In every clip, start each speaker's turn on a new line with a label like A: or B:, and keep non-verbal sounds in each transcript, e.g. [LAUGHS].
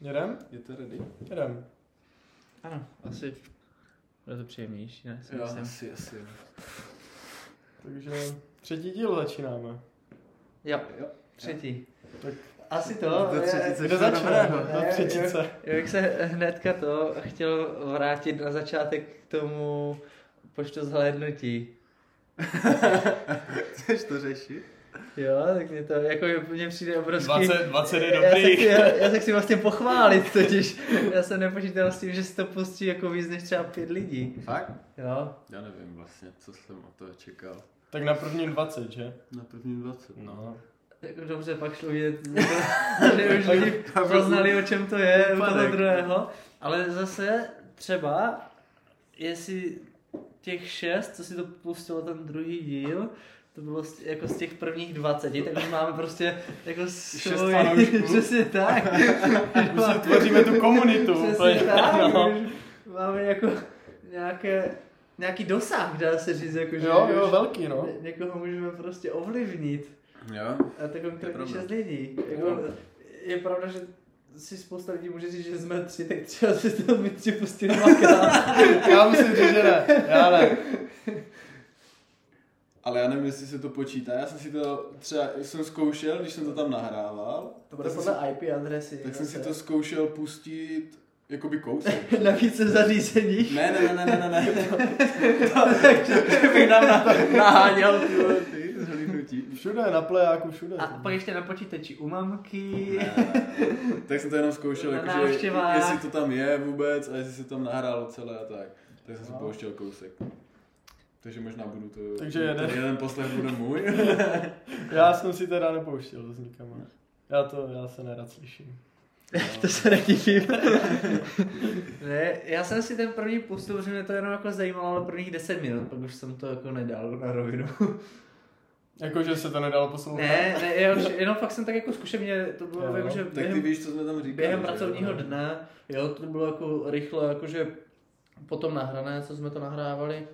A: Jedem?
B: Je to ready?
A: Jedem.
C: Ano, asi. Bylo to příjemnější, ne? Si myslím.
B: asi, asi. [LAUGHS] jo.
A: Takže třetí díl začínáme.
C: Jo,
B: Jo.
C: třetí.
A: Tak
C: Asi to.
B: Do
C: je-
B: třetice.
A: Kdo začne?
C: dobrého, ne?
A: Do třetice.
C: Já bych se hnedka to chtěl vrátit na začátek k tomu počtu zhlédnutí.
B: Chceš to řešit?
C: Jo, tak mě to, jako mně přijde obrovský...
A: 20, 20 je
C: Já se, chci,
A: dobrý.
C: já, já se chci vlastně pochválit totiž. Já jsem nepočítal s tím, že si to pustí jako víc než třeba pět lidí.
B: Fakt?
C: Jo,
B: Já nevím vlastně, co jsem od toho čekal.
A: Tak na první 20, že?
B: Na první 20.
A: No.
C: tak dobře, pak šlo vidět,
A: [LAUGHS]
C: že už [LAUGHS] lidi
B: Tam byl
C: poznali, o čem to je u toho
B: úpadek.
C: druhého. Ale zase třeba, jestli těch šest, co si to pustilo ten druhý díl, to bylo z- jako z těch prvních 20, tak už máme prostě jako svoji,
B: fanoušků.
C: [LAUGHS] přesně tak.
A: [LAUGHS] Už si tvoříme tu komunitu.
C: Přesně
A: úplně. [LAUGHS]
C: tak,
A: No.
C: už máme jako nějaké, nějaký dosah, dá se říct, jako, že
A: Jo,
C: už
A: jo, velký, no.
C: ně- někoho můžeme prostě ovlivnit.
B: Jo?
C: A to konkrétně
B: pravda.
C: šest lidí. Jako,
B: pravda.
C: je pravda, že si spousta lidí může říct, že jsme tři, tak třeba si to my tři pustili
B: [LAUGHS]
C: dvakrát.
A: Já musím říct, že ne. Já ne.
B: Ale já nevím, jestli se to počítá. Já jsem si to třeba, jsem zkoušel, když jsem to tam nahrával.
C: To bude
B: tak jsem
C: podle IP adresy.
B: si, tak jsem si to
C: zase.
B: zkoušel pustit jakoby kousek.
C: na
B: [LAUGHS]
C: více zařízeních.
B: Ne, ne, ne, ne, ne, ne, ne. [LAUGHS]
C: Takže bych nám na, naháněl.
B: Ty vole, ty, [LAUGHS] zhlídnutí.
A: Všude, na plejáku, všude.
C: A pak ještě na počítači u mamky.
B: Ne, [LAUGHS] tak jsem to jenom zkoušel,
C: Na
B: jakože,
C: návštěvách.
B: jestli to tam je vůbec a jestli se tam nahrálo celé a tak. Tak jsem si
A: No.
B: pouštěl kousek. Takže možná budu to...
A: Takže jeden.
B: ten jeden poslech bude
A: [LAUGHS]
B: můj.
A: Já jsem si teda nepouštěl s nikama. Já to, já se nerad slyším.
B: no.
C: To se nedivím. [LAUGHS] ne, já jsem si ten první pustil, protože mě to jenom jako zajímalo, ale prvních 10 minut, pak už jsem to jako nedal
B: [LAUGHS]
C: na rovinu.
A: Jakože se to nedalo poslouchat.
C: ne, ne, já už, jenom fakt jsem tak jako zkušeně, to bylo,
A: Jo,
C: vím, že
B: Tak ty
C: během,
B: víš, co jsme tam říkali.
C: během
B: že jo?
C: pracovního dne, jo, to bylo jako rychle, jakože potom nahrané, co jsme to nahrávali.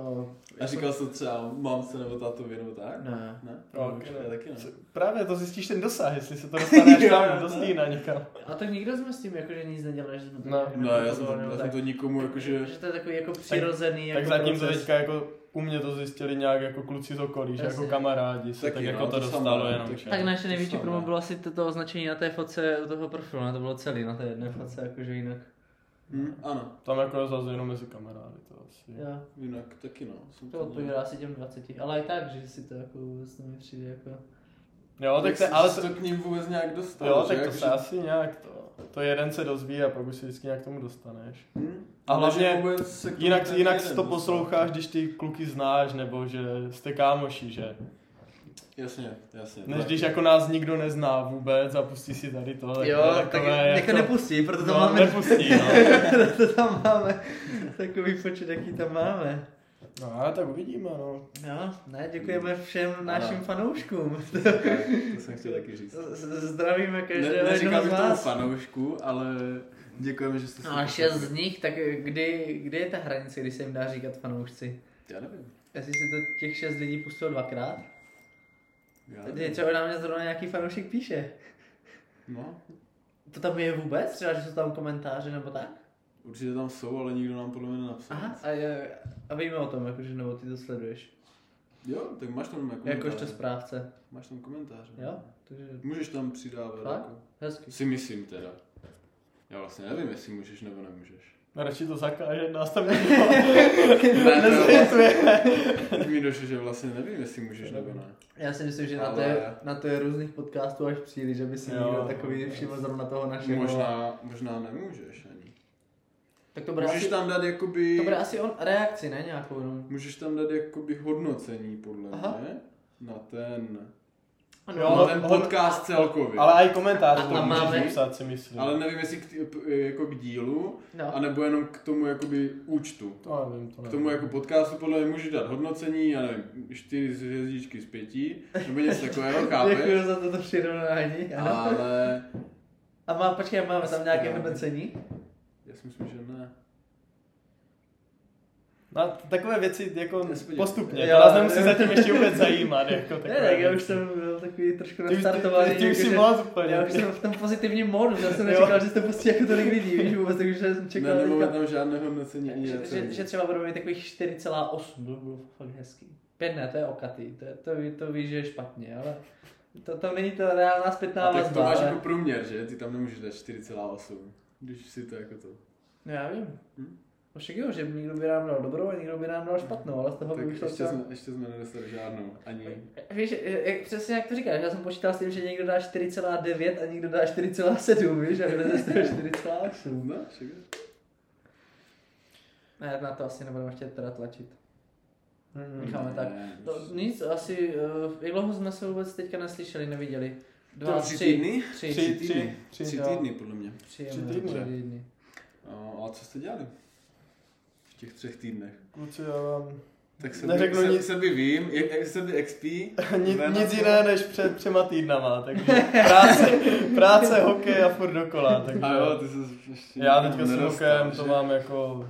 C: Uh,
B: A říkal jsi to třeba mamce nebo tátovi nebo tak?
C: Ne.
B: Ne?
A: Jo,
B: Už
A: taky No, ne.
B: taky ne.
A: Co- Právě to zjistíš ten dosah, jestli se to dostane až
B: Jo,
A: tam
B: jo,
A: do
B: no.
A: Zlína někam.
C: A tak nikdo jsme s tím jakože nic nedělali, že jsme to
A: No.
C: nějak
B: No, já jsem, to,
C: nebo
B: já jsem
C: tak.
B: to nikomu jakože...
C: Že to je takový jako přirozený
A: Tak
C: jako
A: zatím to
C: proces.
A: teďka jako u mě to zjistili nějak jako kluci z okolí, že
C: Jasně.
A: jako kamarádi se
B: Taky,
A: tak, jako
B: no,
A: to
B: to samé,
A: dostalo jenom.
B: tak-
A: že?
C: Tak naše
B: To
C: největší
B: samé.
C: promo bylo asi toto označení na té fotce u toho profilu, ne? To bylo celý na té jedné fotce, jakože jinak.
B: Hm, ano,
A: Tam jako zase jenom mezi kamarády to asi.
C: Jo,
B: jinak taky no. Jsem
C: to odpovídá asi těm 20, ale i tak, že si to jako vůbec mi přijde jako...
A: Jo, tak
B: tak
A: se,
B: jsi
A: ale
B: se
A: to,
B: to k ním vůbec nějak dostal.
A: jo,
B: že?
A: tak to
B: Jakože-
A: se asi nějak to, to jeden se dozví a pak už se vždycky nějak k tomu dostaneš.
B: Hm?
A: A
B: Ale že
A: hlavně
B: vůbec se k tomu
A: Jinak,
B: ten
A: jinak
B: jeden
A: si to
B: dostal.
A: posloucháš, když ty kluky znáš, nebo že jste kámoši, že?
B: Jasně, jasně.
A: Než když jako nás nikdo nezná vůbec a pustí si tady tohle.
C: jo,
A: takové
C: tak, tak jako... nepustí, proto to
A: no,
C: máme...
A: nepustí, no.
C: [LAUGHS] proto tam máme takový počet, jaký tam máme.
A: No, ale tak uvidíme, no.
C: No, ne, děkujeme všem našim
B: Ano.
C: fanouškům.
B: [LAUGHS] To jsem chtěl taky říct.
C: Z- z- Zdravíme
B: Ne,
C: každého jednoho
B: neříkám
C: z
B: bych tomu
C: vás.
B: fanoušku, ale děkujeme, že jste
C: No a šest z nich, tak kdy, kdy je ta hranice, kdy se jim dá říkat fanoušci?
B: Já nevím.
C: Jestli si to těch šest lidí pustilo dvakrát?
B: Já
C: Tady
B: nevím.
C: třeba na mě zrovna nějaký fanoušek píše.
B: No,
C: To tam je vůbec? Třeba, že jsou tam komentáře nebo tak?
B: určitě tam jsou, ale nikdo nám podle mě nenapsal.
C: Aha, a, je- a víme o tom, jakože, nebo ty to sleduješ.
B: Jo, tak máš tam jako komentáře.
C: Jakožto správce,
B: Máš tam komentáře.
C: jo? Takže [LAUGHS]
B: Můžeš tam přidávat.
C: Fakt?
B: Jako.
C: hezky.
B: Si myslím teda. Já vlastně nevím, jestli můžeš nebo
C: [LAUGHS]
B: nemůžeš.
A: No, radši to zakáže, nás tam nikdo
B: Ne,
A: nezvětuje.
B: teď mi došlo, že vlastně nevím, jestli můžeš nebo ne.
C: Já si myslím, že na to,
B: Ale-
C: je, na to je různých podcastů až příliš, aby si
A: Jo.
C: někdo takový všiml zrovna toho našeho.
B: Možná, možná nemůžeš ani.
C: Tak to bude,
B: Můžeš
C: asi,
B: tam dát jakoby...
C: to bude asi on reakci, ne nějakou no. jenom.
B: Můžeš tam dát jakoby hodnocení podle
C: Aha.
B: mě na ten,
C: Ano,
A: Jo,
B: na
A: ale-
B: ten
A: ale-
B: podcast celkově. Ale,
A: Ale i komentář
C: A
A: to
C: tam
A: můžeš
C: máme-
A: napsat, si myslím.
B: ale nevím, jestli k, t- jako k dílu,
C: no.
B: anebo jenom k tomu jakoby účtu.
A: To nevím, to
B: K
A: nevím.
B: tomu jako podcastu podle mě můžeš dát hodnocení, já nevím, 4 z hvězdičky z 5, nebo něco
C: [LAUGHS]
B: takového, chápeš?
C: Děkuji Jako za toto přirovnání. ano.
B: Ale
C: A má, počkej, a máme tam nějaké
B: Správně.
C: hodnocení?
B: já si myslím, že ne.
A: No, t- takové věci jako
B: Jasně.
A: postupně,
C: Jo,
A: to nás nemusí
C: jo.
A: zatím ještě vůbec zajímat. Jako
C: Ne,
A: takové
C: tak já
A: věci.
C: už jsem byl takový trošku
A: Ty už- ty-
C: nastartovaný.
A: ty už jsi
C: jakože-
A: moc úplně.
C: Já už jsem v tom pozitivním módu, já jsem
A: Jo.
C: nečekal, že jste prostě jako tolik lidí, víš vůbec, takže jsem
B: Ne,
C: čekal.
B: nemáme
C: teďka-
B: tam žádné hodnocení ani
C: Že, že,
B: recenzí.
C: že třeba budeme mít takových 4,8, to by bylo fakt hezký. Pět ne, to je okatý, to, je- to, ví, to ví, že je špatně, ale to, to není ta reálná zpětná
B: A tak to
C: vazba,
B: máš jako
C: ale...
B: průměr, že? Ty tam nemůžeš dát 4,8. Když si to jako to...
C: No já vím.
B: Hm?
C: No však jo, že někdo by nám dal dobrou a někdo by nám dal špatnou, ale z toho by
B: Tak
C: vyšlo
B: ještě
C: třeba...
B: jsme, ještě jsme nedostali žádnou. Ani...
C: Víš, eh, jak, přesně jak to říkáš, já jsem počítal s tím, že někdo dá 4,9 a někdo dá 4,7, víš, a bude z toho 4,8.
B: No, však jo.
C: Ne, na to asi nebudeme chtět teda tlačit.
A: Mm.
C: Necháme tak.
B: Ne,
C: No, nic, asi, uh, jak dlouho jsme se vůbec teďka neslyšeli, neviděli? Dva,
B: To
C: tři,
B: tři týdny?
C: tři,
A: Tři,
C: tři,
B: Tři týdny. Tři
C: jo.
B: týdny, podle mě.
C: příjemné,
A: týdny.
C: tři týdny.
B: No, a co jste dělali? V těch třech týdnech.
A: Kluci, já vám [LAUGHS]
B: Tak se
A: Neřeknu
B: by, se,
A: nic.
B: se by vím, jak, jak se by
A: [LAUGHS]
B: XP.
A: nic,
B: Ven-
A: nic jiné než před třema týdnama, takže práce, práce, hokej a furt dokola. Takže...
B: A jo, ty se ještě
A: Já teďka s
B: nedostal,
A: hokejem
B: že?
A: to mám jako...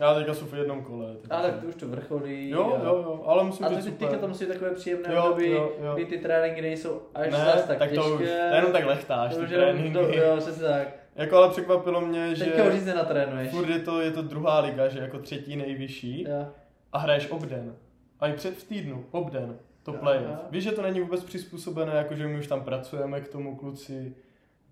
A: Já teďka jsem v jednom kole. takže-
C: Ale to už to vrcholí.
A: Jo,
C: a-
A: jo, jo, ale musím
C: A
A: být
C: to
A: super.
C: teďka to musí být takové příjemné
A: Jo,
C: období,
A: jo, jo.
C: kdy ty tréninky nejsou až
A: ne,
C: zas tak,
A: tak
C: těžké.
A: to už, to jenom tak lechtáš,
C: To
A: ty
C: už jenom,
A: tréninky.
C: do, jo, přesně tak.
A: Jako ale překvapilo mě, že
C: Teďka už nic nenatrénuješ.
A: furt je to, je to druhá liga, že jako třetí nejvyšší
C: Jo.
A: a hraješ obden. A i před v týdnu, obden, to
C: Jo,
A: playoff.
C: jo.
A: Víš, že to není vůbec přizpůsobené, jako že my už tam pracujeme k tomu kluci,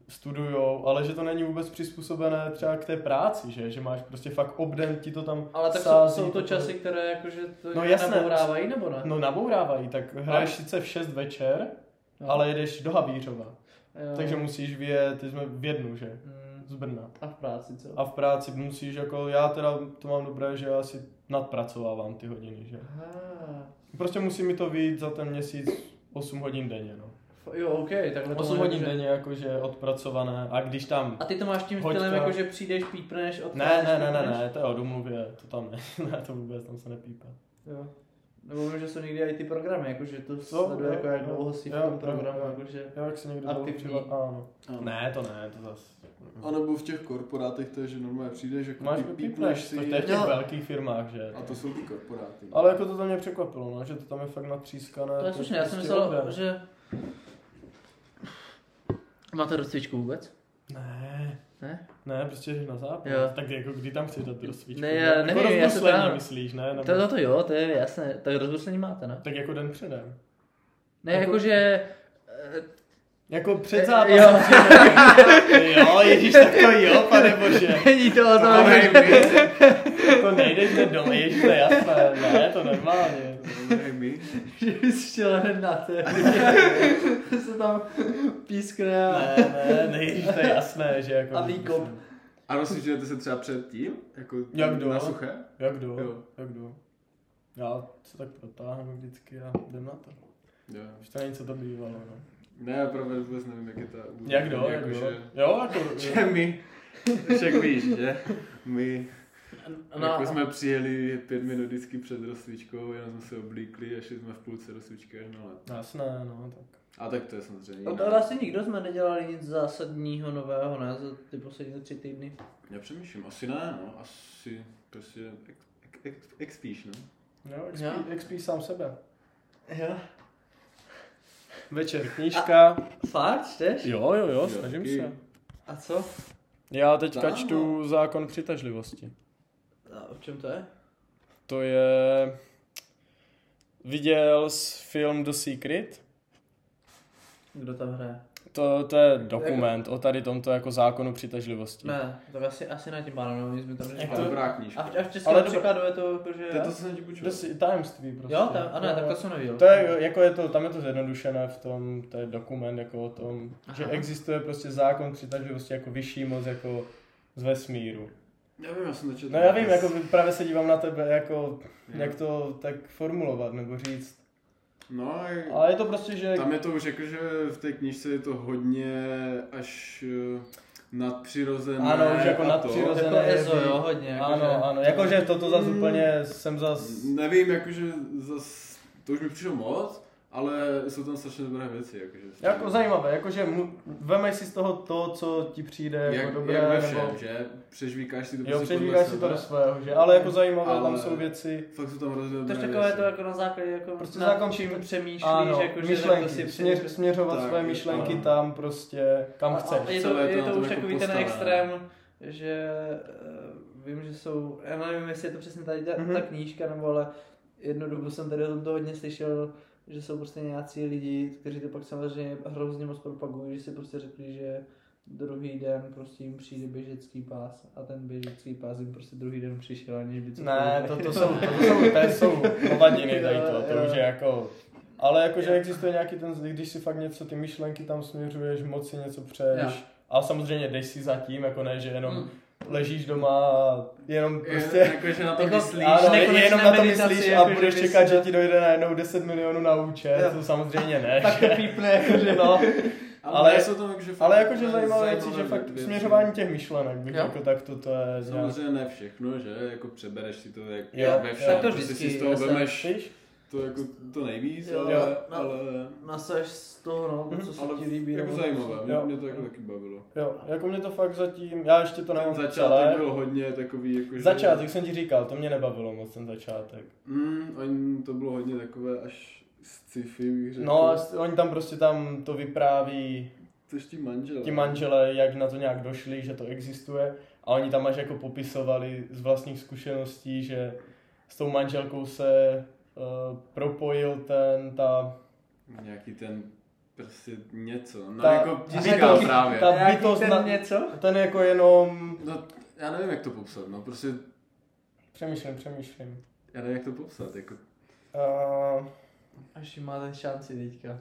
A: studujou, ale že to není vůbec přizpůsobené třeba k té práci, že, že máš prostě fakt obden, ti to tam
C: Ale tak jsou,
A: sází,
C: jsou to
A: potom-
C: časy, které jakože to
A: No jasné.
C: nabourávají, nebo ne?
A: No nabourávají, tak hraješ sice v 6 večer,
C: No.
A: ale jedeš do Havířova.
C: Jo.
A: Takže musíš vyjet, ty jsme v jednu, že?
C: Mm,
A: Z Brna.
C: A v práci co?
A: A v práci musíš jako, já teda to mám dobré, že já si nadpracovávám ty hodiny, že?
C: Aha.
A: Prostě musí mi to vyjít za ten měsíc 8 hodin denně, no.
C: F- Jo, OK, takhle to
A: 8
C: máš,
A: hodin
C: že-
A: denně jakože odpracované a když tam...
C: A ty to máš tím
A: Hoď
C: stylem,
A: to.
C: jako že přijdeš, pípneš,
A: Ne,
C: odcházíš,
A: ne, ne, ne,
C: pípneš?
A: ne, to je o domluvě, to tam ne, [LAUGHS] ne, to vůbec, tam se nepípe.
C: Jo. Nebo vím, že jsou někdy i ty programy, jakože to
A: jo,
C: sleduje jako jak
A: jo.
C: dlouho si v
A: Jo,
C: tom
A: jo,
C: programu,
A: jo.
C: jakože...
A: Já jak se někdo
C: Aktivní.
A: přiva- Ano.
B: Ano.
A: Ne, to ne, to zase.
B: A nebo v těch korporátech to je, že normálně přijdeš, jako
A: Máš
B: pí-
A: pípneš,
B: si.
A: to je v těch
C: Jo.
A: velkých firmách, že?
B: A to jsou ty korporáty.
A: Ale jako to tam mě překvapilo, no, že to tam je fakt natřískané.
C: To je slušné, já jsem
A: prostě
C: myslel,
A: obden.
C: že... Máte rozcvičku vůbec?
A: Ne,
C: Ne?
A: ne, prostě jdeš na zápas.
C: Jo,
A: Tak jako kdy tam chceš dát rozsvíčku?
C: Ne, já nevím, já se
A: rozbruslení
C: ptám.
A: Jako myslíš, ne? Nebo...
C: To, to, to jo, to je jasné, tak rozbruslení máte, ne?
A: Tak jako den předem.
C: Ne,
A: Jako-
C: jakože... eh,
A: Jako
C: eh,
A: před zápasem.
C: Jo, [LAUGHS]
A: jo, ježíš, tak to jo, pane bože.
C: eh, není to
A: To,
C: o tom,
A: to,
C: jakože...
A: nejde, to nejde hned doma, ježíš, to je jasné. Ne, to normálně.
B: Ne, my.
C: že bys chtěl hned na
A: [LAUGHS]
C: té. [LAUGHS] se tam pískne a...
A: Ne, ne, ne, ježíš, to je jasné, že jako...
C: A výkop.
B: A rozsvičujete se třeba před tím? Jako
A: Jak do?
B: na suché?
A: Jak jdu,
B: Jo.
A: jak jdu. Já se tak protáhnu vždycky a jdem na to.
B: Jo.
A: Už to není co to bývalo, no.
B: Ne, já právě vůbec nevím, jak je ta úroveň.
A: Jak kdo, jak
B: Jako,
A: kdo?
B: že-
A: Jo, jako...
B: Že my, však víš, že? My, no, jako jsme přijeli pět minut vždycky před rozsvičkou, jenom jsme se oblíkli a šli jsme v půlce rozsvičky až na let.
A: Jasné, no, tak.
B: A tak to je samozřejmě.
C: Od, od No, asi nikdo jsme nedělali nic zásadního nového, ne, za ty poslední tři týdny.
B: Já přemýšlím, asi ne, no, asi prostě ex, ex, ex, ex píš, no.
A: Jo, XP,
C: Jo.
A: XP sám sebe.
C: Jo.
A: Večer knížka.
C: Fakt, čteš?
A: Jo, jo, jo,
B: snažím se.
C: A co?
A: Já teďka
B: Dám,
A: čtu zákon přitažlivosti.
C: A o čem to je?
A: To je... Viděl jsi film The Secret?
C: Kdo tam hraje?
A: To, to je dokument o tady tomto jako zákonu přitažlivosti.
C: Ne, tak asi, asi ne tím pánem, no, my jsme tam
A: Jak
B: A
A: to-
B: dobrá
C: A
B: knížka.
C: v, a v
A: Ale
C: českém
A: to-
C: překladu je to jako, že...
B: To je to, co jsem ti
A: The
B: půjčil.
A: se- tajemství prostě.
C: Jo, tam, a ne,
A: Jo,
C: tak
A: jo.
C: to jsem neviděl.
A: To je, jako je to, tam je to zjednodušené v tom, to je dokument jako o tom,
C: Aha.
A: že existuje prostě zákon přitažlivosti jako vyšší moc jako z vesmíru.
B: Já vím, já jsem to četl.
A: No já vím, jako právě se dívám na tebe, jako
B: Jo.
A: jak to tak formulovat nebo říct.
B: No, a-
A: Ale je to prostě, že...
B: Tam je to už jako, že v té knižce je to hodně až eh, nadpřirozené.
A: Ano, už jako
B: a to.
A: nadpřirozené.
C: Jako
A: Rozené
C: EZO,
A: jevy.
C: jo, hodně. Jako
A: ano,
C: že...
A: ano, jakože toto zase
B: Mm.
A: úplně jsem zas...
B: Nevím, jakože zas, to už mi přišlo moc, Ale jsou tam strašně dobré věci. Jakože
A: Jako zajímavé, jakože mu, vemej si z toho to, co ti přijde
B: Jak,
A: jako
B: jak,
A: dobré,
B: jak ve všem,
A: nebo...
B: nebo... že? Přežvíkáš si to
A: Jo,
B: prostě podle
A: přežíváš si to
B: sebe.
A: do svého, že? Ale jako zajímavé,
B: Ale-
A: tam jsou věci...
B: Fakt jsou tam hrozně
C: To
B: dobré
C: je takové to
B: věci.
C: jako na základě, jako
A: Prostě
C: na
A: zákon
C: čím
A: čím-
C: přemýšlíš,
A: Ano,
C: jako, že na to
A: myšlenky,
C: si
A: směř, směřovat
B: Tak,
A: své
B: je-
A: myšlenky
B: ano.
A: tam prostě, kam chceš.
C: je to,
B: Celé je to
C: je
B: na
C: to,
B: tom
C: už
B: jako
C: takový ten
B: postavené.
C: extrém, že eh, vím, že jsou, já nevím, jestli je to přesně tady ta,
A: Mhm.
C: ta knížka, nebo ale jednu dobu jsem tady o tom to hodně slyšel, že jsou prostě nějací lidi, kteří to pak samozřejmě hrozně moc propagují, že si prostě řekli, že druhý den prostě jim přijde běžecký pás a ten běžecký pás jim prostě druhý den přišel, aniž by
A: Ne, to,
C: [LAUGHS]
A: to jsou, to, to jsou, to jsou hovadiny tady to, to už je jako... Ale jakože existuje nějaký ten zvyk, když si fakt něco, ty myšlenky tam směřuješ, moc si něco přeješ. A samozřejmě jdeš si za tím, jako ne, že jenom
C: Hmm.
A: ležíš doma a jenom
B: Je-
A: prostě...
B: Jakože na to
C: Jako-
B: myslíš.
A: Ano, je-
C: nekonečné
A: jenom na to
C: meditaci,
A: myslíš a
C: jakože
A: budeš
C: bys-
A: čekat, že ti dojde najednou 10 milionů na účet,
C: Jo.
A: to samozřejmě ne.
C: Tak to
A: že-
C: pípne, jako, jakože
A: No, ale-
B: jsou tam jakože fakt jako
A: ale jakože zajímavé věci, že
B: zajímavé
A: fakt
B: věci.
A: směřování těch myšlenek bych
C: Jo.
A: jako tak to, to je nějak...
B: Samozřejmě ne všechno, že? Jako přebereš si to jak
A: Jo,
B: ve
A: jo.
B: všem,
A: Tak to
B: prostě
C: vždycky,
B: si z toho
C: jasně.
B: vemeš
A: Víš?
B: to, jako, to nejvíc,
C: Jo,
B: ale,
A: jo.
B: ale, ale,
C: nasaž z toho, no, co se ti líbí.
B: jako
C: nebo-
B: zajímavé, mě,
A: Jo.
B: mě to jako taky bavilo.
A: Jo, jako mě to fakt zatím, já ještě to
B: Ten
A: nemám
B: začátek
A: celé.
B: byl hodně takový, jako,
A: Začátek jsem ti říkal, to mě nebavilo moc ten začátek.
B: Mm, oni to bylo hodně takové až sci-fi, bych řekl.
A: No a s- oni tam prostě tam to vypráví
B: Což ti manžel.
A: ti manželé, jak na to nějak došli, že to existuje a oni tam až jako popisovali z vlastních zkušeností, že s tou manželkou se uh, propojil ten, ta,
B: Nějaký ten prostě něco.
A: Ta-
B: No ta, jako ti
A: ta-
B: říkal
A: ta-
B: právě.
A: ta-
C: Nějaký
A: bytost
C: ten
A: na-
C: něco?
A: ten jako jenom,
B: No, já nevím, jak to popsat, no prostě,
A: přemýšlím, přemýšlím.
B: já nevím, jak to popsat, jako
A: Uh,
C: Až jim máte šanci teďka.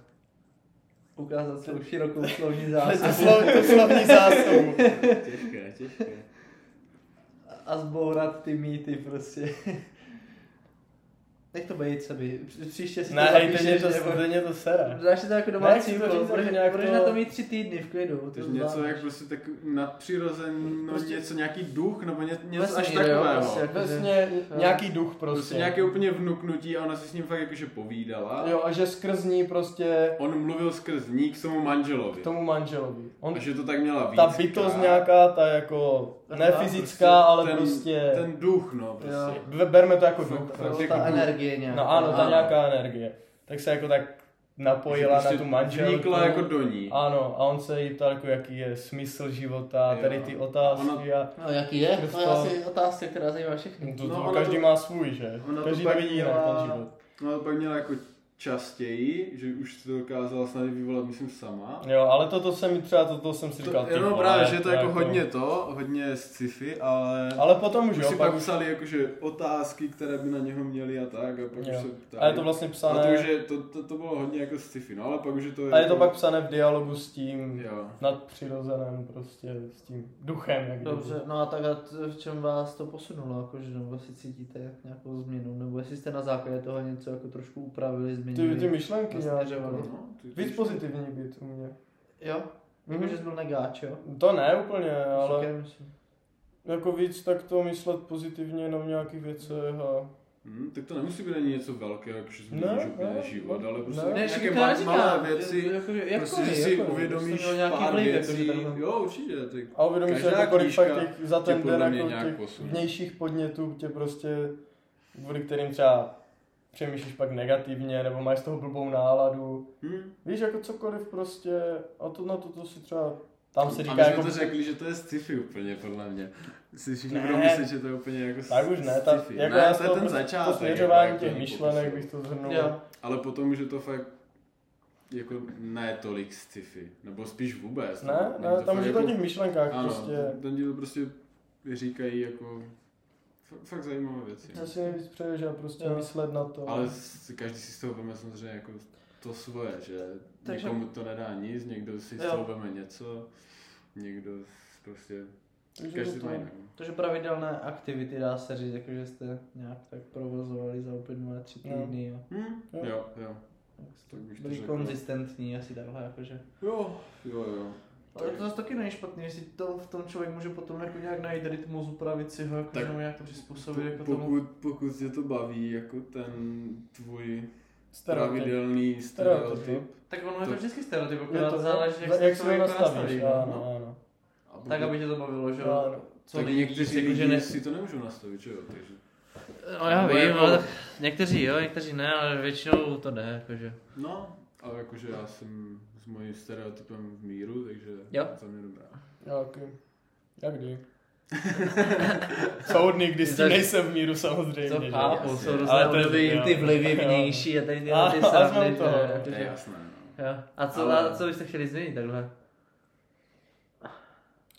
C: Ukázat svou širokou [LAUGHS] slovní
A: to,
C: zásobu
A: slov, to slovní zásobu.
B: těžké, těžké.
C: a zbourat ty mýty prostě. Nech to být sami. Při- Příště si
A: Ne,
C: to
A: hej, teď mě
C: zapíšeš,
A: to,
C: nebo...
A: teď mě to sere.
C: Dáš si to jako domácí
A: chci to
C: úkol,
A: říct,
C: budeš,
A: ale nějak
C: budeš
A: to-
C: na to mít tři týdny v klidu.
B: Takže
C: to
B: něco
C: zvládneš.
B: jak
A: jako
B: prostě tak nadpřirozený, no
C: Prostě-
B: něco, nějaký duch, nebo ně, něco až
C: Vesmír, jo,
B: takového.
C: prostě.
B: Prostě,
A: Vlastně nějaký duch
B: prostě
A: prostě.
B: nějaké úplně vnuknutí a ona si s ním fakt jakože povídala.
A: Jo, a že skrz ní prostě
B: On mluvil skrz ní k svému manželovi.
A: k tomu manželovi. On,
B: A že to tak měla víc.
A: ta bytost nějaká, ta jako, ne
C: Taková
A: fyzická, ale
B: ten,
A: prostě,
B: Ten duch, no,
C: Jo.
B: prostě.
A: be- berme to jako
B: Fakt,
A: duch.
B: fakt.
A: prostě.
C: Prostě ta
B: jako-
C: energie nějaká.
A: No ano, ta
B: Ano.
A: nějaká energie. Tak se jako tak napojila na
B: Prostě
A: tu manželku.
B: Vznikla jako do ní.
A: Ano, a on se jí ptal, jako, jaký je smysl života,
B: Jo.
A: tady ty otázky a
C: No jaký je? To je
A: Krsto.
C: asi otázka, která zajímá všechny.
A: to,
B: No,
A: to
B: ono
A: každý
B: to-
A: má svůj, že?
B: ono to
A: Každý to
B: pak
A: vidí jinak ten
B: dělá-
A: život.
B: No a pak měla jako častěji, že už si to dokázala snad i vyvolat, myslím, sama.
A: Jo, ale toto jsem mi třeba, toto jsem si říkal.
B: To,
A: ty
B: jenom
A: vole,
B: právě, že je to jako hodně to, hodně sci-fi, ale...
A: Ale potom už,
B: Už
A: jo,
B: si
A: pak
B: pak
A: už,
B: psali jakože otázky, které by na něho měli a tak a pak
A: Jo.
B: už se ptali.
A: a je to vlastně
B: a to, už
A: psané,
B: je, to, to, to bylo hodně jako sci-fi, no ale pak už je to...
A: a je to pak psané v dialogu s tím,
B: Jo.
A: nadpřirozeném prostě s tím duchem. Jak
C: Dobře, no a tak a t- v čem vás to posunulo, jakože nebo jestli cítíte nějakou změnu, nebo jestli jste na základě toho něco jako trošku upravili,
A: kdyby.
C: změnili.
A: Ty, ty myšlenky
C: Vlastně
A: nějak.
C: řevali.
A: jako.
B: No, ty- ty-
A: Víc pozitivní být u mě.
C: Jo,
A: Mhm.
C: jakože jsi byl negáč, jo?
A: To ne úplně,
C: No,
A: ale
C: Říkám si.
A: jako víc tak to myslet pozitivně na nějakých věcech a...
B: Hm, tak to nemusí být ani něco velkého, jako jakože
A: Ne,
B: změníš
A: ne,
B: úplně život, ale prostě
A: ne.
C: Ne,
B: nějaké
C: že
B: ma-
C: to
B: malé
C: neříkám, Jako,
B: věci,
C: jakože
B: prostě
C: jakkoliv,
B: že si
C: jakkoliv,
B: uvědomíš
C: to mělo jako, prostě nějaký
B: pár
C: vliv,
B: věcí,
C: jakože takhle.
B: jo určitě, tak
A: A uvědomíš se,
B: Každá
A: jako kolik
B: knížka
A: fakt těch, za
B: tě
A: ten
B: podle
A: den
B: mě
A: jako
B: nějak
A: těch
B: posune.
A: vnějších podnětů tě prostě, kvůli kterým třeba přemýšlíš pak negativně, nebo máš z toho blbou náladu.
B: Hm?
A: Víš, jako cokoliv prostě, a to na to, to si třeba, tam se
B: a
A: říká
B: my jsme
A: jako...
B: to řekli, že to je sci-fi úplně, podle mě. Si všichni
A: Ne.
B: budou myslet, že to je úplně jako
A: Tak už ne, ta,
B: sci-fi.
A: jako
B: ne,
A: já
B: to je ten začátek.
A: To
B: jako,
A: směřování
B: jak to prostě-
A: těch
B: oni
A: myšlenek
B: popisují.
A: bych to zhrnul.
C: Jo,
B: Ale potom, že to fakt jako ne tolik sci-fi, nebo spíš vůbec.
A: Ne,
B: Není
A: ne, tam
B: fakt
A: už je to o těch myšlenkách
B: prostě jako- ano,
A: prostě.
B: Ten díl prostě říkají jako f- fakt zajímavé věci.
A: Já si nejvíc přeju, že prostě
C: Jo.
A: myslet na to.
B: Ale s- každý si z toho veme samozřejmě jako to svoje, že
C: Takže-
B: někomu to nedá nic, někdo si z
C: Jo.
B: toho veme něco, někdo prostě,
A: Takže to- Hm?
B: každý to má jinak.
C: takže pravidelné aktivity dá se říct, jakože jste nějak tak provozovali za uplynulé tři
A: Jo.
C: týdny a
B: Hm?
A: Jo.
B: Jo, jo.
C: jak jste
B: Tak bych to
C: byli
B: řekl.
C: konzistentní asi takhle, jakože.
B: Jo, jo, jo.
C: Ale to zase taky není špatný, jestli to v tom člověk může potom jako nějak najít rytmus, upravit si ho, jako
B: Tak
A: jako
C: tak, nějak to přizpůsobit jako tomu.
B: Pokud, pokud tě to baví, jako ten tvůj
A: Stereotyp.
B: pravidelný stereotyp.
A: Stereotyp.
C: Tak ono je to
B: To-
C: vždycky stereotyp,
A: Je
C: akorát
A: to,
C: záleží, jak,
A: jak
C: si
A: si
C: to no.
A: to
C: jako
A: nastavíš.
C: nastaví. no.
A: Ano, ano.
B: A
C: Tak,
B: pokud-
C: aby tě to bavilo, že jo?
A: Ano.
C: Co
B: tak
C: nejvíc,
B: někteří
C: jako, že
B: lidi
C: ne-
B: si to nemůžou nastavit, že jo? Takže
C: No já
B: Nebo
C: vím,
B: jako-
C: ale tak někteří jo, někteří ne, ale většinou to ne, jakože.
B: No, ale jakože já jsem s mojím stereotypem v míru, takže
C: Jo.
B: za mě dobrá.
A: Já, okay. Jak
C: [LAUGHS]
A: kdy? Soudný, když s tím nejsem v míru samozřejmě.
C: To
A: že jo.
C: chápu,
B: jasně.
C: jsou
A: Ale
C: různé
A: to je-
C: období,
A: jo.
C: ty vlivy
A: Jo.
C: vnější a tady ty,
A: A-
C: ty
A: a
C: srandy,
A: znám
C: že
A: to,
C: jo,
A: no.
B: To
C: jakože-
B: je jasné, no.
C: Jo. A co,
B: Ale-
C: a co byste chtěli změnit takhle?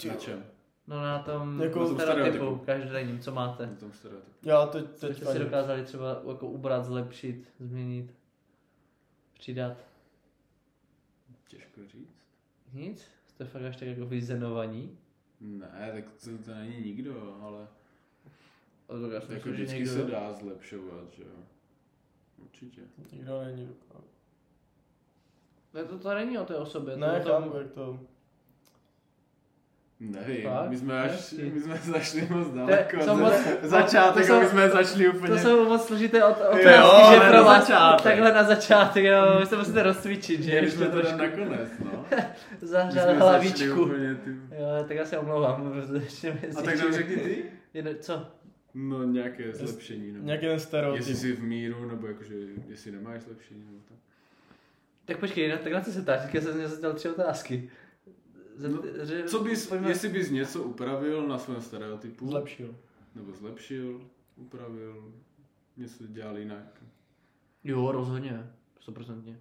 B: Na čem?
C: No na tom
A: Jako-
C: jako
B: Na tom
C: stereotypu,
B: stereotypu.
C: každodenním, co máte.
B: Na tom stereotypu.
A: Já teď,
C: Co
A: teď
C: byste si dokázali třeba jako ubrat, zlepšit, změnit, přidat?
B: Těžko říct.
C: Nic? Jste fakt až tak jako vyzenovaní?
B: Ne, tak to, to není nikdo, ale
C: A to já si
B: jako
C: myslím, že
B: vždycky
C: někdo-
B: se dá zlepšovat, že jo. Určitě.
A: Nikdo není dokonalý.
C: Ne, to, to není o té osobě. to
A: Ne,
C: je o tom-
A: chápu, jak to...
B: Nevím,
C: Fakt?
B: my jsme až,
C: Hezky.
B: my jsme zašli moc
C: To je-
B: daleko.
C: jsou moc-
B: začátek,
C: to jsou-
B: aby jsme začali úplně...
C: To jsou moc složité od, otázky,
B: ale
C: že
B: na
C: pro vás
B: začátek.
C: takhle na začátek, jo, vy se musíte rozcvičit, že
B: Měli jsme
C: ještě
B: to
C: trošku
B: nakonec, no. My jsme
C: zahřát
B: začali
C: hlavičku.
B: úplně ty...
C: Jo, tak já se omlouvám, protože ještě mi
B: A tak nám řekni ty?
C: Jedno, co?
B: No nějaké zlepšení, no.
A: Nějaký ten
B: Jestli
A: stereotyp.
B: jsi v míru, nebo jakože, jestli nemáš zlepšení, nebo tak.
C: Tak počkej, na, tak na co se ptáš? Já jsem zeptal tři otázky. Zep,
B: No,
C: že,
B: Co bys,
C: pojďme-
B: jestli bys něco upravil na svém stereotypu,
A: Zlepšil.
B: nebo zlepšil, upravil, něco dělal jinak,
C: Jo, rozhodně, stoprocentně.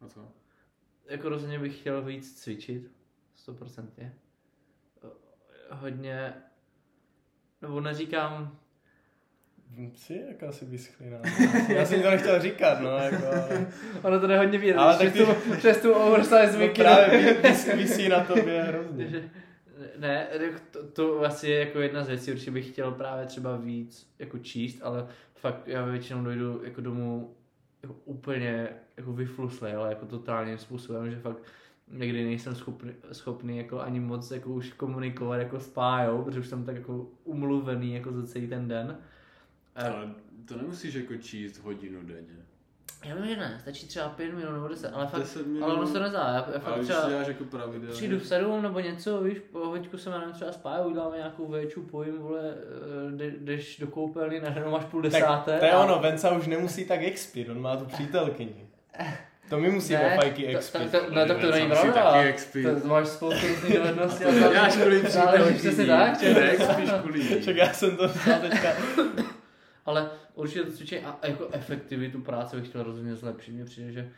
B: a co?
C: Jako rozhodně bych chtěl víc cvičit, stoprocentně. Hodně, nebo neříkám,
A: Jsi jaká si vyschlina. Já jsem to nechtěl říkat, no, jako, ale...
C: ono to je hodně vidět,
A: Ale
C: přes,
A: tak
C: tu, přes tu oversize
A: No
C: mikinu.
A: právě vy- vys- vysí na tobě hrozně.
C: Takže, ne, tak to, to, asi je jako jedna z věcí, určitě bych chtěl právě třeba víc jako číst, ale fakt já většinou dojdu jako domů jako úplně jako vyfluslej, ale jako totálním způsobem, že fakt někdy nejsem schopný, schopný jako ani moc jako už komunikovat jako s pájou, protože už jsem tak jako umluvený jako za celý ten den. A-
B: Ale to nemusíš jako číst hodinu denně.
C: Já vím, že ne, stačí třeba pět minut nebo deset, ale fakt,
B: 10
C: ale ono
B: minut,
C: se to nezdá, já, já
B: ale
C: fakt
B: když
C: třeba...
B: to děláš jako pravidelně.
C: Přijdu v sedm nebo něco, víš, po hoďku se jmenuji třeba spáju, uděláme nějakou veču, pojím, vole, eh, jde- jdeš do koupelny, najednou máš půl desáté.
A: Tak to je
C: a-
A: ono, Venca už nemusí tak expit, on má tu přítelkyni. To my musíme
C: Ne,
A: fajky
C: to-
A: expit.
C: to- to- No tak
B: Sám
C: to není
B: si
C: pravda.
B: taky expit.
C: To- To máš spoustu různých
B: [LAUGHS]
C: dovedností.
B: To
C: a záleží-
B: děláš kvůli
C: záleží přesně
B: přítelkyni.
C: tak, že?
B: Ne, spíš kvůli ní.
A: Čak já jsem to vzal teďka.
C: Ale určitě to cvičení a a jako efektivitu práce bych chtěl rozhodně zlepšit. Mně přijde, že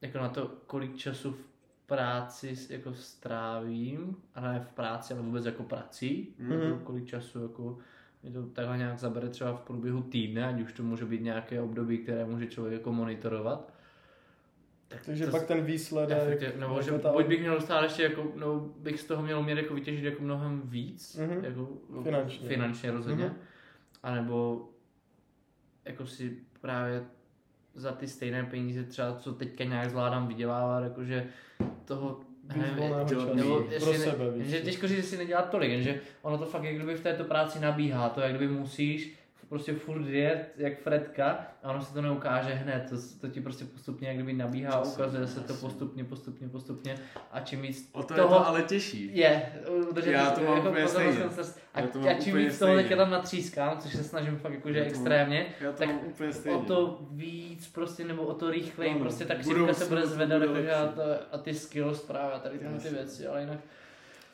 C: jako na to, kolik času v práci s- jako strávím, ale ne v práci, ale vůbec jako prací,
B: Mhm.
C: jako kolik času jako mi to takhle nějak zabere třeba v průběhu týdne, ať už to může být nějaké období, které může člověk jako monitorovat. Tak
A: Takže
C: to
A: pak ten výsledek... jako
C: efektiv- nebo že
A: ta-
C: buď bych měl stále ještě jako, nebo bych z toho měl umět jako vytěžit jako mnohem víc,
A: Mhm.
C: jako
A: Finančně.
C: finančně rozhodně,
A: Mhm.
C: a nebo jako si právě za ty stejné peníze třeba, co teďka nějak zvládám vydělávat, jakože toho,
A: víc volného
B: jo,
A: času
B: nebo
A: pro
C: jestli ne-
A: sebe, víš.
C: že těžko říct, jestli nedělat tolik, jenže ono to fakt jak kdyby v této práci nabíhá, to jak kdyby musíš prostě furt jet jak Fredka a ono se to neukáže hned, to, to ti prostě postupně jak kdyby nabíhá,
B: Časem,
C: ukazuje se to
B: jasně.
C: postupně, postupně, postupně a čím víc
B: O to je
C: toho
B: to ale těžší.
C: je, udržet jako
B: Já to mám úplně
C: pozornost
B: stejně.
C: koncentr- a,
B: Já to
C: a
B: mám
C: čím
B: úplně
C: víc toho
B: stejně.
C: teďka tam natřískám, což se snažím fakt jakože
B: Já to mám-
C: extrémně,
B: Já to
C: tak
B: mám úplně stejně.
C: o to víc prostě, nebo o to rychleji,
B: Ano,
C: prostě ta
B: v
C: křivka se
B: budoucnu
C: bude
B: to
C: zvedat
B: bude
C: jakože a,
B: lepší.
C: to, a ty skills právě a tady tyhle ty
B: Jasně.
C: věci, ale jinak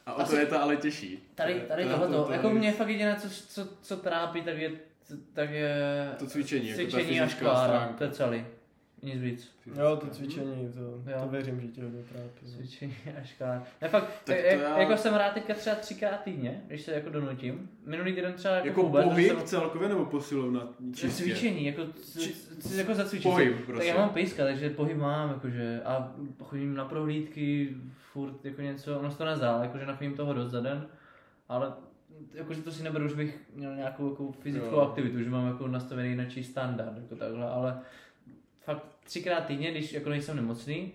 B: A o
C: Asi-
B: to je to ale těžší.
C: Tady,
B: To je-
C: tady
B: to je
C: tohleto,
B: to-
C: to,
B: to
C: jako
B: je-
C: mě fakt jediné, co, co, co trápí, tak je, tak je
B: To cvičení, jako ta
C: cvičení a
B: fyzická
C: škola,
B: stránka.
C: to je celý. Nic víc.
A: Jo, to cvičení, to,
C: Jo.
A: to věřím, že tě hodně trápí. no.
C: Cvičení a škola. Ne, fakt, tak
B: to
C: jak, já...
B: já-
C: jako jsem rád teďka třeba třikrát týdně, když se jako donutím. Minulý týden třeba jako,
B: Jako
C: vůbec, že
B: pohyb
C: jsem-
B: celkově nebo posilovna čistě?
C: Cvičení, jako, c-
B: Či-
C: c- jako za cvičení.
B: Pohyb
C: Tak
B: prostě.
C: já mám pejska, takže pohyb mám, jakože, a chodím na prohlídky, furt jako něco, ono se to nezdá, jakože nachodím toho dost za den, ale jakože to si neberu, že bych měl nějakou jako fyzickou
B: Jo.
C: aktivitu, že mám jako nastavený jináčí standard, jako takhle, ale fakt třikrát týdně, když jako nejsem nemocný,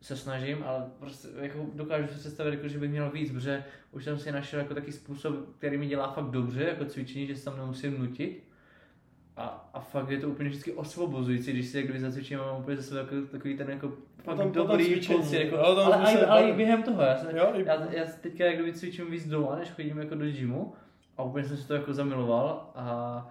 C: se snažím, ale prostě jako dokážu si představit, jako, že bych měl víc, protože už jsem si našel jako taky způsob, který mi dělá fakt dobře, jako cvičení, že se tam nemusím nutit. A, a fakt je to úplně vždycky osvobozující, když si jak kdyby zacvičím, mám úplně ze sebe takový, takový ten jako fakt
A: Potom- potom
C: dobrý
A: cvičení,
C: pocit, jako,
A: jo, o tom
C: ale,
A: jsme
C: ale,
A: se
C: ale i
A: bavili.
C: během toho, já, jsem,
A: Jo, i-
C: já, já teďka jak kdyby cvičím víc doma, než chodím jako do gymu a úplně jsem se to jako zamiloval a,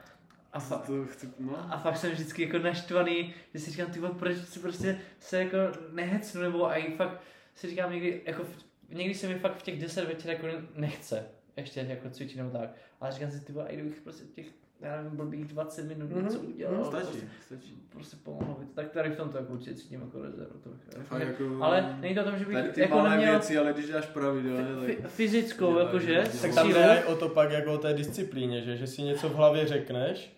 C: a, fa,
B: To chci, no.
C: a fakt jsem vždycky jako naštvaný, že si říkám, ty vole, proč si prostě se jako nehecnu, nebo a i fakt si říkám někdy, jako v, někdy se mi fakt v těch 10 večer jako nechce ještě jako cvičit nebo tak, ale říkám si, ty vole, a kdybych prostě těch, já nevím, blbých 20 minut
A: Mhm,
C: něco udělal, prostě,
B: Stačí, stačí.
C: prostě pomohlo by to, tak tady v tom to jako určitě cítím jako rezervu trochu.
B: Fakt jako,
C: Ale není to o tom, že bych
B: Tady ty
C: jako
B: malé
C: neměl
B: věci, ale když dáš pravidelně,
C: fi-
B: tak...
C: fyzickou,
B: Dělají,
C: jakože,
B: dělají.
A: Tak
B: Jo.
A: tam
C: sílu,
A: jde aj o to pak jako o té disciplíně, že, že si něco v hlavě řekneš,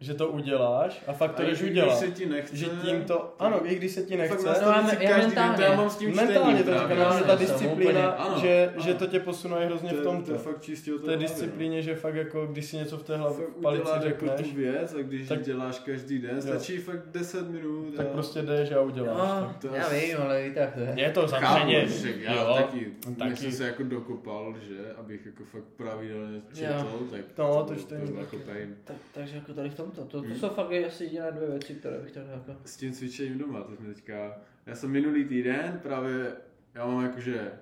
A: že to uděláš a fakt to
B: A
A: jdeš
B: i když
A: udělat.
B: se ti nechce,
A: Že tím to, ano, i když se ti
B: Fakt
A: nechce,
C: no, ale
B: nastavit si
C: já
B: každý den, to
C: mentálně.
B: já mám s tím
A: mentálně
B: čtením
A: to
B: právě.
A: říkám, že ta
C: Ano, úplně,
A: disciplína,
B: ano,
A: že,
B: ano.
A: že to tě posunuje hrozně v
B: To, to je
A: tomto.
B: fakt čistě o
A: V té disciplíně, že fakt jako, když si něco v té hlavě
B: Fakt
A: palici
B: uděláš jako
A: řekneš,
B: tu věc a když
A: Tak-
B: ji děláš každý den, stačí fakt 10 minut
A: tak
B: a...
A: prostě jdeš a uděláš.
C: no, já vím, ale i tak to je.
A: Je to
B: Chápu,
A: samozřejmě,
B: že já
A: jo.
B: taky, taky.
A: taky.
B: jsem se jako dokopal, že abych jako fakt pravidelně
C: Jo.
B: četl, tak
A: No, to
B: bylo-
A: čtení
B: bylo jako
C: taky.
B: pain.
C: Tak, takže jako tady v tomto, to, to jsou fakt asi jediné dvě věci, které bych chtěl jako...
B: S tím cvičením doma, to jsme teďka, já jsem minulý týden právě, já mám jakože,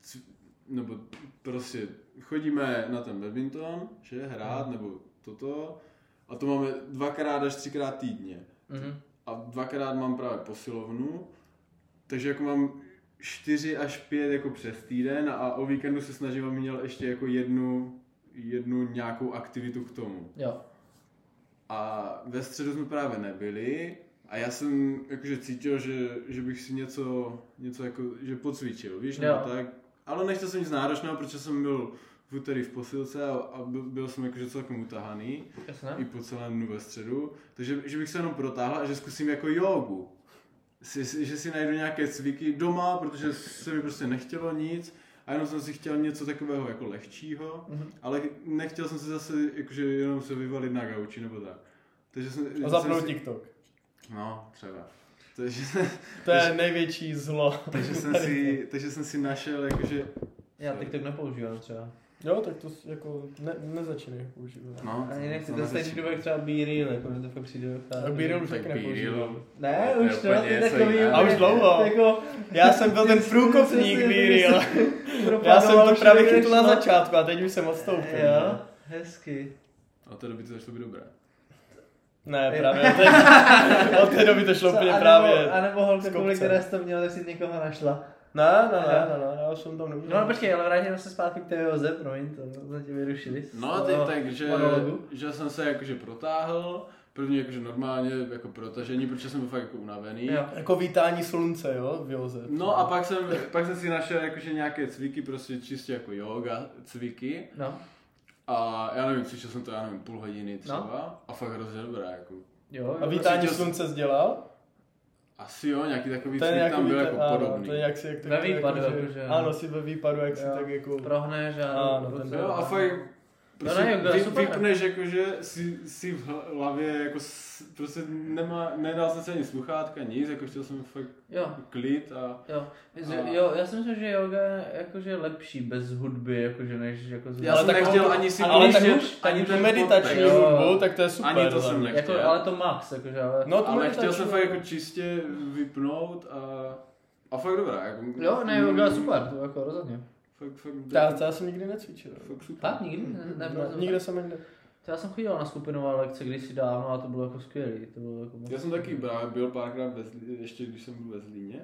B: c- nebo prostě chodíme na ten badminton, že
A: Hmm.
B: hrát, nebo toto, a to máme dvakrát až třikrát týdně.
C: Mhm.
B: A dvakrát mám právě posilovnu, takže jako mám čtyři až pět jako přes týden a o víkendu se snažím, abych měl ještě jako jednu, jednu nějakou aktivitu k tomu.
C: Jo.
B: A ve středu jsme právě nebyli a já jsem jakože cítil, že, že bych si něco, něco jako, že pocvičil, víš, nebo
C: Jo.
B: tak. Ale nechtěl jsem nic náročného, protože jsem byl v úterý v posilce a, a byl, byl jsem jakože celkem utahaný i
C: Jasné?
B: po celém dnu ve středu. Takže že bych se jenom protáhl a že zkusím jako jogu. Si, si- že si najdu nějaké cviky doma, protože se mi prostě nechtělo nic a jenom jsem si chtěl něco takového jako lehčího,
C: Mhm.
B: ale nechtěl jsem si zase jakože jenom se vyvalit na gauči nebo tak. Takže jsem,
A: A
B: jsem
A: zapnou
B: si-
A: TikTok.
B: No, třeba. Takže,
A: To je největší zlo.
B: takže, jsem si, takže jsem si našel jakože,
C: Já TikTok nepoužívám třeba.
A: Jo, tak to s- jako ne, nezačínej používat.
B: no.
C: Ani nechci,
B: to
C: to stejný dobu, jak třeba Be Real, jako mi to fakt přijde.
A: Tak Be Real už
B: Tak
A: taky nepoužívám.
B: Bíril.
C: Ne,
B: To je
C: už No, to,
B: úplně
C: je
B: něco
C: takový...
B: jiného.
A: A už dlouho.
C: Jako,
A: Já jsem byl ten
B: [LAUGHS]
C: [LAUGHS]
A: průkopník
C: Přesně,
A: Be Real. Já
C: propadoval
A: jsem to
C: už
A: právě
C: nejdeš,
A: chytl na
C: no.
A: začátku a teď už jsem odstoupil. no.
C: Jo, hezky.
B: A té doby to začalo být dobré.
A: Ne,
C: Jo.
A: právě. Teď, od té doby to šlo
C: Co,
A: úplně
C: anebo-
A: právě.
C: Anebo holka,
A: z
C: kvůli
A: kopce.
C: které jsi to měl, tak si někoho našla.
A: Ne, ne, ne, ne, ne, já jsem tam nebyl.
C: No ale počkej, ale vrátíme se zpátky k té Joze, promiň, to jsme tě vyrušili.
B: No, teď tak, že,
C: monologu.
B: že jsem se jakože protáhl, první jakože normálně jako protažení, protože jsem byl fakt jako unavený.
C: Jo.
A: Jako vítání slunce, jo, v Joze.
B: No a pak jsem, pak jsem si našel jakože nějaké cviky, prostě čistě jako yoga cviky.
C: No,
B: A já nevím, slyšel jsem to, já nevím, půl
A: No.
B: hodiny třeba. A fakt hrozně dobré, jako.
C: jo.
A: A
C: jo.
A: vítání
B: Cítil jsem-
A: slunce dělal?
B: Asi jo, nějaký takový
A: To je
B: cvik
A: nějaký
B: tam byl
A: víte-
B: jako
A: ano,
B: podobný.
A: To je jak si, jak
C: Ve
A: to je
C: výpadu,
A: jako,
C: jakože-
A: Ano, si ve výpadu, jak si
C: Jo.
A: tak jako...
C: Prohneš a...
A: Ano, ten
B: Jo, a fakt
A: no,
B: prostě
C: ne, yoga je
B: vy,
C: super.
B: vypneš jakože si, si v hlavě jako s, prostě nemá, nedal jsem si ani sluchátka, nic, jako chtěl jsem fakt
C: Jo,
B: klid a
C: jo. Že-
B: A-
C: jo, já si myslím, že yoga je jakože lepší bez hudby, jakože než jako z
B: já
A: Ale
B: jsem
A: tak-
B: nechtěl ani si
A: ale tak
B: pouštět
C: už-
B: ani
C: tak
A: Tu
B: ten
A: meditační
B: kontext.
C: Jo.
A: hudbu, tak to je super.
B: Ani to
A: za
B: jsem
A: mě.
B: nechtěl.
C: Jako, ale to max, jakože, ale...
A: No, to
B: Ale
A: meditační-
B: chtěl jsem fakt jako čistě vypnout a, a fakt dobrá. Jako,
C: Jo, ne, yoga je
B: mm,
C: super, to jako rozhodně.
B: Fakt, fakt,
A: Já, to já jsem nikdy necvičil.
B: fakt super.
C: Tak nikdy? Ne,
A: Ne,
C: ne, ne,
A: nikde jsem ani ne...
C: To já jsem chodil na skupinová lekce kdysi dávno a to bylo jako skvělý. To bylo jako moc
B: Já jsem taky právě byl párkrát ve Zlí, ještě když jsem byl ve Zlíně.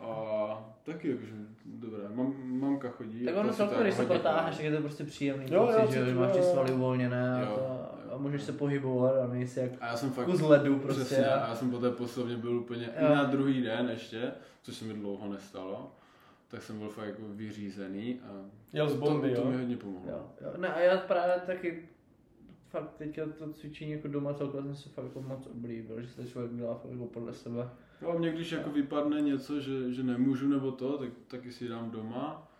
B: A taky jakože dobré. Mam, mamka chodí.
C: Tak
B: a
C: ono
B: to si to
C: celkově,
B: jako
C: když se
B: hodně
C: protáhneš,
B: chodí.
C: tak je to prostě příjemný
A: Jo,
C: pocit,
A: jo,
C: že
A: cítím,
C: máš ty
A: jo.
C: svaly uvolněné a,
B: Jo,
C: to,
B: jo.
C: a můžeš se pohybovat a nejsi jak
B: A já jsem fakt
C: kus ledu prostě.
B: Prostě. Přesně, a já jsem poté poslovně byl úplně i
C: Jo.
B: na druhý den ještě, což se mi dlouho nestalo, tak jsem byl fakt jako vyřízený a
A: Jel z bomby,
B: to, to
A: jo.
B: mi hodně pomohlo.
C: Jo, jo. Ne, a já právě taky fakt teďka to cvičení jako doma celkově jsem se fakt jako moc oblíbil, že se to člověk dělá fakt jako podle sebe.
B: Jo, a mě když jako vypadne něco, že, že nemůžu nebo to, tak taky si dám doma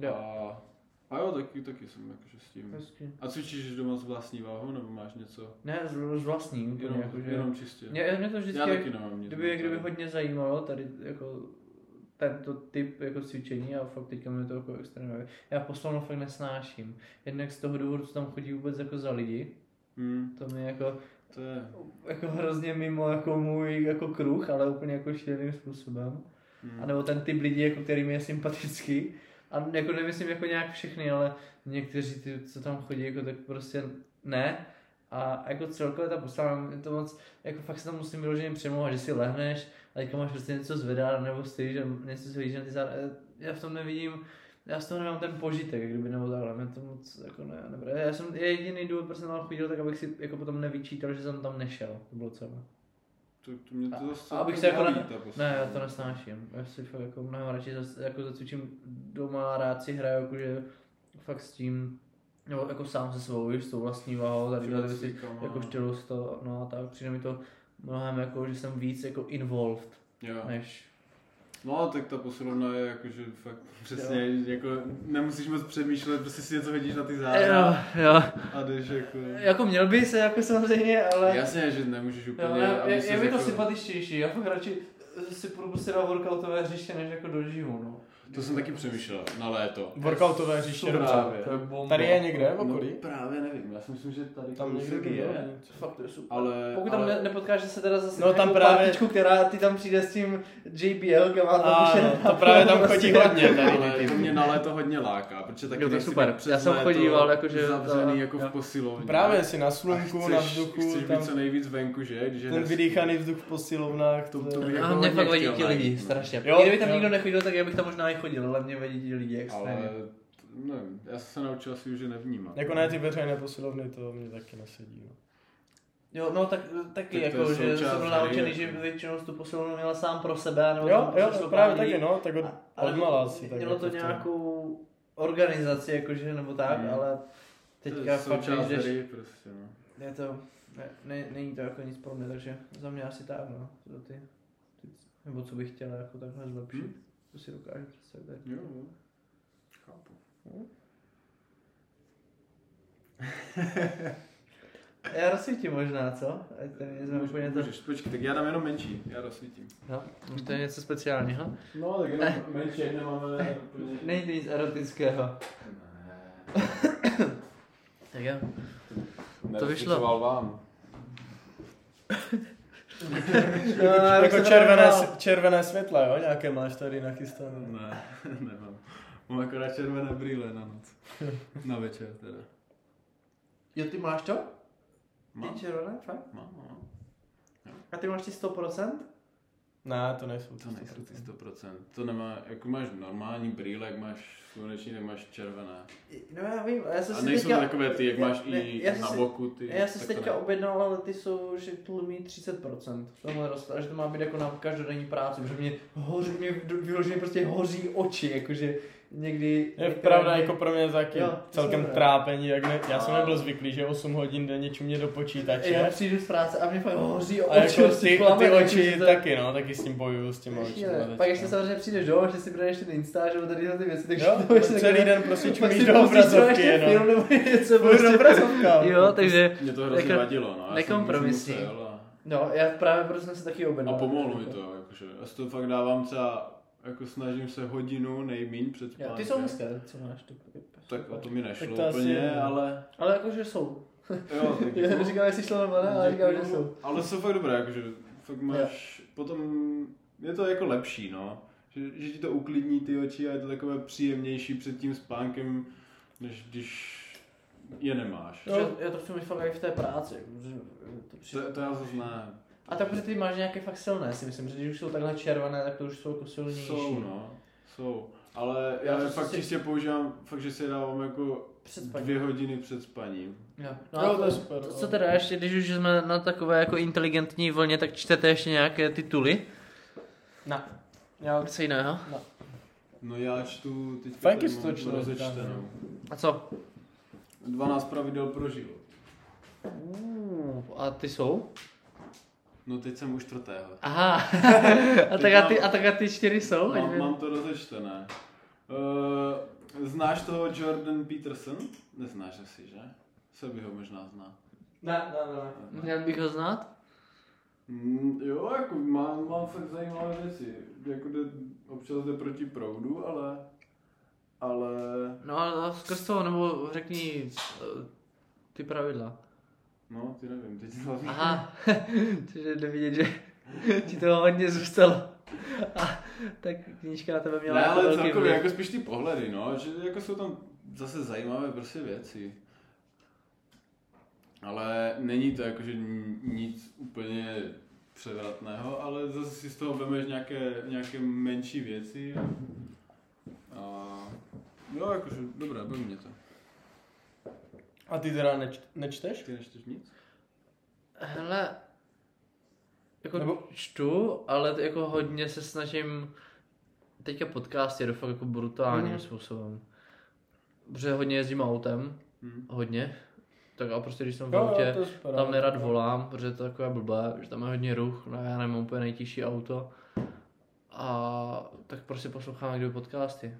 C: Jo,
B: a, a jo, taky, taky jsem jakože s tím.
C: hezky.
B: A cvičíš doma s vlastní váhou nebo máš něco?
C: Ne, z, z vlastní úplně,
B: Jenom,
C: jako, že...
B: jenom čistě.
C: Mě, mě to vždycky,
B: Já taky nemám nic.
C: kdyby, kdyby hodně zajímalo tady jako tento typ jako cvičení a fakt teďka mě to jako extrémně baví. Já poslovnu fakt nesnáším. Jednak z toho důvodu, co tam chodí vůbec jako za lidi,
B: Hmm,
C: To mi jako,
B: to je...
C: jako hrozně mimo jako můj jako kruh, ale úplně jako šíleným způsobem.
B: Hmm.
C: A nebo ten typ lidí, jako který mi je sympatický. A jako nemyslím jako nějak všechny, ale někteří ty, co tam chodí, jako tak prostě ne. A jako celkově ta postava, je to moc, jako fakt se tam musím vyloženě přemlouvat, že si lehneš a teďka máš prostě něco zvedá, nebo stojíš a něco se vidíš na ty záda. Já v tom nevidím, já z toho nemám ten požitek, jak kdyby nebo takhle, mě to moc jako ne, nebere. Já jsem je jediný důvod, proč jsem tam chodil, tak abych si jako potom nevyčítal, že jsem tam nešel, to bylo celé.
B: To, to mě to zase
C: A- abych se jako
B: baví,
C: na-
B: ta postava.
C: Ne, já to nesnáším. Já si fakt jako mnohem radši zas, jako zacvičím doma, rád si hraju, jakože fakt s tím, nebo jako sám se svou, víš, s tou vlastní váhou, tady
B: Třeba
C: dělat
B: s
C: věci,
B: klukama.
C: jako stylu z toho, no a tak, přijde mi to mnohem jako, že jsem víc jako involved,
B: Jo.
C: než,
B: No, tak ta posilovna je jakože fakt [LAUGHS] přesně, jako nemusíš moc přemýšlet, prostě si něco hodíš na ty záda
C: jo,
B: a jdeš jako...
C: jako měl by se, jako samozřejmě, ale...
B: Jasně, že nemůžeš úplně...
C: Jo, ne,
B: aby
C: je,
B: ses
C: je mi to
B: jako-
C: sympatičtější, já fakt radši si půjdu prostě na workoutové hřiště, než jako do živu, no.
B: To jsem taky přemýšlel na léto.
A: Workoutové hřiště
B: Super.
A: dobře.
B: Právě.
C: To je bomba.
A: Tady je někde v okolí?
B: No, právě nevím, já si myslím, že tady
A: Tam
B: kousek
A: někde
B: je.
A: je.
C: Fakt to je super.
B: Ale,
C: Pokud tam
B: ale...
C: ne, nepotkáš se teda zase
A: No,
C: no,
A: tam
C: tam
A: právě-
C: právě... partičku, která ty tam přijde s tím JBL, kam má tam
A: Ano,
C: už prostě- je-
A: to právě tam chodí hodně tady
B: Ale
A: ty
B: to
A: typy.
B: mě na léto hodně láká, protože taky
C: Jo, to je
B: nechci
C: super.
B: být přes
C: Já jsem
B: léto
C: chodíval, jakože-
B: zavřený
C: to-
B: jako
C: jo.
B: v posilovně.
A: No Právě si na
B: A
A: slunku,
B: chceš,
A: na vzduchu,
B: chceš
A: tam
B: být co nejvíc venku, že? Když je
A: ten
B: hezky.
A: vydýchaný vzduch v posilovnách.
B: To-
A: To, to
B: to bych-
A: bych...
C: A
B: jako
C: mě
B: hodně
C: fakt vadí
B: chtěl
C: ti lidi,
B: najít, no.
C: strašně.
A: Jo,
C: Jo, Kdyby tam
A: jo.
C: nikdo nechodil, tak já bych tam možná i chodil, ale mě vadí ti lidi extrémně.
B: Ale nevím, já jsem se naučil asi už, že nevnímám.
A: Jako ne ty veřejné posilovny, to mě taky nesedí. No.
C: Jo, no tak,
B: to
C: taky
B: je
C: jako, že
B: součást
C: jsem byl
B: hry,
C: naučený,
B: jako.
C: že většinou tu posilovnu měla sám pro sebe, nebo
A: Jo,
C: No, tam
A: jo,
C: přišlo
A: právě
C: pár lidí.
A: taky, no, tak od,
C: A- ale
A: odmala asi. tak
C: Mělo
A: jako
C: to
A: v tom. Mhm.
C: nějakou organizaci, jakože, nebo tak,
B: Mm.
C: ale
B: to
C: teďka
B: je
C: fakt,
B: součást
C: když jdeš,
B: hry prostě, no.
C: je to, ne, ne, není to jako nic pro mě, takže za mě asi tak, no, za ty, ty nebo co bych chtěla jako takhle zlepšit,
B: Hm?
C: to si dokážu představit.
B: Jo, no. jo. Chápu.
C: Já rozsvítím možná, co? Ať to není zrovna úplně to.
B: Můžeš, počkej, tak já dám jenom menší, já rozsvítím.
C: No, to je něco speciálního.
B: No, tak jenom menší, jak [LAUGHS] nemáme úplně...
C: Není to nic erotického. Tak jo. To vyšlo.
B: Nerozpisoval vám.
C: No,
A: Jako červené, s- červené světla, jo? Nějaké máš tady nachystané.
B: Ne, [LAUGHS] nemám. Mám akorát červené brýle na noc. Na večer teda.
C: Jo, ty máš to?
B: Mám,
C: Ty červené, fakt?
B: mám, mám.
C: A ty máš ty 100%?
A: Ne, to nejsou ty
B: To nejsou ty
A: stoprocentní.
B: 100%. To nemá, jako máš normální brýle, jak máš sluneční, tak máš červené.
C: No já vím, ale já jsem
B: A
C: si
B: nejsou
C: teďka...
B: takové ty, jak
C: Já-
B: máš
C: ne,
B: i
C: já jsem
B: na
C: si-
B: boku ty.
C: Já jsem si
B: takové.
C: teďka objednal, ale ty jsou, že tlumí 30%. Tohle rozstav, že to má být jako na každodenní práci, protože mě hoří, mě vyloženě prostě hoří oči, jakože někdy...
A: Je
C: některé
A: pravda,
C: dny-
A: jako pro mě taky
C: Jo, No.
A: celkem
C: super.
A: trápení, jak ne, já jsem
B: A-
A: nebyl zvyklý, že 8 hodin denně čumě do
C: Já
A: počítače.
C: přijdu z práce a mě fakt hoří
A: A
C: oči,
A: jako
C: prostě
A: ty,
C: plave,
A: ty
C: jakože
A: oči
C: to-
A: taky, no, taky s tím bojuju, s těma
C: Strašně,
A: očima.
C: ne.
A: teďka.
C: Pak ještě samozřejmě přijdeš domů, že si budeš ten Insta, že jo, tady tyhle ty věci, takže
A: no. Jo,
C: to ještě
A: celý
C: takové-
A: den
C: [LAUGHS]
A: prostě
C: pak si
A: čumíš do
C: pustíš třeba
A: obrazovky
C: ještě
A: jenom.
C: film nebo něco
A: Furt do
C: prostě.
A: obrazovka.
C: Jo, takže,
B: Mě to hrozně
C: Jako
B: vadilo, no. já jsem
C: nekompromisní.
B: musel a-
C: no, já právě proto jsem se taky objednal.
B: A pomohlo mi to, jakože. Já si to fakt dávám třeba, jako snažím se hodinu nejmíň před
C: Jo,
B: spánkem.
C: ty jsou hezké, co máš tu.
B: Tak a to mi nešlo
A: Tak to asi
B: úplně,
A: je, no.
C: [LAUGHS]
B: ale
C: Ale jakože jsou.
B: jo, tak jako-
C: Já říkal, jestli šlo nebo ne, ale říkal, že
B: Děkuju,
C: jsou.
B: Ale jsou fakt dobré, jakože fakt máš, potom je to jako lepší, no. Že, že ti to uklidní ty oči a je to takové příjemnější před tím spánkem, než když je nemáš.
C: Protože Já to chci mít fakt i v té práci. protože to přijde-
B: To, to já zase ne.
C: A tak, protože ty máš nějaké fakt silné, si myslím, že když už jsou takhle červené, tak to už jsou jako silnější.
B: Jsou, no. Jsou. Ale
C: Já
B: já,
C: to
B: fakt
C: si-
B: čistě používám, fakt, že si je dávám jako
C: Před spaním.
B: dvě hodiny před spaním.
C: Jo,
A: Jo,
C: a
A: to je super,
C: Co
A: no.
C: teda ještě, když už jsme na takové jako inteligentní vlně, tak čtete ještě nějaké tituly?
A: Na. Já,
C: Něco jiného?
B: No já čtu teď
A: Fajky si to čtu,
B: rozečtenou.
C: A co?
B: 12 pravidel pro život.
C: Uh, a ty jsou?
B: No teď jsem u čtvrtého. [LAUGHS]
C: Aha, a, tak
B: Teď
C: a, ty,
B: mám-
C: a tak a ty čtyři jsou? ať
B: Mám,
C: vím.
B: mám to rozečtené. Uh, znáš toho Jordan Peterson? Neznáš asi, že? Se by ho možná zná.
A: ne, ne, ne.
C: Měl bych ho znát?
B: Mm, jo, jako má, má fakt zajímavé věci. Jako jde, občas jde proti proudu, ale... Ale...
C: No a skrz toho, nebo řekni eh, ty pravidla.
B: No, ty nevím, teď hlavně.
C: Aha, [LAUGHS] takže jde vidět, že [LAUGHS] ti toho hodně zůstalo. A tak knížka na tebe měla
B: Ne,
C: jako
B: ale
C: velký
B: celkově
C: vliv.
B: jako spíš ty pohledy, no, že jako jsou tam zase zajímavé prostě věci. Ale není to jako, že n- nic úplně převratného, ale zase si z toho vemeš nějaké, nějaké menší věci. A, a jo, jakože, dobré, baví mě to.
A: A ty teda neč, nečteš?
B: Ty nečteš nic?
C: Hele, jako
A: Nebo-
C: Nebo... čtu, ale t- jako hodně se snažím teďka podcasty jedu fakt jako brutálním
A: Mhm.
C: mm. způsobem. Protože hodně jezdím autem,
B: Hm.
C: hodně. Tak a prostě když jsem v autě,
A: to je super,
C: tam
A: ale-
C: nerad volám, protože to je takové blbé, že tam je hodně ruch, no já nemám úplně nejtěžší auto. A tak prostě poslouchám jak kdyby podcasty.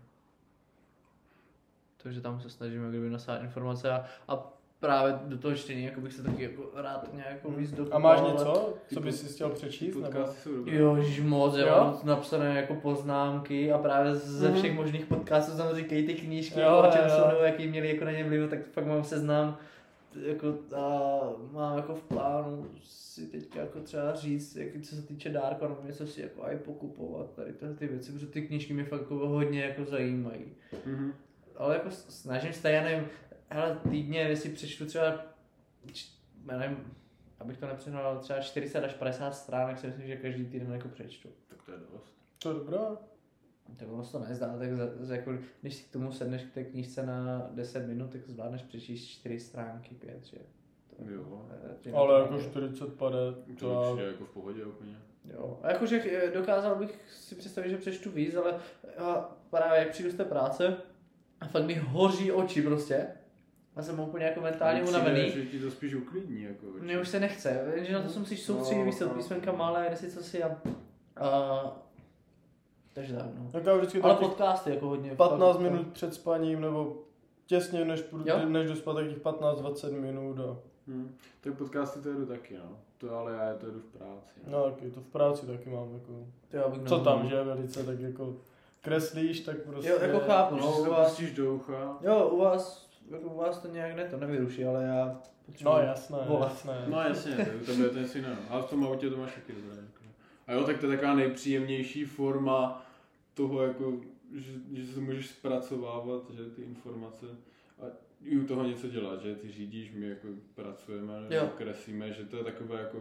C: Takže tam se snažím jak kdyby nasát informace a, a právě do toho čtení jako bych se taky jako rád nějak jako
A: A
C: víc
A: máš
C: dokomal, ale-
A: něco,
B: Ty
A: co
B: pod-
A: bys si chtěl
B: Ty
A: přečíst? Nebo?
B: podcasty jsou dobré.
C: Jo, moc, já
A: Jo?
C: mám napsané jako poznámky a právě ze
A: Mhm.
C: všech možných podcastů tam říkají ty knížky,
A: Jo,
C: jo, o čem
A: jo.
C: jsou nebo jaký měli jako na ně vliv, tak pak mám seznam jako a mám jako v plánu si teď jako třeba říct, jak, co se týče dárku, nebo něco si jako aj pokupovat, tady tyhle ty věci, protože ty knížky mě fakt jako hodně jako zajímají
B: Mhm.
C: ale jako s- snažím se, já nevím, hele, týdně, jestli přečtu třeba, č- já nevím, abych to nepřehnal, ale třeba 40 až 50 stránek si myslím, že každý týden jako přečtu.
B: Tak to je dost.
A: To je dobré.
C: Tak ono se to nezdá, tak za, za jako, když si k tomu sedneš k té knížce na 10 minut, tak zvládneš přečíst 4 stránky, 5, že? To,
B: Jo.
C: eh, že
A: Ale
C: na to
A: jako
C: nejde.
A: 40 pade,
B: To
A: to
B: už je jako v pohodě úplně.
C: Jo, a jakože eh, dokázal bych si představit, že přečtu víc, ale a právě jak přijdu z té práce a fakt mi hoří oči prostě. A jsem úplně jako mentálně
B: Mně
C: unavený.
B: Přijde, že ti to spíš uklidní. Jako,
C: Mně už se nechce, že na to se musíš soustředit,
B: No,
C: víš, co,
B: no.
C: písmenka malé, jestli co si a... a takže tak, no.
A: jak já vždycky
C: Ale
A: tak těch
C: podcasty jako hodně.
A: 15
C: fakt-
A: minut před spaním, nebo těsně než, půjdu-
C: Jo.
A: než jdu spát, tak těch 15-20 minut a
B: Hmm. Tak podcasty to jedu taky, no. To ale já to jedu v práci. No.
A: no, taky, to v práci taky mám. Jako,
C: To já bych
A: co tam,
C: nemohl.
A: že velice, tak jako kreslíš, tak prostě...
C: Jo, jako chápu,
B: Když
C: no,
B: si
C: u
B: to
C: vás,
B: pustíš do ucha.
C: jo, u vás, jako u vás to nějak ne, to nevyruší, ale já potřebuji.
A: No jasné,
C: Vole.
A: jasné.
B: No jasně, tak u tebe je to něco jiného. Ale v tom autě to máš taky dobré. Jako. A jo, tak to je taková nejpříjemnější forma toho, jako, že, že se můžeš zpracovávat, že ty informace a i u toho něco dělat, že ty řídíš, my jako pracujeme, nebo
C: Jo.
B: kreslíme, že to je takové jako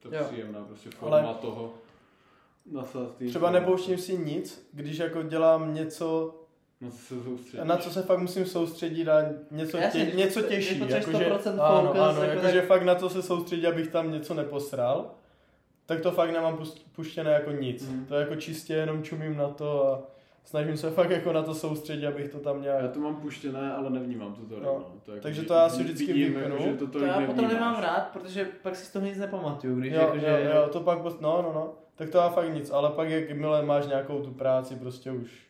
B: ta
C: Jo.
B: příjemná prostě forma
A: Ale-
B: toho nasát ty
A: Třeba
B: informace.
A: nepouštím si nic, když jako dělám něco,
B: Na co No, se soustředíš?
A: na co se fakt musím soustředit a něco,
C: Jasně,
A: tě,
C: když jako
A: něco
C: to-
A: těžší.
C: když potřebuješ
A: jakože,
C: 100%
A: ano,
C: focus,
A: ano,
C: jako
A: jakože fakt na to se soustředit, abych tam něco neposral, tak to fakt nemám pust- puštěné jako nic.
B: Mhm.
A: To jako čistě jenom čumím na to a snažím se fakt jako na to soustředit, abych to tam
B: Já
A: nějak...
B: to mám puštěné, ale nevnímám to tady.
A: No.
B: No. To jako,
A: Takže
B: že
A: to já si vždycky
B: vidím,
A: vypnu.
B: Jako, že to,
C: To
B: tolik
C: já potom
B: nevnímáš.
C: nemám rád, protože pak si z toho nic nepamatuju, když jako,
A: Jo,
C: jakože...
A: jo, jo, to pak, post- no, no, no. Tak to já fakt nic, ale pak jakmile máš nějakou tu práci prostě už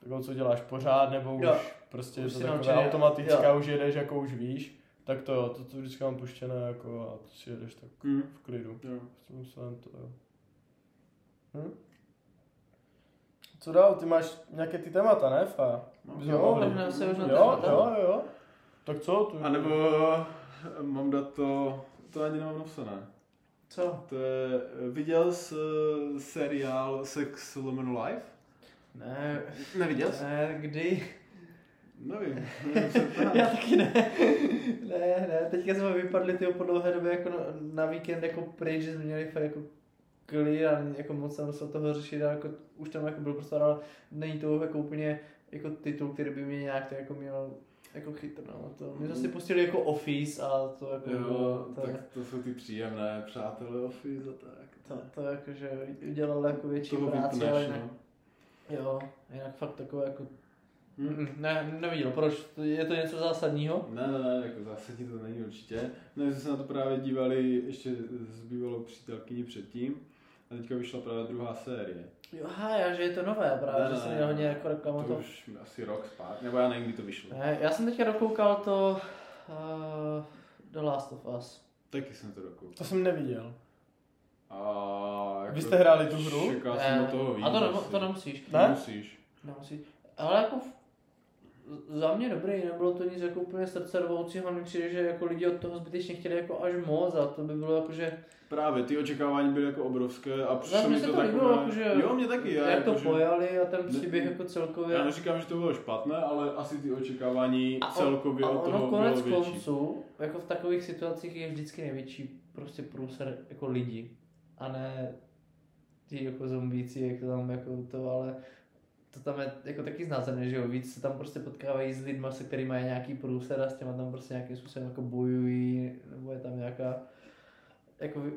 A: takovou, co děláš pořád, nebo už
C: Jo.
A: prostě
C: Už
A: už je to
C: jsi
A: takové
C: naučený,
A: automatická,
C: jo.
A: už jedeš, jako už víš, tak to jo, to, to vždycky mám puštěné jako a to si jedeš tak
B: Hm,
A: v klidu.
B: jo.
A: Jsem sám to, jo. Hm? Co dál? Ty máš nějaké ty témata, ne? Fa?
B: No.
A: Bychom mohli.
C: vrhneme se už na
A: jo,
C: témata.
A: jo, jo. Tak co? Tu?
B: A nebo eh, mám dát to, to ani nemám napsané.
C: Co?
B: To je, viděl jsi eh, seriál Sex lomeno Life?
C: Ne,
B: Neviděl jsi?
C: ne, kdy?
B: Nevím. nevím se ptám.
C: [LAUGHS] Já taky ne. ne, ne, teďka jsme vypadli tyho po dlouhé době jako na, na víkend jako pryč, že jsme měli fakt jako clear a jako moc jsem musel toho řešit a jako už tam jako byl prostor, ale není to jako úplně jako titul, který by mě nějak to jako měl jako chytnout. To. My jsme si pustili jako Office a to jako bylo,
B: Mhm. jo,
C: to,
B: tak to jsou ty příjemné přátelé Office a tak.
C: to, to jakože udělalo jako větší
B: Toho
C: práci, ale
B: vypneš,
C: jinak,
B: no.
C: jo, jinak fakt takové jako,
B: Hm.
C: ne, neviděl, proč, je to něco zásadního?
B: Ne, ne, ne, jako zásadní to není určitě. No, my jsme se na to právě dívali ještě s bývalou přítelkyní předtím. A teďka vyšla právě druhá série.
C: Jo, aha, já, že je to nové právě,
B: Ne,
C: že
B: ne,
C: jsem
B: ne,
C: měl hodně
B: ne.
C: jako reklamu
B: To
C: to.
B: už asi rok zpátky, nebo já nevím, kdy to vyšlo.
C: Ne, já jsem teďka dokoukal to uh, The Last of Us.
B: Taky jsem to dokoukal.
A: To jsem neviděl.
B: A jako
A: Vy jste hráli tu hru?
B: Čekal
C: Ne,
B: jsem od toho víc.
C: Eh, A to,
B: asi.
C: nemu, to nemusíš,
A: Ne?
B: Nemusíš.
C: nemusíš. Ale jako v- za mě dobrý, nebylo to nic jako úplně srdcervoucího, mi přijde, že jako lidi od toho zbytečně chtěli jako až moc a to by bylo jako, že
B: Právě, ty očekávání byly jako obrovské a přišlo
C: Zase
B: mi
C: mi
B: to
C: se to
B: takové...
C: líbilo, jakože-
B: jo, mě taky, já,
C: jak to
B: jakože-
C: pojali a ten
B: Ne-
C: příběh jako celkově.
B: Já neříkám, že to bylo špatné, ale asi ty očekávání
C: on-
B: celkově
C: a
B: od
C: ono
B: jako toho
C: konec
B: bylo větší.
C: konců, jako v takových situacích je vždycky největší prostě průser jako lidi. A ne ti jako zombíci, jak to tam jako to, ale to tam je jako taky znacené, že jo, víc se tam prostě potkávají s lidma, se kterými je nějaký průser a s těma tam prostě nějakým způsobem jako bojují, nebo je tam nějaká jako vy-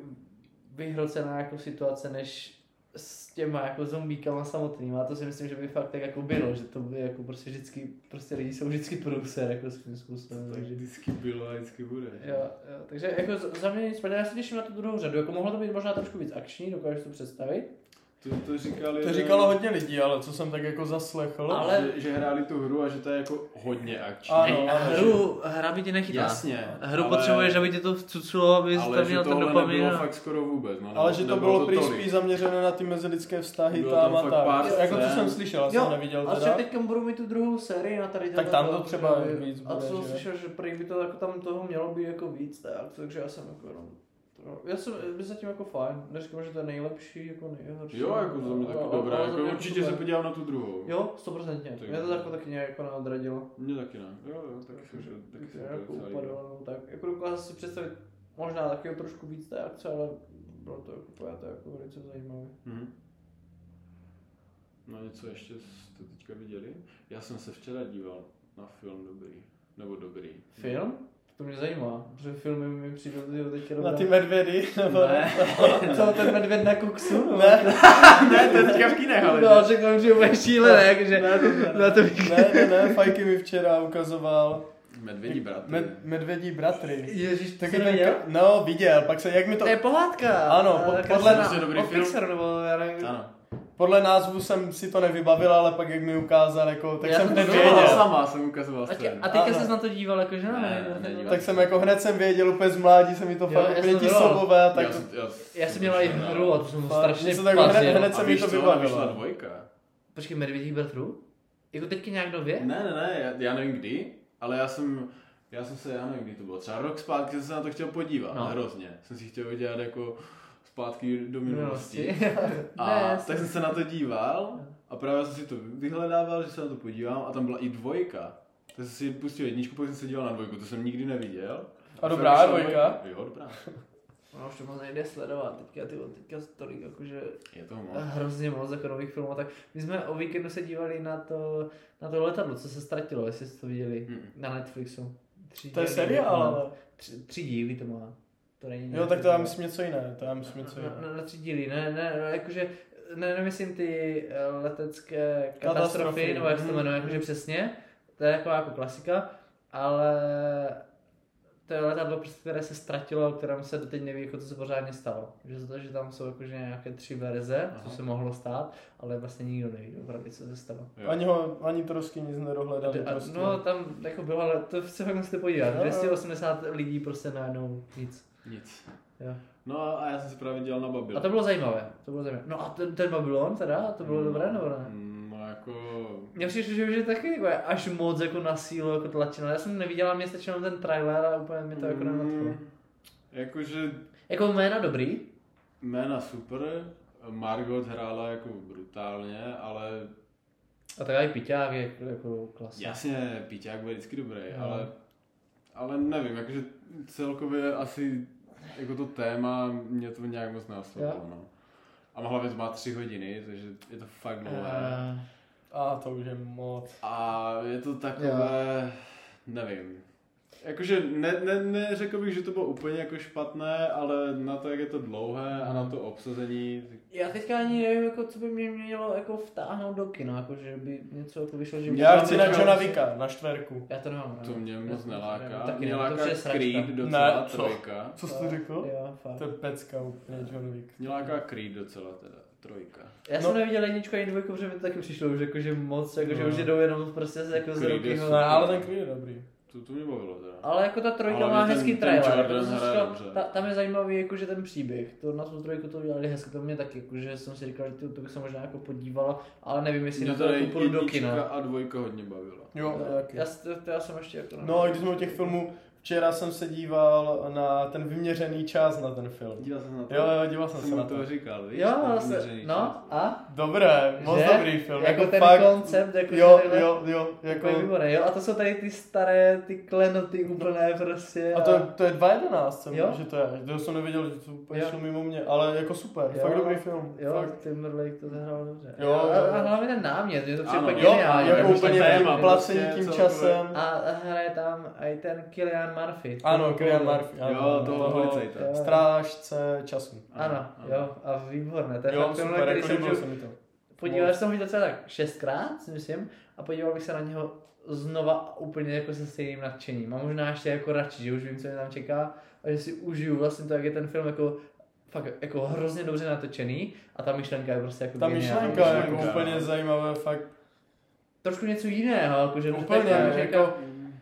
C: vyhrocená jako situace, než s těma jako zombíkama samotnýma a to si myslím, že by fakt tak jako bylo, že to by jako prostě vždycky, prostě lidi jsou vždycky průser jako svým způsobem,
B: Tak
C: takže...
B: vždycky bylo a vždycky bude.
C: Jo, jo, takže jako z- za mě nic, špatného, já se těším na tu druhou řadu, jako mohlo to být možná trošku víc akční, dokážu to představit,
B: To, to říkali... eh,
A: To říkalo hodně lidí, ale co jsem tak jako zaslechl.
C: Ale-
B: Že, že hráli tu hru a že to je jako hodně akční.
A: Ano, Ej, ano,
C: hru, hra by tě nechytá.
B: Jasně.
C: Hru
B: ale-
C: potřebuješ, aby tě to vcuclo, aby jsi
B: ale
C: tam
B: že
C: měl ten
B: tohle
C: dopamin.
B: nebylo
C: a-
B: fakt skoro vůbec. No,
A: ale
B: nebo-
A: že to
B: nebylo
A: bylo prý
B: tolik.
A: spíš zaměřeno na ty mezilidské vztahy
B: Bylo
A: tam
B: tam
A: a
B: fakt
A: tak.
B: pár
A: Jako co
B: scén.
A: jsem slyšel, já jsem neviděl
C: ale
A: teda.
C: třeba teďka budou mít tu druhou sérii na tady
A: Tak
C: tohle
A: tam to
C: toho,
A: třeba
C: že-
A: víc
C: A
A: bude,
C: co jsem
A: že?
C: slyšel, že prý by to jako tam toho mělo být jako víc, tak, takže já jsem jako jenom... no, Já jsem byl zatím jako fajn, neříkám, že to je nejlepší, jako nejhorší.
B: Jo, jako za mě
C: Jo,
B: taky
C: ale
B: dobré.
C: za
B: Jako
C: mě
B: určitě se
C: super.
B: podívám na tu druhou.
C: Jo, stoprocentně.
B: Tak
C: Mě to
B: jo.
C: jako taky nějak jako neodradilo.
B: Mně taky ne. Jo, jo, taky jsem
C: Takže-
B: taky
C: takže
B: jsem to
C: jako
B: docela líbil.
C: upadlo, no, tak jako dokázal si představit možná taky o trošku víc té akce, ale bylo to jako pojaté jako velice zajímavé.
B: Mhm. No něco ještě jste teďka viděli? Já jsem se včera díval na film dobrý. Nebo dobrý.
C: Film? To mě zajímá, protože filmy mi přijdou ty teďka
A: Na
C: dobré.
A: ty medvědy, [LAUGHS] nebo...
B: Ne,
C: [LAUGHS] Co, ten medvěd na koksu? No?
A: Ne.
B: ne, to je teďka v kinech, ale
C: No, řekl jsem, že úplně šílené, jakože
A: Ne, to ne.
C: na to bych...
A: Ne, ne, ne, Fajky mi včera ukazoval
B: Medvědí bratr.
A: med, Medvědí bratry.
C: Ježíš,
A: Taky ten, no, viděl, pak se, jak mi to,
C: To je pohádka.
A: Ano, po-
C: Ale
A: podle-
C: krásná.
B: To je dobrý
C: Od
B: film.
C: Pixaru, nebo já nevím.
B: Ano.
A: podle názvu jsem si to nevybavil, ale pak jak mi ukázal, jako, tak
C: Já
A: jsem
C: jsem
A: hned
C: to
B: Věděl.
A: věděl.
B: sama jsem ukazoval
C: A, tě,
B: scénu.
C: a teďka
A: Ano.
C: jsi na to díval, jakože no,
B: Ne,
C: ne,
B: nedíval.
A: Tak jsem jako hned jsem věděl, úplně z mládí se mi to
C: Jo,
A: fakt,
C: já
A: úplně
C: jsem
A: ti
C: byl.
A: sobové, tak
B: Já, jsem- já, jsem
C: Já jsem měl i
B: šel na-
C: hru a to jsem
A: Fakt,
C: strašně
A: něco tak hned-
C: pazil.
A: hned-
B: A
A: se mi
B: víš
A: to
B: co,
A: vybavilo.
B: vyšla dvojka.
C: Počkej, medvědí bratrů? Jako teďka nějak nově?
B: Ne, ne, ne, já, já nevím kdy, ale já jsem, já jsem se, já nevím kdy to bylo, třeba rok zpátky jsem se na to chtěl podívat,
C: No.
B: no. hrozně. Jsem si chtěl udělat jako zpátky do
C: No, prostě.
B: minulosti. A
C: [LAUGHS] ne,
B: tak jsem se na to díval a právě jsem si to vyhledával, že se na to podívám a tam byla i dvojka. Tak jsem si pustil jedničku, pak jsem se díval na dvojku, to jsem nikdy neviděl.
A: A
B: pak
A: dobrá
B: vyšla
A: dvojka?
B: Jo, dobrá.
C: Ono No, už to moc nejde sledovat, teďka ty teďka tolik jakože
B: Je to moc.
C: hrozně moc jako nových filmů, tak my jsme o víkendu se dívali na to, na to letadlo, co se ztratilo, jestli jste to viděli,
B: Mm.
C: na Netflixu. Tři
A: to je
C: díly,
A: seriál,
C: no.
A: ale.
C: Tři, tři díly to má. To není
A: Jo, tak to já myslím něco jiné, to já myslím něco
C: na,
A: jiné.
C: na, na tři díly, ne, ne, no, jakože, ne, nemyslím ty eh, letecké katastrofy,
A: Katastrofy,
C: nebo jak se to
A: mhm.
C: jmenuje, jakože přesně, to je taková jako klasika, ale to je letadlo, prostě, které se ztratilo, o kterém se doteď neví, jako co se pořádně stalo. Že, to, že tam jsou jakože nějaké tři verze, Aha. co
B: Aha.
C: se mohlo stát, ale vlastně nikdo neví opravdu, co se stalo.
B: Jo.
A: Ani, ho, ani trosky nic nedohledali
C: A-
A: prostě.
C: No tam jako bylo, ale to se fakt musíte podívat,
A: Jo, jo.
C: 280 lidí prostě najednou nic.
B: Nic.
C: Jo.
B: No a a já jsem se právě dělal na Babylon.
C: A to bylo zajímavé, to bylo zajímavé. No a ten, ten Babylon teda, to bylo dobré nebo ne?
B: Mm, No jako...
C: Mně přišlo, že už je taky jako až moc jako na sílu jako tlačeno. Já jsem neviděla, mě stačil jenom ten trailer a úplně mi to jako nenadchlo.
B: Mm, Jakože
C: Jako jména dobrý,
B: jména super, Margot hrála jako brutálně, ale
C: a tak i piťák je jako, jako klasa.
B: jasně, Píťák byl vždycky dobrý,
C: Jo.
B: ale, ale nevím, jakože celkově asi jako to téma mě to nějak moc
C: Jo.
B: neoslovilo, no. A hlavně to má tři hodiny, takže je to fakt dlouhé.
C: Eh,
A: A to už je moc.
B: A je to takové, nevím. Jakože ne, ne, neřekl bych, že to bylo úplně jako špatné, ale na to, jak je to dlouhé a na to obsazení, tak
C: já teďka ani nevím, jako, co by mě mělo jako vtáhnout do kina, jako, že by něco jako vyšlo, že by...
A: Já
B: tam
A: chci na
B: nechám-
A: Johna Vika, na štverku.
C: Já to nemám.
B: To mě moc neláká.
C: Taky
B: mě
C: ne, to
B: láká
C: už je sračka.
B: Creed docela
A: Ne, co?
B: trojka.
A: Co jsi to řekl?
C: Jo, fakt.
A: To je pecka úplně John Wick.
B: Mě láká Creed docela teda trojka.
C: Já
A: No.
C: jsem neviděl jedničku ani dvojku, protože mi to taky přišlo už jako, že moc, jako, že
A: No.
C: už jedou jenom prostě z jako z
B: Creed je
C: ruky.
B: super.
A: Ne, ale ten Creed je No, dobrý.
B: To, to mě bavilo teda.
C: Ale jako ta trojka
B: Ale
C: má
B: ten-
C: hezký
B: ten
C: trailer. jako
B: Jordan
C: to jsem
B: hraje
C: říkal,
B: dobře.
C: ta, tam je zajímavý jakože ten příběh. To na tu trojku to udělali hezky, to mě taky, jakože jsem si říkal, že to, to bych se možná jako podíval, ale nevím, jestli
B: Mě
C: na to
B: tady
C: jako půjdu do
B: jednička
C: kina.
B: a dvojka hodně bavila.
A: Jo, No, taky.
C: Já, s- to, to já jsem ještě jako
A: No a když jsme u těch filmů, včera jsem se díval na ten vyměřený čas na ten film.
B: Díval jsem na to.
A: Jo, jo, díval jsem
B: jsem
A: se na to.
B: to říkal, víš?
C: Jo,
B: ten
C: se,
B: vyměřený čas.
C: no a?
A: Dobré, moc
C: Že?
A: dobrý film.
C: Jako ten koncept, jako
A: jo,
C: že takhle-
A: jo, jo, jako, No.
C: Jako je výborný, jo? A to jsou tady ty staré, ty klenoty úplné prostě.
A: a to, je- to je 2.11, jsem,
C: Jo?
A: že to je, to jsem nevěděl, že to úplně
C: Jo.
A: šlo mimo mě, ale jako super,
C: Jo.
A: fakt dobrý film,
C: Jo,
A: fakt.
C: Timberlake to zahrál dobře.
A: Jo,
C: a,
A: jo, jo.
C: a hlavně ten námět, je to
B: Ano,
C: přijde
B: jo,
A: Jo,
C: geniální.
A: jako
C: jakože
A: úplně
C: to
B: téma,
A: téma,
C: téma.
A: placení
B: prostě
A: tím
B: celkově.
A: časem.
C: A a hraje tam i ten Killian Murphy.
A: Ano, Kylian Murphy. ano,
B: Jo, toho policajta.
C: jo.
A: Strážce času.
C: Ano, jo, a výborné. To je
A: Jo,
C: fakt film, na
A: super,
C: který
A: jako
C: se
A: líbil
C: můžu...
A: se mi to.
C: Podíval jsem ho docela tak šestkrát, si myslím, a podíval bych se na něho znova úplně jako se stejným nadšením. A možná ještě jako radši, že už vím, co mě tam čeká a že si užiju vlastně to, jak je ten film jako fakt jako hrozně dobře natočený a ta myšlenka je prostě jako
A: Ta
C: geniální.
A: myšlenka je jako
B: myšlenka.
A: úplně zajímavá, fakt
C: Trošku něco jiného, jako že
A: Úplně,
C: že,
A: jako-
C: jako,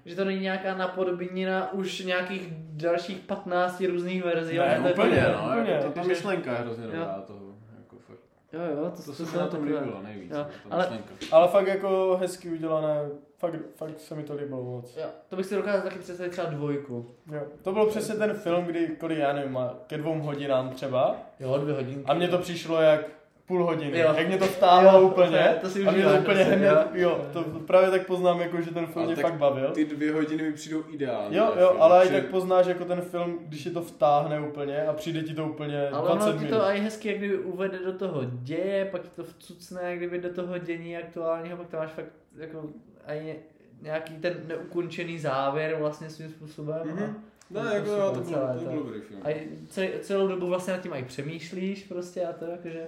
C: že to není nějaká napodobenina už nějakých dalších 15 různých verzí. ale
B: Ne,
C: to je
B: úplně,
C: to-
B: no.
A: úplně,
B: jako to- Ta
C: jakože-
B: myšlenka je hrozně dobrá toho. Jako fakt.
C: Jo, jo, to,
B: To se mi na tom
C: takové-
B: líbilo nejvíc.
C: Jo,
B: Jo, vlastně-
C: ale-
B: ale... myšlenka.
A: Ale fakt jako hezky udělané, fakt, fakt se mi to líbilo moc.
C: Jo, to bych si dokázal taky představit třeba dvojku.
A: Jo. To byl přesně ten film, kdy, kolik já nevím, má ke dvou hodinám třeba.
C: Jo, dvě hodinky.
A: A mně to přišlo jak půl hodiny,
C: Jo.
A: jak mě to vtáhlo
C: Jo,
A: úplně.
C: to si
A: a mě to
C: užívám,
A: úplně
C: to si-
A: hned,
C: jo.
A: jo, to právě tak poznám, jako, že ten film
B: Ale
A: mě
B: tak
A: fakt bavil.
B: Ty dvě hodiny mi přijdou ideální.
A: Jo,
B: na
A: jo,
B: film,
A: ale i
B: že-
A: tak poznáš jako ten film, když je to vtáhne úplně a přijde ti to úplně
C: Ale
A: 20
C: ono ti
A: minut.
C: to i hezky jak kdyby uvede do toho děje, pak ti to vcucne jak kdyby do toho dění aktuálního, pak tam máš fakt jako aj nějaký ten neukončený závěr vlastně svým způsobem. Mm-hmm.
B: Mhm. No,
C: To
B: jako
C: super,
B: jo, to
C: celé
B: bylo, to
C: to.
B: bylo dobrý film.
C: A, a celý, celou dobu vlastně nad tím i přemýšlíš prostě a to jakože...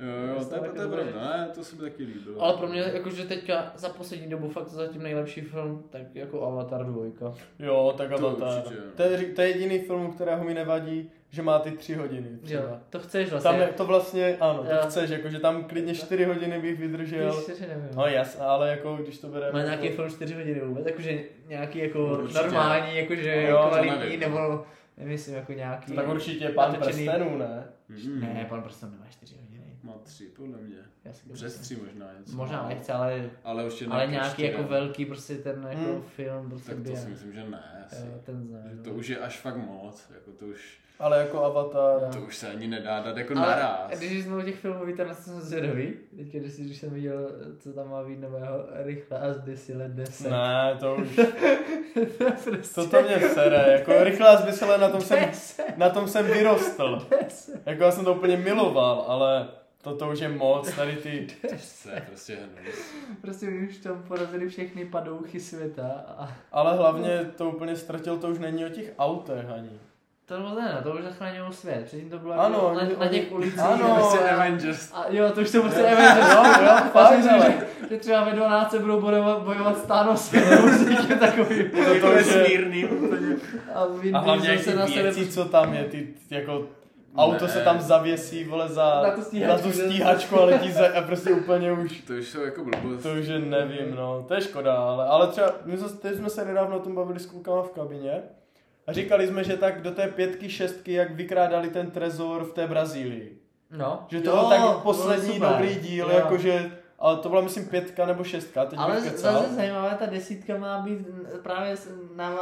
B: Jo, jo, to je, to je
C: Dobrý.
B: pravda, ne, to se mi taky líbilo.
C: Ale pro mě jakože teďka za poslední dobu fakt zatím nejlepší film, tak jako Avatar 2.
A: Jo, tak a
B: To
A: to, to,
B: určitě, no. jo.
A: to, je, ři- to je jediný film, kterého mi nevadí, že má ty tři hodiny.
C: Jo,
A: Třeba.
C: to chceš vlastně.
A: Tam je, to vlastně, ano,
C: Jo.
A: to chceš, jako, že tam klidně 4 hodiny bych vydržel.
C: Když se nevím.
A: No jas, ale jako když to bereme...
C: Má nějaký film 4 hodiny vůbec, jakože nějaký jako
B: Určitě. No, jako
C: normální, jakože
A: Jo,
C: jo,
A: to
C: kvalitní,
B: nevím.
C: nebo nemyslím jako nějaký...
A: Tak určitě pán
C: Natočený.
A: prstenů, ne?
B: Mm.
C: Ne, pan prsten nemá 4 hodiny.
B: Má tři, podle mě.
C: Já si
B: Přes tři možná něco.
C: Možná nechce, ale,
B: Ale už je
C: ale
B: nějaký
C: nějaký
B: čtyři.
C: jako velký prostě ten jako
A: Hmm.
C: film prostě
B: Tak to
C: během.
B: si myslím, že ne. Asi.
C: Jo, ten no.
B: Že
C: znám.
B: To už je až fakt moc, jako to už,
A: Ale jako Avatar.
B: to už se ani nedá dát jako
C: Ale
B: naraz.
C: Když jsme u těch filmů, víte, na co jsem zvědavý. Teď, když, si- když jsem viděl, co tam má být nového, rychle a z 10 let 10.
A: Ne, to
C: [LAUGHS]
A: už,
C: prostě
A: to, to mě sere, jako rychle a zbysele na tom jsem,
C: 10,
A: na tom jsem
C: [LAUGHS]
A: vyrostl.
C: 10,
A: Jako já jsem to úplně miloval, ale to, to už je moc, tady ty,
B: To je prostě hnus.
C: Prostě mi už tam porazili všechny padouchy světa a
A: ale hlavně to úplně ztratil, to už není o těch autech ani.
C: To bylo ne, to už zachránilo svět. Předtím to bylo
A: Ano,
C: jako na,
A: oni-
C: na těch
A: oni-
C: ulicích.
A: ano.
C: že
B: Prostě
C: se-
B: Avengers.
C: A jo, to už to prostě Avengers, jo,
A: [LAUGHS]
C: jo,
A: fakt,
C: fakt, myslím,
A: ale.
C: že, že třeba ve 12 se budou bojovat, bojovat s Thanosem, [LAUGHS] nebo s někým takovým.
A: To, to už je,
B: smírný úplně.
C: A, Vin
A: a hlavně
C: Diesel
A: jak ty
C: se na sebe
A: věcí, co tam je, ty, ty jako auto
B: Ne.
A: se tam zavěsí, vole, za,
C: Na tu stíhačku,
A: na tu
C: že?
A: stíhačku a letí za, a prostě úplně už
B: To už jsou jako blbost.
A: To už je nevím, no, to je škoda, ale, ale třeba, my jsme, teď jsme se nedávno o tom bavili s klukama v kabině a říkali jsme, že tak do té pětky, šestky, jak vykrádali ten trezor v té Brazílii.
C: No,
A: Že to
C: Jo,
A: byl tak
C: bylo
A: poslední
C: super.
A: dobrý díl,
C: Jo.
A: jakože, ale to byla myslím pětka nebo šestka, teď
C: Ale
A: bych kecal.
C: zase zajímavé, ta desítka má být právě s-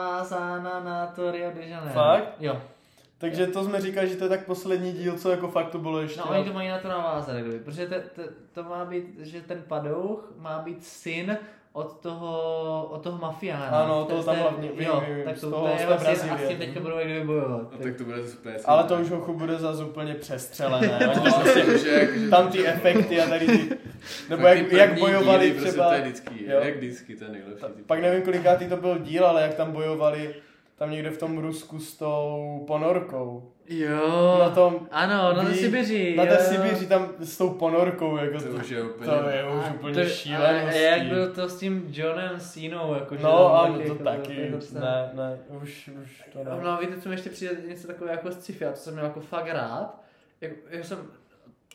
C: navázána na to Rio de Janeiro.
A: Fakt?
C: Jo.
A: Takže to jsme říkali, že to je tak poslední díl, co jako fakt to bylo ještě.
C: No, oni to mají na to navázat, kdyby, protože te, te, to má být, že ten padouch má být syn od toho, od toho mafiána.
A: Ano,
C: Ten-
A: toho tam
C: ten-
A: hlavně, vím,
C: jo,
A: vím, vím,
C: tak
A: z
C: to,
A: toho-
C: to je
A: z té
C: jeho syn a s
A: Brazílie. No,
C: tím teďka budou jak kdyby bojovat.
B: A No tak to bude super.
A: Ale to už hochu bude zase úplně
C: [LAUGHS]
A: přestřelené. Oni
B: No,
A: prostě-
B: že, že,
A: tam ty
B: [LAUGHS]
A: efekty a tady ty, nebo
B: fakt ty
A: jak, jak
B: první
A: bojovali
B: díly,
A: třeba.
B: Prostě to je vždycky,
A: Jo.
B: jak vždycky ten nejlepší.
A: Ta-
B: typ.
A: Pak nevím, kolikátý to byl díl, ale jak tam bojovali tam někde v tom Rusku s tou ponorkou.
C: Jo,
A: Na tom,
C: ano, No, na té
A: Ví-
C: Sibiři.
A: na té
C: jo.
A: Sibiři tam s tou ponorkou, jako
B: To
A: to,
B: už je úplně...
A: to je už
C: A
A: úplně
C: to-
A: šílenost.
C: A jak byl to s tím Johnem Sinou, jako že
A: No
C: tam
A: a to
C: jako
A: taky,
C: byl ten-
A: ne, ne, už, už to
C: No,
A: ne.
C: no víte, co mi ještě přijde něco takového jako sci-fi, a to jsem měl jako fakt rád. Jak, jak jsem,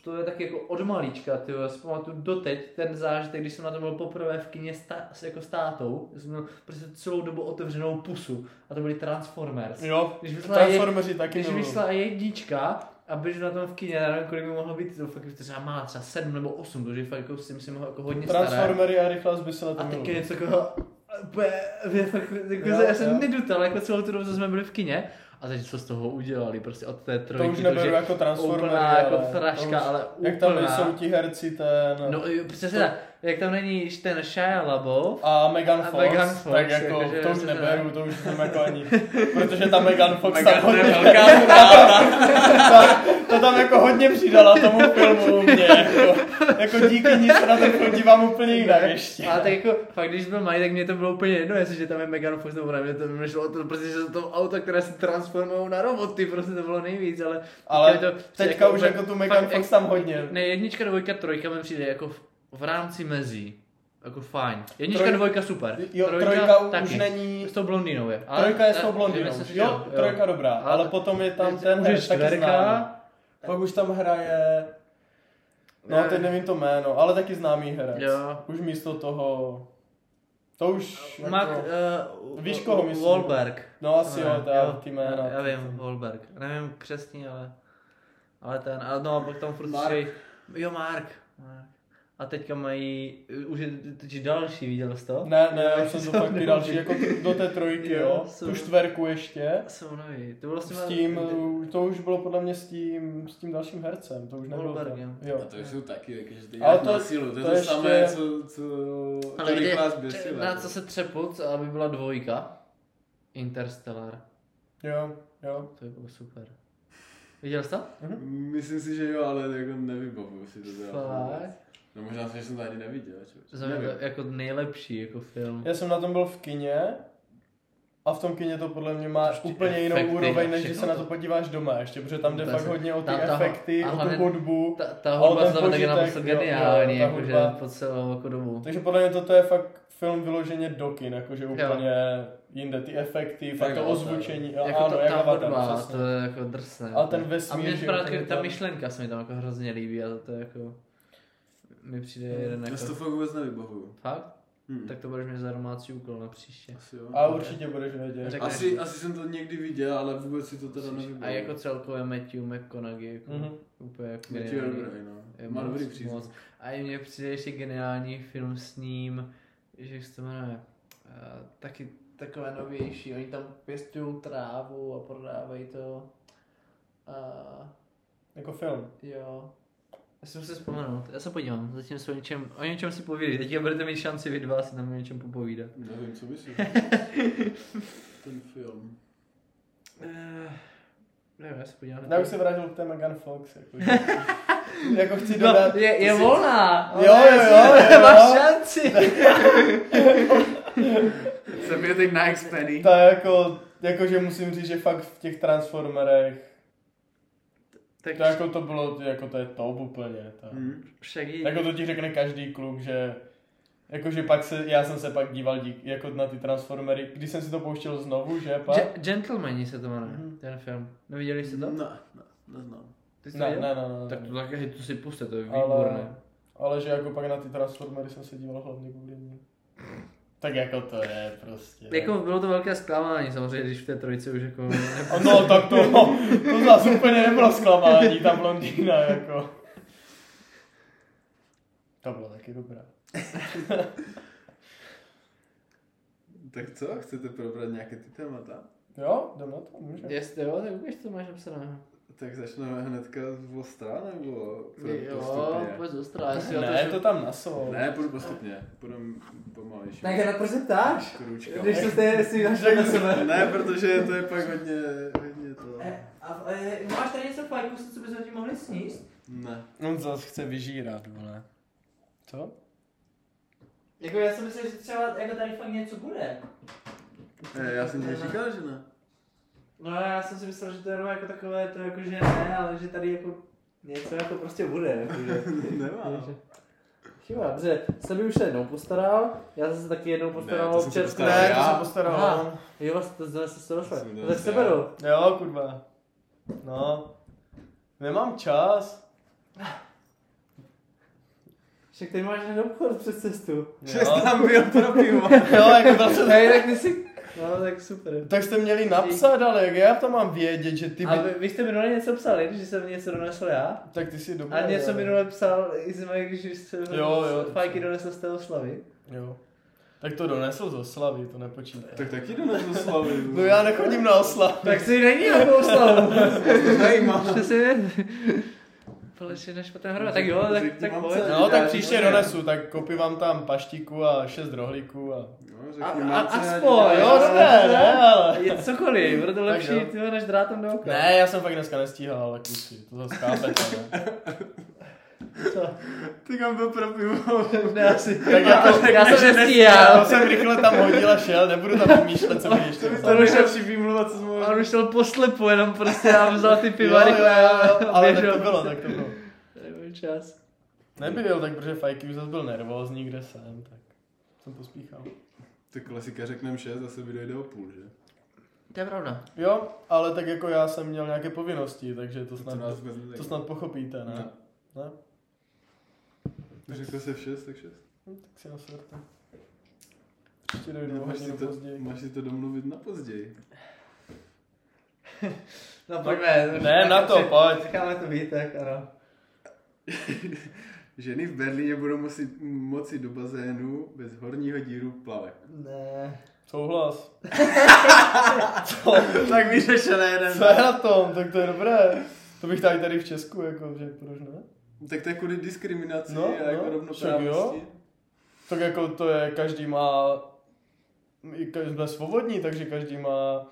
C: to je tak jako od malička, ty já si pamatuju doteď ten zážitek, když jsem na to byl poprvé v kině sta, s- jako s tátou, jsem měl prostě celou dobu otevřenou pusu a to byly Transformers.
A: Jo,
C: Když vyšla, je,
A: Transformeři taky
C: když
A: miluju.
C: vyšla jednička a byl na tom v kině, já nevím, kolik mi mohlo být, to fakt třeba má třeba sedm nebo osm, protože fakt jako si myslím jako hodně staré.
A: Transformery a rychlá zbysela to
C: A taky
A: miluju.
C: něco jako, úplně, úplně fakt, jako,
A: Mm. Jo,
C: já
A: jo.
C: jsem nedutal, jako celou tu dobu, co jsme byli v kině. A teď co z toho udělali, prostě od té
A: To
C: trojky,
A: už neberu jako Transformery,
C: úplná jako
A: ale to
C: fraška,
A: už-
C: ale úplná.
A: Jak tam nejsou ti herci ten...
C: No jo, přesně tak, jak tam není již ten Shia LaBeouf,
A: a Megan
C: A
A: Fox,
C: Megan
A: tak
C: Fox,
A: jako,
C: jakože
A: to už
C: se to
A: neberu, to už jsem jako
C: [LAUGHS]
A: ani, protože ta Megan Fox
B: Megan,
A: tam
B: to je
A: hodně,
B: velká
A: [LAUGHS] ta, ta, tam jako hodně přidala tomu filmu u mě, jako, jako díky ní se na ten film dívám úplně jinak ještě.
C: ale tak jako, fakt když byl malý, tak mě to bylo úplně jedno, jestli že tam je Megan Fox nebo ne, mě to mě šlo o to, prostě, že to auto, které se transformují na roboty, prostě to bylo nejvíc, ale...
A: Ale
C: teďka mi to přijde
A: teďka už
C: úplně-
A: jako tu Megan
C: fakt
A: Fox tam hodně.
C: Ne, jednička, dvojka, trojka mi přijde jako v, v rámci mezí. Jako fajn. Jednička,
A: Troj-
C: dvojka, super.
A: Jo, trojka už není,
C: S tou blondýnou je. Ale-
A: trojka je s tou
C: ale-
A: blondinou,
C: myslím si, že
A: jo, trojka dobrá,
C: Ale-
A: ale potom je tam
C: Teď
A: ten
C: může
A: herec taky známý.
C: čtverka.
A: Pak už tam hraje, no
C: Ne.
A: teď nevím to jméno, ale taky známý herec.
C: Jo.
A: Už místo toho, to už
C: Mark,
A: jako-
C: uh,
A: Víš, koho myslím?
C: Wahlberg.
A: No asi jo, to já ty
C: já,
A: jména.
C: já vím, Wahlberg. Nevím přesně, ale... Ale ten, ale no, a pak tam furt
B: Mark.
C: střej- Jo, Mark. Mark. A teďka mají, už je totiž další, viděl jsi to?
A: Ne, ne, já
C: [LAUGHS]
A: jsem to
C: Jsou
A: pak ty
C: nový.
A: další, jako ty- do té trojky,
C: Jo,
A: jo,
C: jsou-
A: tu čtverku ještě.
C: Jsou nový. To bylo s, těma-
A: S tím, uh, to už bylo podle mě s tím, s tím dalším hercem, to už nebylo
C: Wahlberg,
A: ten.
C: jo.
B: A
A: Jo.
B: to jsou taky, takže ty
A: Ale
B: nějak
A: to-
B: na sílu, to je
A: to
B: to
A: ještě-
B: samé, co, co
C: Ale
B: Johnny
C: kde,
B: Class
C: tře-
B: běsila.
C: na co se třepu, co- aby byla dvojka? Interstellar.
A: Jo, jo.
C: To je bylo super. Viděl jsi to?
A: Hm?
B: Myslím si, že jo, ale jako nevybavuju si to teda. vůbec.
C: Fakt.
B: No možná si, že jsem to ani neviděl,
C: To
B: čo?
C: jsem jako, jako nejlepší jako film.
A: Já jsem na tom byl v kině a v tom kině to podle mě má
C: Ještě
A: úplně jinou
C: efekty a
A: úroveň, než když
C: všechno
A: se na to
C: to. No,
A: podíváš doma ještě, protože tam jde
C: To
A: fakt
C: se-
A: hodně o ty
C: ta- ta-
A: efekty,
C: a
A: o tu
C: hlavně-
A: hudbu.
C: Ta, ta
A: A
C: hudba
A: ten
C: se tam tak je
A: požitek,
C: naprosto
A: jo, jo,
C: geniální,
A: ta
C: jakože
A: hudba.
C: po celou jako dobu.
A: Takže podle mě toto je fakt film vyloženě do kin, jakože úplně jinde ty efekty, fakt
B: Jak
A: to
B: Avatar.
A: ozvučení, a-
C: jako
A: ano,
C: to,
A: jak
C: ta
A: Avatar,
C: hudba,
A: přesně.
C: to je jako drsné.
A: A ten
C: A
A: vesmír,
C: mě
A: že
C: právě
A: úplně
C: ta
A: tam-
C: myšlenka se mi tam jako hrozně líbí a to je jako... Mi přijde jeden
B: Já
C: jako...
B: si Hmm, to fakt vůbec nevybavuju.
C: Fakt?
B: Hm.
C: Tak to budeš mít za domácí úkol na příště.
B: Asi jo.
A: A určitě budeš vědět.
C: Řekneš.
B: Asi, asi jsem to někdy viděl, ale vůbec si to no. teda nevybavuju.
C: A jako celkově Matthew McConaughey, jako
A: Mhm.
C: úplně jako
B: Matthew
C: geniální.
B: Elroy, no.
C: Je
B: Má
C: moc,
B: dobrý přízvuk.
C: moc. A i mně přijde ještě geniální film s ním, že jak se to jmenuje, eh, taky takové novější, oni tam pěstují trávu a prodávají to. Uh,
A: Jako film.
C: jo. Já jsem se vzpomenul, já se podívám, zatím se o něčem, o něčem si povídat, teďka budete mít šanci vy dva si tam o něčem popovídat.
B: Nevím, co [LAUGHS] myslíš. Ten film.
C: Uh, nevím, já se podívám.
A: No, Já bych se vrátil k té Megan Fox. Jako,
C: [LAUGHS]
A: jako chci
C: No,
A: dodat...
C: je, je volná.
A: Jo,
C: ale
A: jo,
C: jasně,
A: jo,
C: Máš
A: jo.
C: [LAUGHS] šanci.
B: Jsem je teď na Xpeny.
A: Ta jako, jakože musím říct, že fakt v těch Transformerech,
C: Tak Mm.
A: to jako to bylo, jako to je top úplně. Ta.
C: však
A: Jako to ti řekne každý kluk, že Jakože pak se, já jsem se pak díval dík, jako na ty Transformery, když jsem si to pouštěl znovu, že pak?
C: Ge- Gentlemani se to jmenuje,
A: Mhm.
C: ten film. Neviděli jste to?
B: Ne, ne, neznám.
C: Ty jsi to
A: Ne, ne,
C: viděl?
A: ne, ne, ne.
C: Tak to také hej, to si puste, to je
A: Ale-
C: výborné.
A: Ale že jako pak na ty Transformery jsem se díval hlavně kvůli ní. Tak jako to je prostě.
C: Jako bylo to velké zklamání samozřejmě, když v té trojici už jako...
A: A no, tak to, no, to zase úplně nebylo zklamání, ta blondýna, jako. To bylo taky dobrá.
B: Tak co, chcete probrat nějaké ty témata?
A: Jo, jdem na to, můžeme.
C: Jestli jo, tak ukáž, co máš napsané.
B: Tak začneme hnedka z ostra, nebo pro-
C: Jo,
B: postupně?
C: pojď zostra, jestli jo,
A: Ne, to tam nasou.
B: Ne, půjdu postupně, půjdu pomalejší.
C: na proč se prostě ptáš?
B: Kručka.
C: jste si
A: na sebe.
B: [LAUGHS] Ne, protože to je pak hodně, hodně to.
C: A e, máš tady něco fajkusu, co bychom ti mohli sníst?
B: Ne.
A: On zase chce vyžírat, vole. Co?
C: Jako já jsem myslel, že třeba jako tady fakt něco bude.
B: Ne, Eh, já jsem ti říkal, že ne.
C: No já jsem si myslel, že to je jenom jako takové, to jako že ne, ale že tady jako něco jako prostě bude. [LAUGHS] Jakože.
B: Nemám.
C: Chyba, dobře, jste mi už se jednou postaral, já jsem se taky jednou postaral
B: Ne, to jsem se
C: občas.
B: postaral Ne, já. to jsem
A: postaral
C: Aha, jo, vlastně to zase se došlo.
B: Jsem
C: Tak se
B: já.
C: beru.
A: Jo, kurva. No. Nemám čas.
C: Však tady máš ten obchod přes cestu.
B: Šest tam byl pro pivo.
A: Jo, jako tam se...
C: Hej, tak ty si... No, tak super.
A: Tak jste měli napsat, ale jak já to mám vědět, že ty...
C: A vy, vy jste minule něco psali, když jsem něco donesl já?
A: Tak ty si dobrý.
C: A něco minule psal Izmaj, když jste
A: Jo, jo, to
C: fajky
A: jsem-
C: donesl z té
A: [LAUGHS]
C: oslavy.
A: Jo. Tak to donesl z oslavy, to nepočítá.
B: Tak taky jdu na Zoslavy.
A: No já nechodím na
C: [LAUGHS]
A: oslavy.
C: Tak si není
A: [LAUGHS]
C: jako oslavu.
B: Zajímá.
C: Přesně. Polečina špatná hrova, tak jo, tak,
B: Řekni
C: tak
B: vám,
C: pojď.
B: co-
A: No,
B: Já-
A: tak příště
B: ne.
A: donesu, tak kopi vám tam paštiku a šest rohlíků a...
B: No,
C: A,
B: řekni
C: a,
B: Marce, ať
C: aspoň,
B: dělá-
A: jo,
C: jo,
A: dobré, ne, ale-
C: No, Je cokoliv, bude to
A: Tak
C: lepší,
A: jo.
C: ty než drátem do oka.
A: Ne, já jsem fakt dneska nestíhal, ale kluci, to zase chápete, ne?
C: To-
B: Ty kam byl pro pivo.
C: [LAUGHS] Ne, asi.
A: Tak já to-
C: [LAUGHS] já jsem nestíhal.
A: To jsem rychle tam hodil a šel, nebudu tam vymýšlet, co mi ještě
B: To
A: psal.
B: je nejlepší výmluva, co jsme
C: A on už šel poslepu, jenom prostě a vzal ty piva
A: Jo, jo,
C: rychle
A: jo, jo,
C: a
A: ale tak
C: běžel. prostě.
A: to bylo, tak to bylo.
C: Nebyl čas.
A: Nebyl, tak protože Fajky už zase byl nervózní, kde jsem, tak jsem pospíchal.
B: Tak klasika řekneme 6, zase mi dojde o půl, že?
C: To je pravda.
A: Jo, ale tak jako já jsem měl nějaké povinnosti, takže to
B: To nás
A: snad,
B: vůbec nezajímá.
A: to snad pochopíte, ne?
B: Ne.
A: Ne?
B: Řekl se v 6, tak 6.
A: No, tak si naserte. Příště dojdu o
B: Máš si,
A: hodinu
B: to,
A: No, později.
B: máš si to domluvit na později.
C: No pojďme.
A: Ne, na to, pojď.
C: Necháme to být, tak ano.
B: Ženy v Berlíně budou moci, moci do bazénu bez horního díru plavek.
C: Ne.
A: Souhlas.
C: [LAUGHS]
B: tak vyřešené jeden.
A: Co je na tom? Tak to je dobré. To bych tady tady v Česku, jako, že proč ne?
B: Tak to je kvůli diskriminaci
A: No,
B: no, a jako
A: no,
B: no,
A: však
B: rovnoprávnosti.
A: Tak jako to je, každý má, i ka- jsme svobodní, takže každý má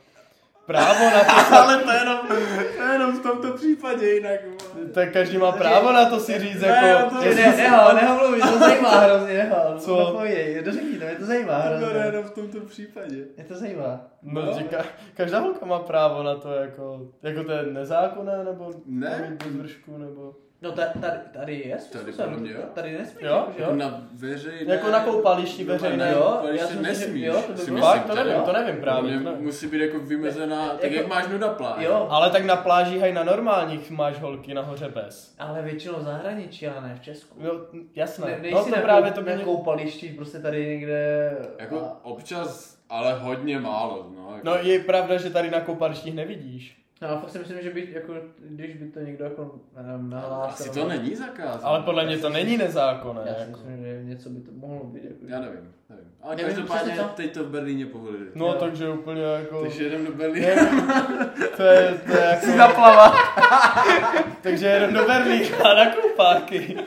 A: právo na to,
B: Ale to jenom, [LAUGHS] to jenom v tomto případě jinak. vole.
A: tak každý má právo na to si říct,
B: Ne,
A: jako,
B: to-
A: že
C: Ne,
A: si-
C: ne, neho, neho mluví, to zajímá hrozně, neho.
A: Co?
C: Co? Napověj, dořekni to, mě to zajímá
B: To je
C: hrozně.
B: jenom v tomto případě.
C: Mě to zajímá.
A: no,
B: No.
A: že ka, každá holka má právo na to, jako, jako to je nezákonné, nebo
B: Ne.
A: mít bez vršku, nebo,
C: No ta- tady, tady je
B: Tady
C: způsob,
B: podle mě jo.
C: tady nesmíš.
A: Jo,
C: jakože-
A: jo.
B: Na veřejné...
A: jako na koupališti
B: No,
A: veřejné.
B: ne,
C: jo,
B: to
C: já
B: ještě
C: si myslím, že-
B: nesmíš.
C: jo, to by
B: si
C: bylo-
B: myslím
A: Fakt, to
B: teda.
A: nevím, to nevím právě.
B: Mě
A: To nevím.
B: musí být jako vymezená, tak
C: Jako-
B: jak máš nuda plán.
C: Jo,
A: Ale tak na pláži, hej, na normálních máš holky nahoře bez.
C: ale většinou v zahraničí, ale ne v Česku.
A: No, jasné.
C: Ne,
A: no
C: nejsi
A: to
C: na,
A: právě to by
C: na
A: mě...
C: koupališti, prostě tady někde...
B: Jako
C: a-
B: občas, ale hodně málo, no. Jako.
A: No je pravda, že tady na koupalištích nevidíš.
C: No a fakt si myslím, že by, jako, když by to někdo jako já nevím, nahlásil...
B: Asi to není zakázané.
A: Ale podle mě to není
C: Já
A: nezákonné.
C: si
A: Jako.
C: myslím, že něco by to mohlo být. Jako,
B: Já nevím, nevím. Ale
C: Nevím
B: každopádně
C: přesně co.
B: teď to v Berlíně povolili.
A: No
C: Jo.
A: takže úplně jako...
B: Takže jedem do Berlína.
A: Je- To je, to je jako... [LAUGHS]
C: zaplava.
A: Takže jedem do Berlína na koupáky.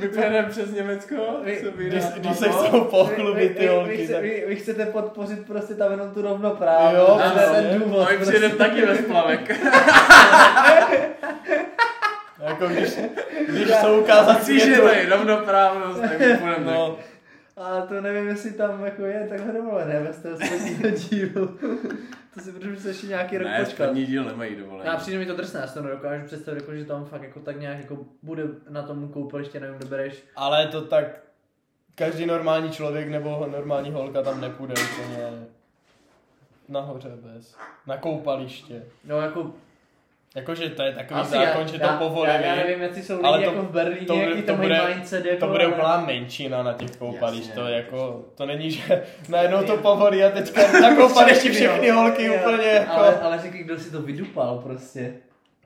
B: My pojedeme přes Německo,
C: Vy-
B: se vyjde
A: Když,
B: na
A: když se
B: Pavlo.
A: chcou pochlubit ty
C: vy,
A: holky,
C: chce-
A: tak...
C: vy, vy, chcete podpořit prostě tam jenom tu rovnoprávnost.
A: Jo,
C: to je
A: přesně.
C: ten důvod.
B: No my přijedeme
C: prostě.
B: taky
A: [LAUGHS]
B: bez plavek.
A: Jako když, když jsou ukázat
B: Chci, že
A: světu...
B: to je rovnoprávnost, tak my půjdeme no.
A: No,
C: A to nevím, jestli tam jako je takhle dovolené ve stavství [LAUGHS] dílu. To si protože se ještě nějaký rok
B: Ne,
C: počkat.
B: první díl nemají dovolený.
C: Já No přijde mi to drsné, já si to nedokážu představit, jako, že tam fakt jako tak nějak jako bude na tom koupaliště, nevím, dobereš.
A: ale to tak... Každý normální člověk nebo normální holka tam nepůjde úplně nahoře bez. Na koupaliště.
C: No jako
A: Jakože to je takový
C: Asi
A: zákon, že to
C: Já,
A: povolili.
C: já nevím, jestli jsou
A: ale
C: lidi
A: to-
C: jako v Berlíně,
A: to
C: to,
A: bude-
C: jaký
A: to
C: tam mají
A: bude-
C: mindset, jako,
A: To bude
C: ale-
A: úplná menšina na těch koupalištích,
B: Jasně.
A: to jako, to není, že [LAUGHS] najednou to povolí a teďka
C: [LAUGHS]
A: na koupališti všechny holky
C: Jo,
A: úplně jako.
C: Ale, ale řekli, kdo si to vydupal prostě.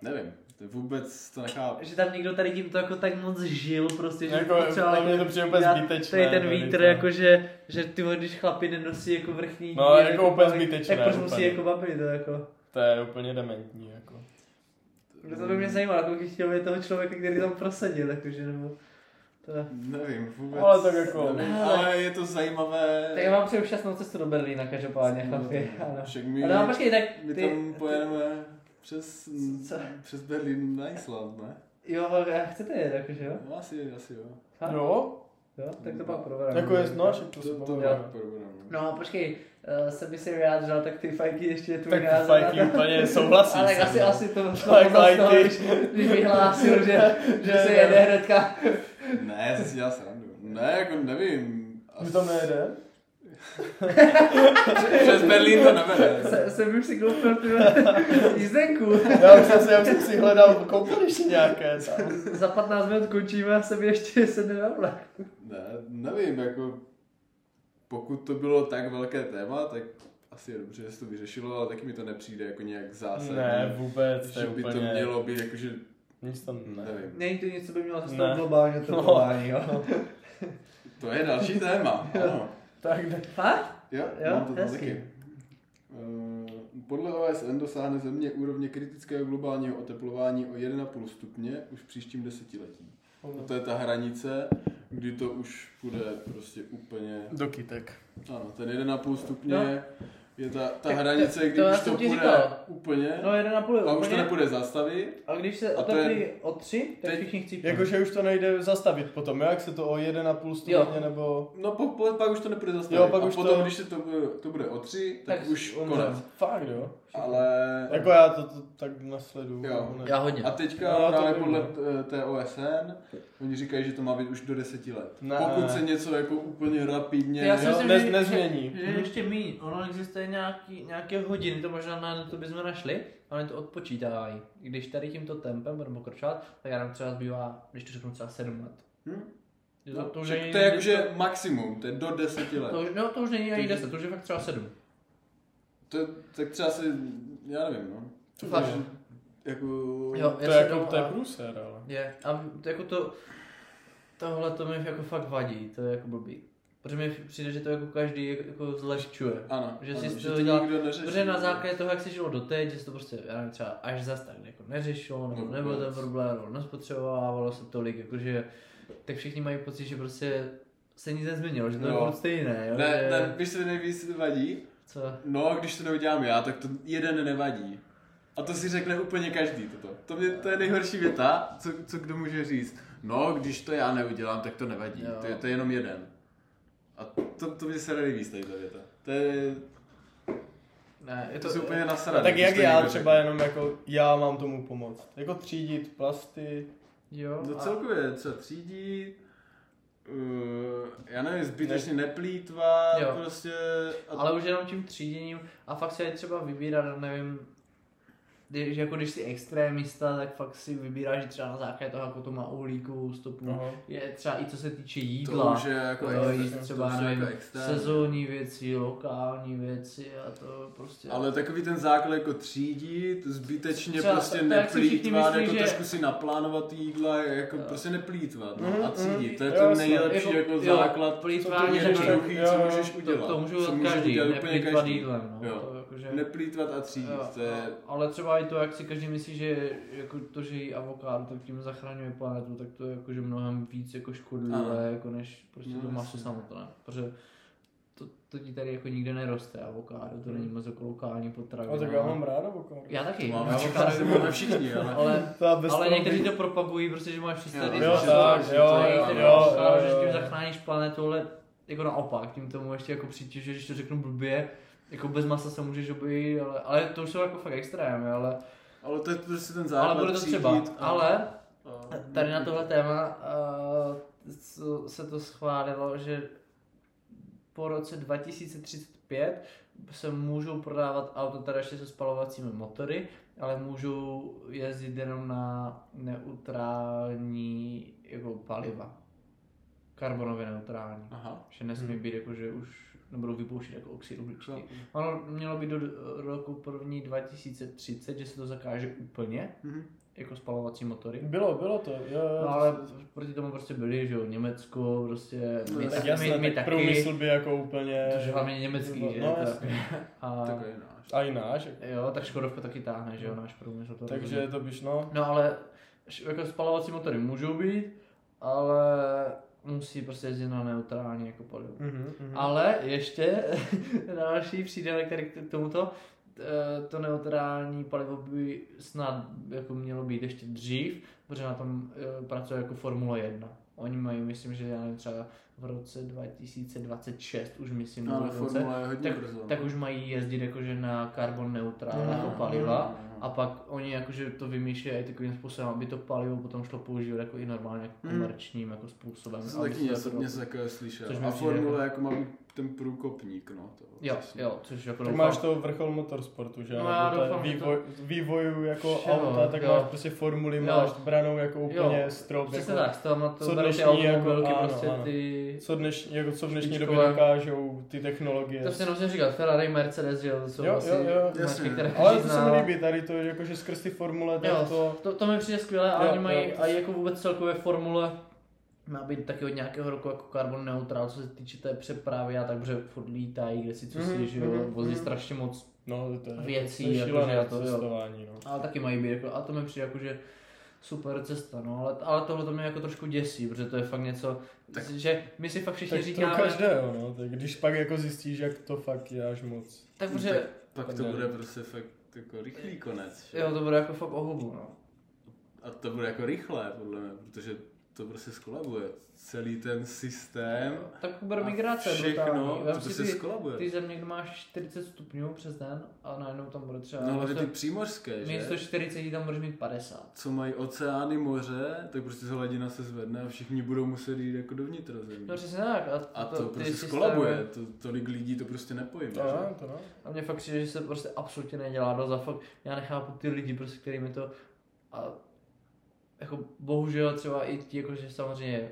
B: Nevím, to vůbec to nechápu.
C: Že tam někdo tady tím to jako tak moc žil prostě, že
A: Jako,
C: potřeboval
A: ale mně to přijde úplně
C: dát
A: zbytečné,
C: Tady ten
A: velice.
C: vítr, jako že, že ty vole, když chlapi nenosí jako vrchní
A: No,
C: díl,
A: jako úplně
C: tak-
A: zbytečné,
C: Tak proč
A: úplně.
C: musí jako babi to jako.
A: To je úplně dementní, jako.
C: No to by mě zajímalo, jako bych chtěl být toho člověka, který tam prosadil, jakože nebo. To...
B: Nevím, vůbec.
A: Ale tak jako-
B: Nevím, ale je to zajímavé.
C: Tak já vám přeju šťastnou cestu do Berlína, každopádně, chlapi. Ano.
B: Však my,
C: Ale no, počkej, tak
B: my
C: ty,
B: tam pojedeme přes,
C: Co?
B: přes Berlín na Island, ne?
C: Jo, ale chcete jet, jakože jo?
B: No, asi, asi jo.
C: Fakt?
A: Jo,
C: Jo, tak to pak probereme.
A: jako je no, že to se
B: To, to
A: povolí.
B: pak probereme.
C: No, počkej, uh, se by si vyjádřil, tak ty fajky ještě tvůj
A: Tak
C: názor. na
A: fajky
C: to.
A: úplně souhlasí.
C: Ale tak
A: se
C: asi,
A: mnou.
C: asi to šlo
A: Fajky.
C: moc toho, když, když vyhlásil, že, že se jede hnedka.
B: Ne, to si dělá srandu. Ne, jako nevím.
A: Vy tam nejede?
B: Přes Berlín to nebere.
C: Se- Jsem už si koupil ty jízdenku.
A: Já už jsem si, já už jsem si hledal, koupil ještě nějaké tam.
C: Za 15 minut končíme a jsem ještě sedm na vlak.
B: Ne, nevím, jako pokud to bylo tak velké téma, tak asi je dobře, že se to vyřešilo, ale taky mi to nepřijde jako nějak zásadní.
A: Ne, vůbec, to
B: že
A: je
B: by
A: úplně...
B: to mělo být jakože,
A: Nic tam ne.
B: nevím.
C: Není to nic, co by mělo
A: Ne.
C: zastavit globálně to globální, jo.
B: To je
A: [LAUGHS]
B: další téma, ano.
A: Tak jde.
C: Fakt?
B: Jo,
C: Jo,
B: mám to tam
C: hezký.
B: taky. Eh, Podle OSN dosáhne země úrovně kritického globálního oteplování o 1,5 stupně už v příštím desetiletí. A to je ta hranice, kdy to už bude prostě úplně...
A: Do kytek.
B: Ano, ten 1,5 stupně
C: No.
B: je ta, ta
C: Tak
B: hranice,
C: to-
B: kdy
C: to já
B: už
C: jsem
B: to
C: ti
B: půjde
C: říkal.
B: úplně
C: No, jeden a půl
B: a už to
C: úplně.
B: nepůjde zastavit.
C: A když se
B: A to je-
C: oteplí o tři, tak
B: Teď-
C: všichni chcípnou.
A: Jakože už to nejde zastavit potom, jo? jak se to o 1,5 stupně
C: Jo.
A: nebo...
B: No po, po, pak už to nepůjde zastavit.
A: Jo, pak
B: a
A: už
B: potom,
A: to-
B: když se to bude, to bude o 3, tak,
C: Tak
B: už
A: On-
B: konec.
A: Fakt jo.
B: Ale...
A: Jako já to, to tak nasleduju.
B: Jo.
A: nebo ne.
C: Já hodně.
B: A teďka
A: No, to
B: no, právě
A: vím,
B: podle
A: no.
B: eh, té OSN, oni říkají, že to má být už do deseti let.
A: Ne.
B: Pokud se něco jako úplně rapidně...
C: To já si
A: Jo,
C: myslím,
A: nez-
C: že-
A: nezmění.
C: Že, že ještě míň. Ono existuje nějaký, nějaké hodiny, to možná na netu bychom našli, ale oni to odpočítávají. Když tady tímto tempem budeme pokračovat, tak já nám třeba zbývá, když to řeknu třeba 7 let.
B: Hm?
C: Že
B: No,
C: to, to, už
B: že
C: není-
B: to je jakože maximum, to je do deseti let.
C: to, už, no, to už není
B: To-
C: ani 10, to už je fakt třeba 7.
B: To, je- tak třeba si, já nevím, no.
A: To
C: Fakt.
A: je-
B: Jako...
C: Jo,
A: To
C: já
A: je
C: se
A: jako,
C: tomu-
A: to je
C: a-
A: průser, ale.
C: Je. A m- to jako to, tohle to mi jako fakt vadí, to je jako blbý. Protože mi přijde, že to jako každý jako- jako zlehčuje.
B: Ano,
C: Že
B: ano,
C: si
B: že
C: to
B: to
C: dělá-
B: nikdo neřeší. jako-
C: Protože na základě toho, jak se žilo doteď, že se to prostě, já nevím, třeba až zas tak jako neřešilo, nebo
B: No,
C: nebyl ten
B: vůbec.
C: problém, nebo nespotřebovávalo se tolik, jakože, tak všichni mají pocit, že prostě se nic nezměnilo, že to je
B: Jo.
C: furt stejné, jo?
B: Ne,
C: že,
B: ne, víš, co mi nejvíc vadí?
C: Co?
B: No, když to neudělám já, tak to jeden nevadí. A to si řekne úplně každý toto. To, mě, to je nejhorší věta, co, co kdo může říct. No, když to já neudělám, tak to nevadí.
C: Jo.
B: To je, to je jenom jeden. A to, to mě se nejvíc tady ta věta. To je,
C: Ne, je
B: to, to si úplně
A: A
B: nasraný.
A: tak
B: když
A: jak
B: to
A: já
B: někdo
A: třeba
B: řekne.
A: jenom jako, já mám tomu pomoct. Jako třídit plasty,
C: Jo,
B: No
C: a-
B: celkově, co třídí, uh, já nevím, zbytečně neplýtvat,
C: Jo.
B: prostě... A
C: ale už jenom tím tříděním a fakt si je třeba vybírat, nevím, když, jako když jsi extrémista, tak fakt si vybíráš že třeba na základě toho, jako to má uhlíkovou stopu.
A: Aha.
C: Je třeba i co se týče
B: No. to
C: jídla.
B: už je jako
C: Jo,
B: extra-
C: jíst
B: to
C: třeba
B: už je
C: nevím,
B: jako extrém.
C: sezónní věci, lokální věci a to prostě...
B: Ale takový ten základ jako třídit, zbytečně
C: Třeba
B: třeba, prostě
C: tak, jak si všichni
B: neplýtvat,
C: myslí,
B: jako
C: že-
B: že... trošku si naplánovat jídla, jako
C: Jo.
B: prostě neplýtvat
A: Mhm,
B: no, a třídit. To je
A: mhm,
B: ten
A: jasně.
B: nejlepší jako,
C: jo,
B: základ,
A: co
C: plýtvání
A: to
C: taky.
A: je,
B: jednoduchý,
A: jo,
B: co
A: jo.
B: můžeš
C: To,
B: udělat.
C: to může
B: co
C: udělat
B: může
C: každý,
B: udělat úplně
C: neplýtvat
B: každý.
C: jídlem, no,
B: Jo.
C: to jakože...
B: Neplýtvat a třídit,
C: Jo,
B: to je...
C: jo. Ale třeba i to, jak si každý myslí, že jako to, že jí avokádo, tak tím zachraňuje planetu, tak to je jakože mnohem víc jako
B: Ano.
C: škodlivé, jako než prostě
B: No,
C: to maso
B: jasně.
C: samotné. Protože to, to ti tady jako nikde neroste avokádo, to není moc jako lokální potravina.
A: a tak já mám rád avokádo.
C: Já taky,
B: Hmm. To máme,
C: avokádo je
B: [LAUGHS] to
C: dobré.
B: máme všichni, ale...
C: ale
A: To já bez
C: Ale
A: toho
C: někteří
A: bych-
C: to propagují, prostě, že máš čisté
B: Jo,
C: ryby.
B: jo,
C: že
B: tak,
C: to-
B: jo,
C: to
B: jo,
C: je některý
B: jo,
C: říkal,
A: jo,
C: že tím
A: jo.
C: zachráníš planetu, ale jako naopak, tím tomu ještě jako přitěžuje, když to řeknu blbě, jako bez masa se můžeš obejít, ale, ale to už jsou jako fakt extrémy, ale,
B: Ale to je prostě ten základ
C: ale bude to
B: třídit
C: třeba.
B: a-
C: Ale
B: a-
C: tady na tohle téma eh, co- se to schválilo, že po roce 2035 se můžou prodávat auta tady ještě se spalovacími motory, ale můžou jezdit jenom na neutrální jako paliva. Karbonově neutrální.
B: Aha.
C: Že nesmí být jako, že už nebudou vypouštět jako oxid uhličitý. Ono mělo být do do roku první 2030, že se to zakáže úplně,
B: Mhm.
C: jako spalovací motory.
A: Bylo, bylo to, jo, jo.
C: No ale proti tomu prostě byli, že jo, Německo, prostě my,
B: No,
A: tak
C: my,
A: jasně,
C: my, my
A: tak
C: taky,
A: průmysl by jako úplně...
C: protože hlavně německý, že
A: No,
C: to-
A: jasně.
C: a,
B: Takový je náš.
A: A i náš. jako.
C: jo, tak Škodovka taky táhne, že jo, náš průmysl to
A: Takže
C: rozhodně.
A: to byš, no.
C: No ale š- jako spalovací motory můžou být, ale musí prostě jezdit na neutrální jako palivo.
A: Mhm,
B: Hmm.
A: mhm.
C: Ale ještě [LAUGHS] další přídavek tady k tomuto, eh, to neutrální palivo by snad jako mělo být ještě dřív, protože na tom eh, pracuje jako Formule 1. Oni mají, myslím, že já nevím, třeba v roce 2026 už myslím,
B: No, ale
C: dokonce,
B: formule je hodně
C: tak,
B: brzo. no.
C: tak už mají jezdit jakože na karbon neutrální
A: Mm.
B: no. Mhm.
C: jako paliva. A pak oni jakože to vymýšlejí i takovým způsobem, aby to palivo potom šlo používat jako i normálně
B: Mhm.
C: komerčním jako způsobem.
B: To jsem
C: aby
B: taky
C: se
B: něco,
C: jako-
B: něco takového slyšel.
C: Což mi
B: a
C: přijde
B: formule jako má být ten průkopník, no. To,
C: Jo,
B: přesně.
C: jo, což jako
A: Tak
C: doufám-
A: máš to vrchol motorsportu, že?
C: No
A: Nebo
C: já
A: to je
C: doufám, že to-
A: vývoj, vývoju jako
C: Všeho,
A: auta, tak
C: jo.
A: máš prostě formuli,
C: Jo.
A: máš branou jako úplně
C: Jo,
A: strop.
C: Přesně
A: jako,
C: tak, z toho má
A: co
C: to berou ty
A: dnešní jako-
C: automobilky,
A: ano,
C: prostě
A: ano.
C: ty...
A: Co, dneš, jako co v dnešní době
C: Špičkové.
A: dokážou ty technologie.
C: To jsem hrozně říkal, Ferrari, Mercedes, že jo, to jsou
A: Jo,
C: asi
A: jo, jo.
C: značky,
B: Jasně.
C: které
A: Ale
C: každý
A: to se
C: zná.
A: mi líbí, tady to je jako, že skrz ty formule,
C: Jo.
A: tak to...
C: To, to mi přijde skvělé a
A: Jo,
C: oni mají
A: jo.
C: a jako vůbec celkové formule má být taky od nějakého roku jako carbon neutral, co se týče té přepravy a tak, protože furt lítají, kde si co si,
A: Mhm,
C: že jo,
A: mhm,
C: vozí
A: mhm.
C: strašně moc,
A: No, to je,
C: Věcí,
A: to je
C: jakože
A: šílené
C: já to- jo.
A: cestování, no.
C: ale taky mají být jako, a to mi přijde jako, že super cesta, no, ale, ale tohle to mě jako trošku děsí, protože to je fakt něco, tak, že my si fakt všichni
A: Tak
C: říkáme,
A: to každého, no. Tak když pak jako zjistíš, jak to fakt je až moc.
C: tak protože,
B: Pak to bude prostě fakt jako rychlý konec. Že?
C: jo, to bude jako fakt o hubu, no.
B: A to bude jako rychlé, podle mě, protože to prostě skolabuje. Celý ten systém.
C: Tak Uber
B: a
C: migrace je brutální.
B: všechno,
C: Vem
B: to
C: si
B: prostě
C: ty-
B: skolabuje.
C: Ty země, kde máš 40 stupňů přes den a najednou tam bude třeba...
B: No hlavně
C: místo-
B: ty přímořské, že?
C: Prostě Místo 40 tam budeš mít 50.
B: Co mají oceány, moře, tak prostě se hladina se zvedne a všichni budou muset jít jako dovnitř země.
C: No přesně tak. A,
B: A to,
C: ty
B: prostě
C: systémy-
B: skolabuje, to, tolik lidí to prostě nepojme.
A: To
B: že?
A: no, to no.
C: A mě fakt přijde, že se prostě absolutně nedělá dost a fakt já nechápu ty lidi, prostě, kterými to a jako bohužel třeba i ti, jakože samozřejmě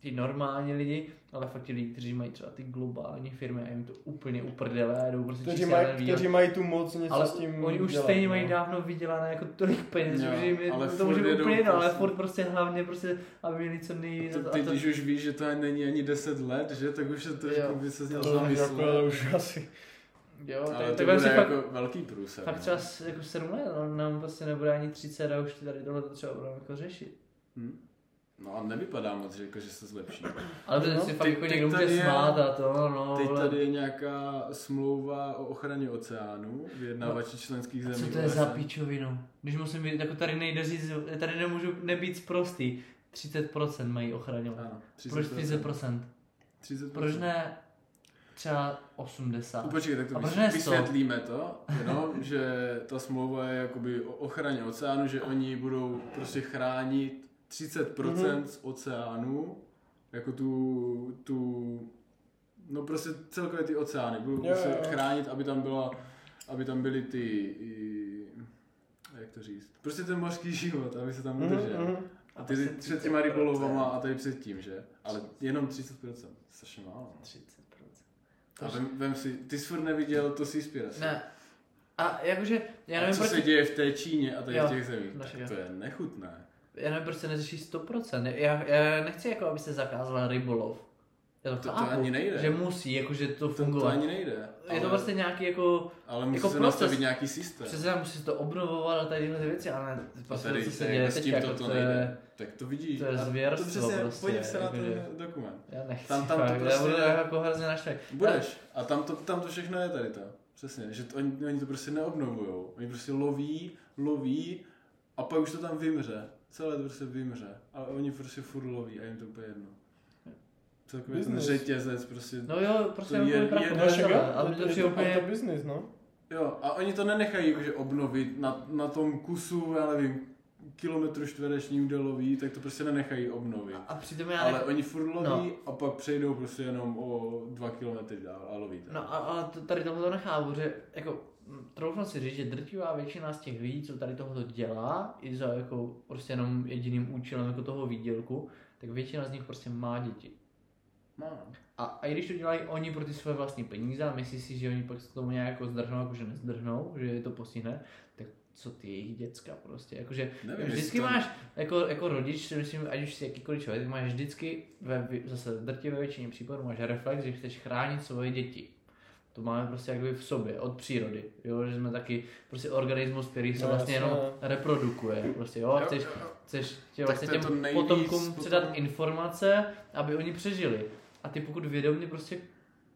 C: ti normální lidi, ale fakt ti lidi, kteří mají třeba ty globální firmy a jim to úplně uprdele a jdou prostě
A: Kteří
C: čistě
A: mají,
C: na ten výdělek.
A: kteří mají tu moc něco
C: ale
A: s tím
C: oni už
A: dělat,
C: stejně
A: no.
C: mají dávno vydělané jako tolik peněz,
B: Jo,
C: že jim je,
B: ale
C: to
B: furt
C: může být
B: jedou
C: úplně jedno, ale
B: prostě.
C: furt prostě hlavně prostě, aby měli co nej...
B: To,
C: a
B: teď,
C: to-
B: když už víš, že to není ani 10 let, že, tak už je to
C: Jo.
B: jako by se měl
A: To, jako, to
B: zamyslet.
A: už asi.
C: Jo,
B: Ale
C: tak,
B: to
C: tak vem
B: bude
C: si fakt,
B: jako velký průser.
C: fakt
B: no.
C: třeba s- jako 7 let, no, nám prostě nebude ani 30 a už tady tohle třeba budeme jako řešit.
B: Hm? No a nevypadá moc, že, jako, že se zlepší.
C: Ale
A: No,
C: protože si fakt
B: teď-
C: jako
B: teď
C: někdo
B: tady
C: může
B: je-
C: smát a to, no,
B: Teď
C: vole.
B: tady je nějaká smlouva o ochraně oceánu, vyjednávači členských
C: No. A
B: zemí.
C: Co to je za
B: OSN.
C: pičovinu? Když musím být, jako tady nejde říct, tady nemůžu nebýt prostý. 30% mají ochraňovat.
B: Ano, 30%.
C: Proč 30%?
B: 30%.
C: Proč ne třeba 80?
B: No, Počkej, tak
C: A
B: to
C: proč
B: vys-
C: ne sto?
B: vysvětlíme to, jenom, [LAUGHS] že ta smlouva je jakoby o ochraně oceánu, že oni budou prostě chránit 30% z oceánu, jako tu, tu, no prostě celkově ty oceány, budou
A: Jo,
B: prostě
A: jo.
B: chránit, aby tam byla, aby tam byly ty, i, jak to říct, prostě ten mořský život, aby se tam
A: Mhm,
B: udržel.
A: mhm.
B: A ty,
C: vlastně
B: ty před těma rybolovama a tady před tím, že? Ale jenom 30%, strašně málo.
C: 30%.
B: A vem, vem si, ty jsi furt neviděl to Seaspiracy.
C: Ne. A jakože, já
B: a
C: nevím,
B: co
C: proč,
B: se děje v té Číně a tady
C: Jo,
B: v těch zemích,
C: naše, jo.
B: tak to je nechutné.
C: já nevím, proč se neřeší 100%. Já, já nechci, jako, aby se zakázala rybolov. Já to,
B: To- to
C: chápu,
B: ani nejde.
C: Že musí, jakože
B: To,
C: to
B: to
C: fungovat.
B: ani nejde.
C: Je to prostě nějaký jako,
B: ale musí
C: jako
B: se
C: proces.
B: nastavit nějaký systém.
C: přece tam musí se to obnovovat a tady tyhle ty věci, ale ne,
B: A
C: prostě
B: tady
C: to, co se
B: tady
C: děje
B: s
C: teď,
B: tím
C: jako
B: to, to
C: to je,
B: nejde. Tak to vidíš.
C: to je
B: A
C: zvěrstvo
B: To přesně,
C: prostě,
B: podív se na
C: jakože-
B: ten dokument.
C: já nechci
B: Tam- tam to
C: fakt, já
B: prostě-
C: budu jako hrozně naštvaný.
B: Budeš. A tam to, tam to všechno je tady to. Přesně, že to, oni, oni to prostě neobnovujou. Oni prostě loví, loví a pak už to tam vymře. Celé to prostě vymře. Ale oni prostě furt loví a jim to úplně jedno. Celkově ten
A: Business.
B: řetězec prostě
C: No jo, prostě
B: To
C: jenom
B: je-
C: kvůli prachu,
B: je-
A: No,
C: to je
A: však jo,
C: celé, ale to
A: je
C: je úplně...
A: to business, no.
B: Jo, a oni to nenechají jakože obnovit na, na tom kusu, já nevím, kilometru čtverečním, kde loví, tak to prostě nenechají obnovit.
C: A přitom já
B: Ale
C: nech-
B: oni furt loví
C: No.
B: a pak přejdou prostě jenom o dva kilometry dál a loví. tam.
C: No a, ale to, tady tohle to nechápu, že jako m, troufnu si říct, že drtivá většina z těch lidí, co tady tohoto dělá, i za jako prostě jenom jediným účelem jako toho výdělku, tak většina z nich prostě má děti.
B: Má.
C: A, a i když to dělají oni pro ty své vlastní peníze a myslí si, že oni pak se tomu nějak jako zdrhnou, jako že nezdrhnou, že je to postihne, tak co ty jejich děcka prostě, jakože
B: Nevím,
C: vždycky
B: jestli to-
C: máš, jako, jako rodič, si myslím, ať už jsi jakýkoliv člověk, tak máš vždycky, ve, vě- zase v drtivé většině případů, máš reflex, že chceš chránit svoje děti. To máme prostě jakoby v sobě, od přírody, jo, že jsme taky prostě organismus, který se
A: No,
C: vlastně
A: jasně,
C: jenom
A: no.
C: reprodukuje, prostě jo, a
B: Jo,
C: chceš,
B: jo, jo.
C: chceš tě
B: Tak
C: vlastně
B: to je
C: těm
B: to nejvíc
C: potomkům
B: potom-
C: předat informace, aby oni přežili. A ty pokud vědomě prostě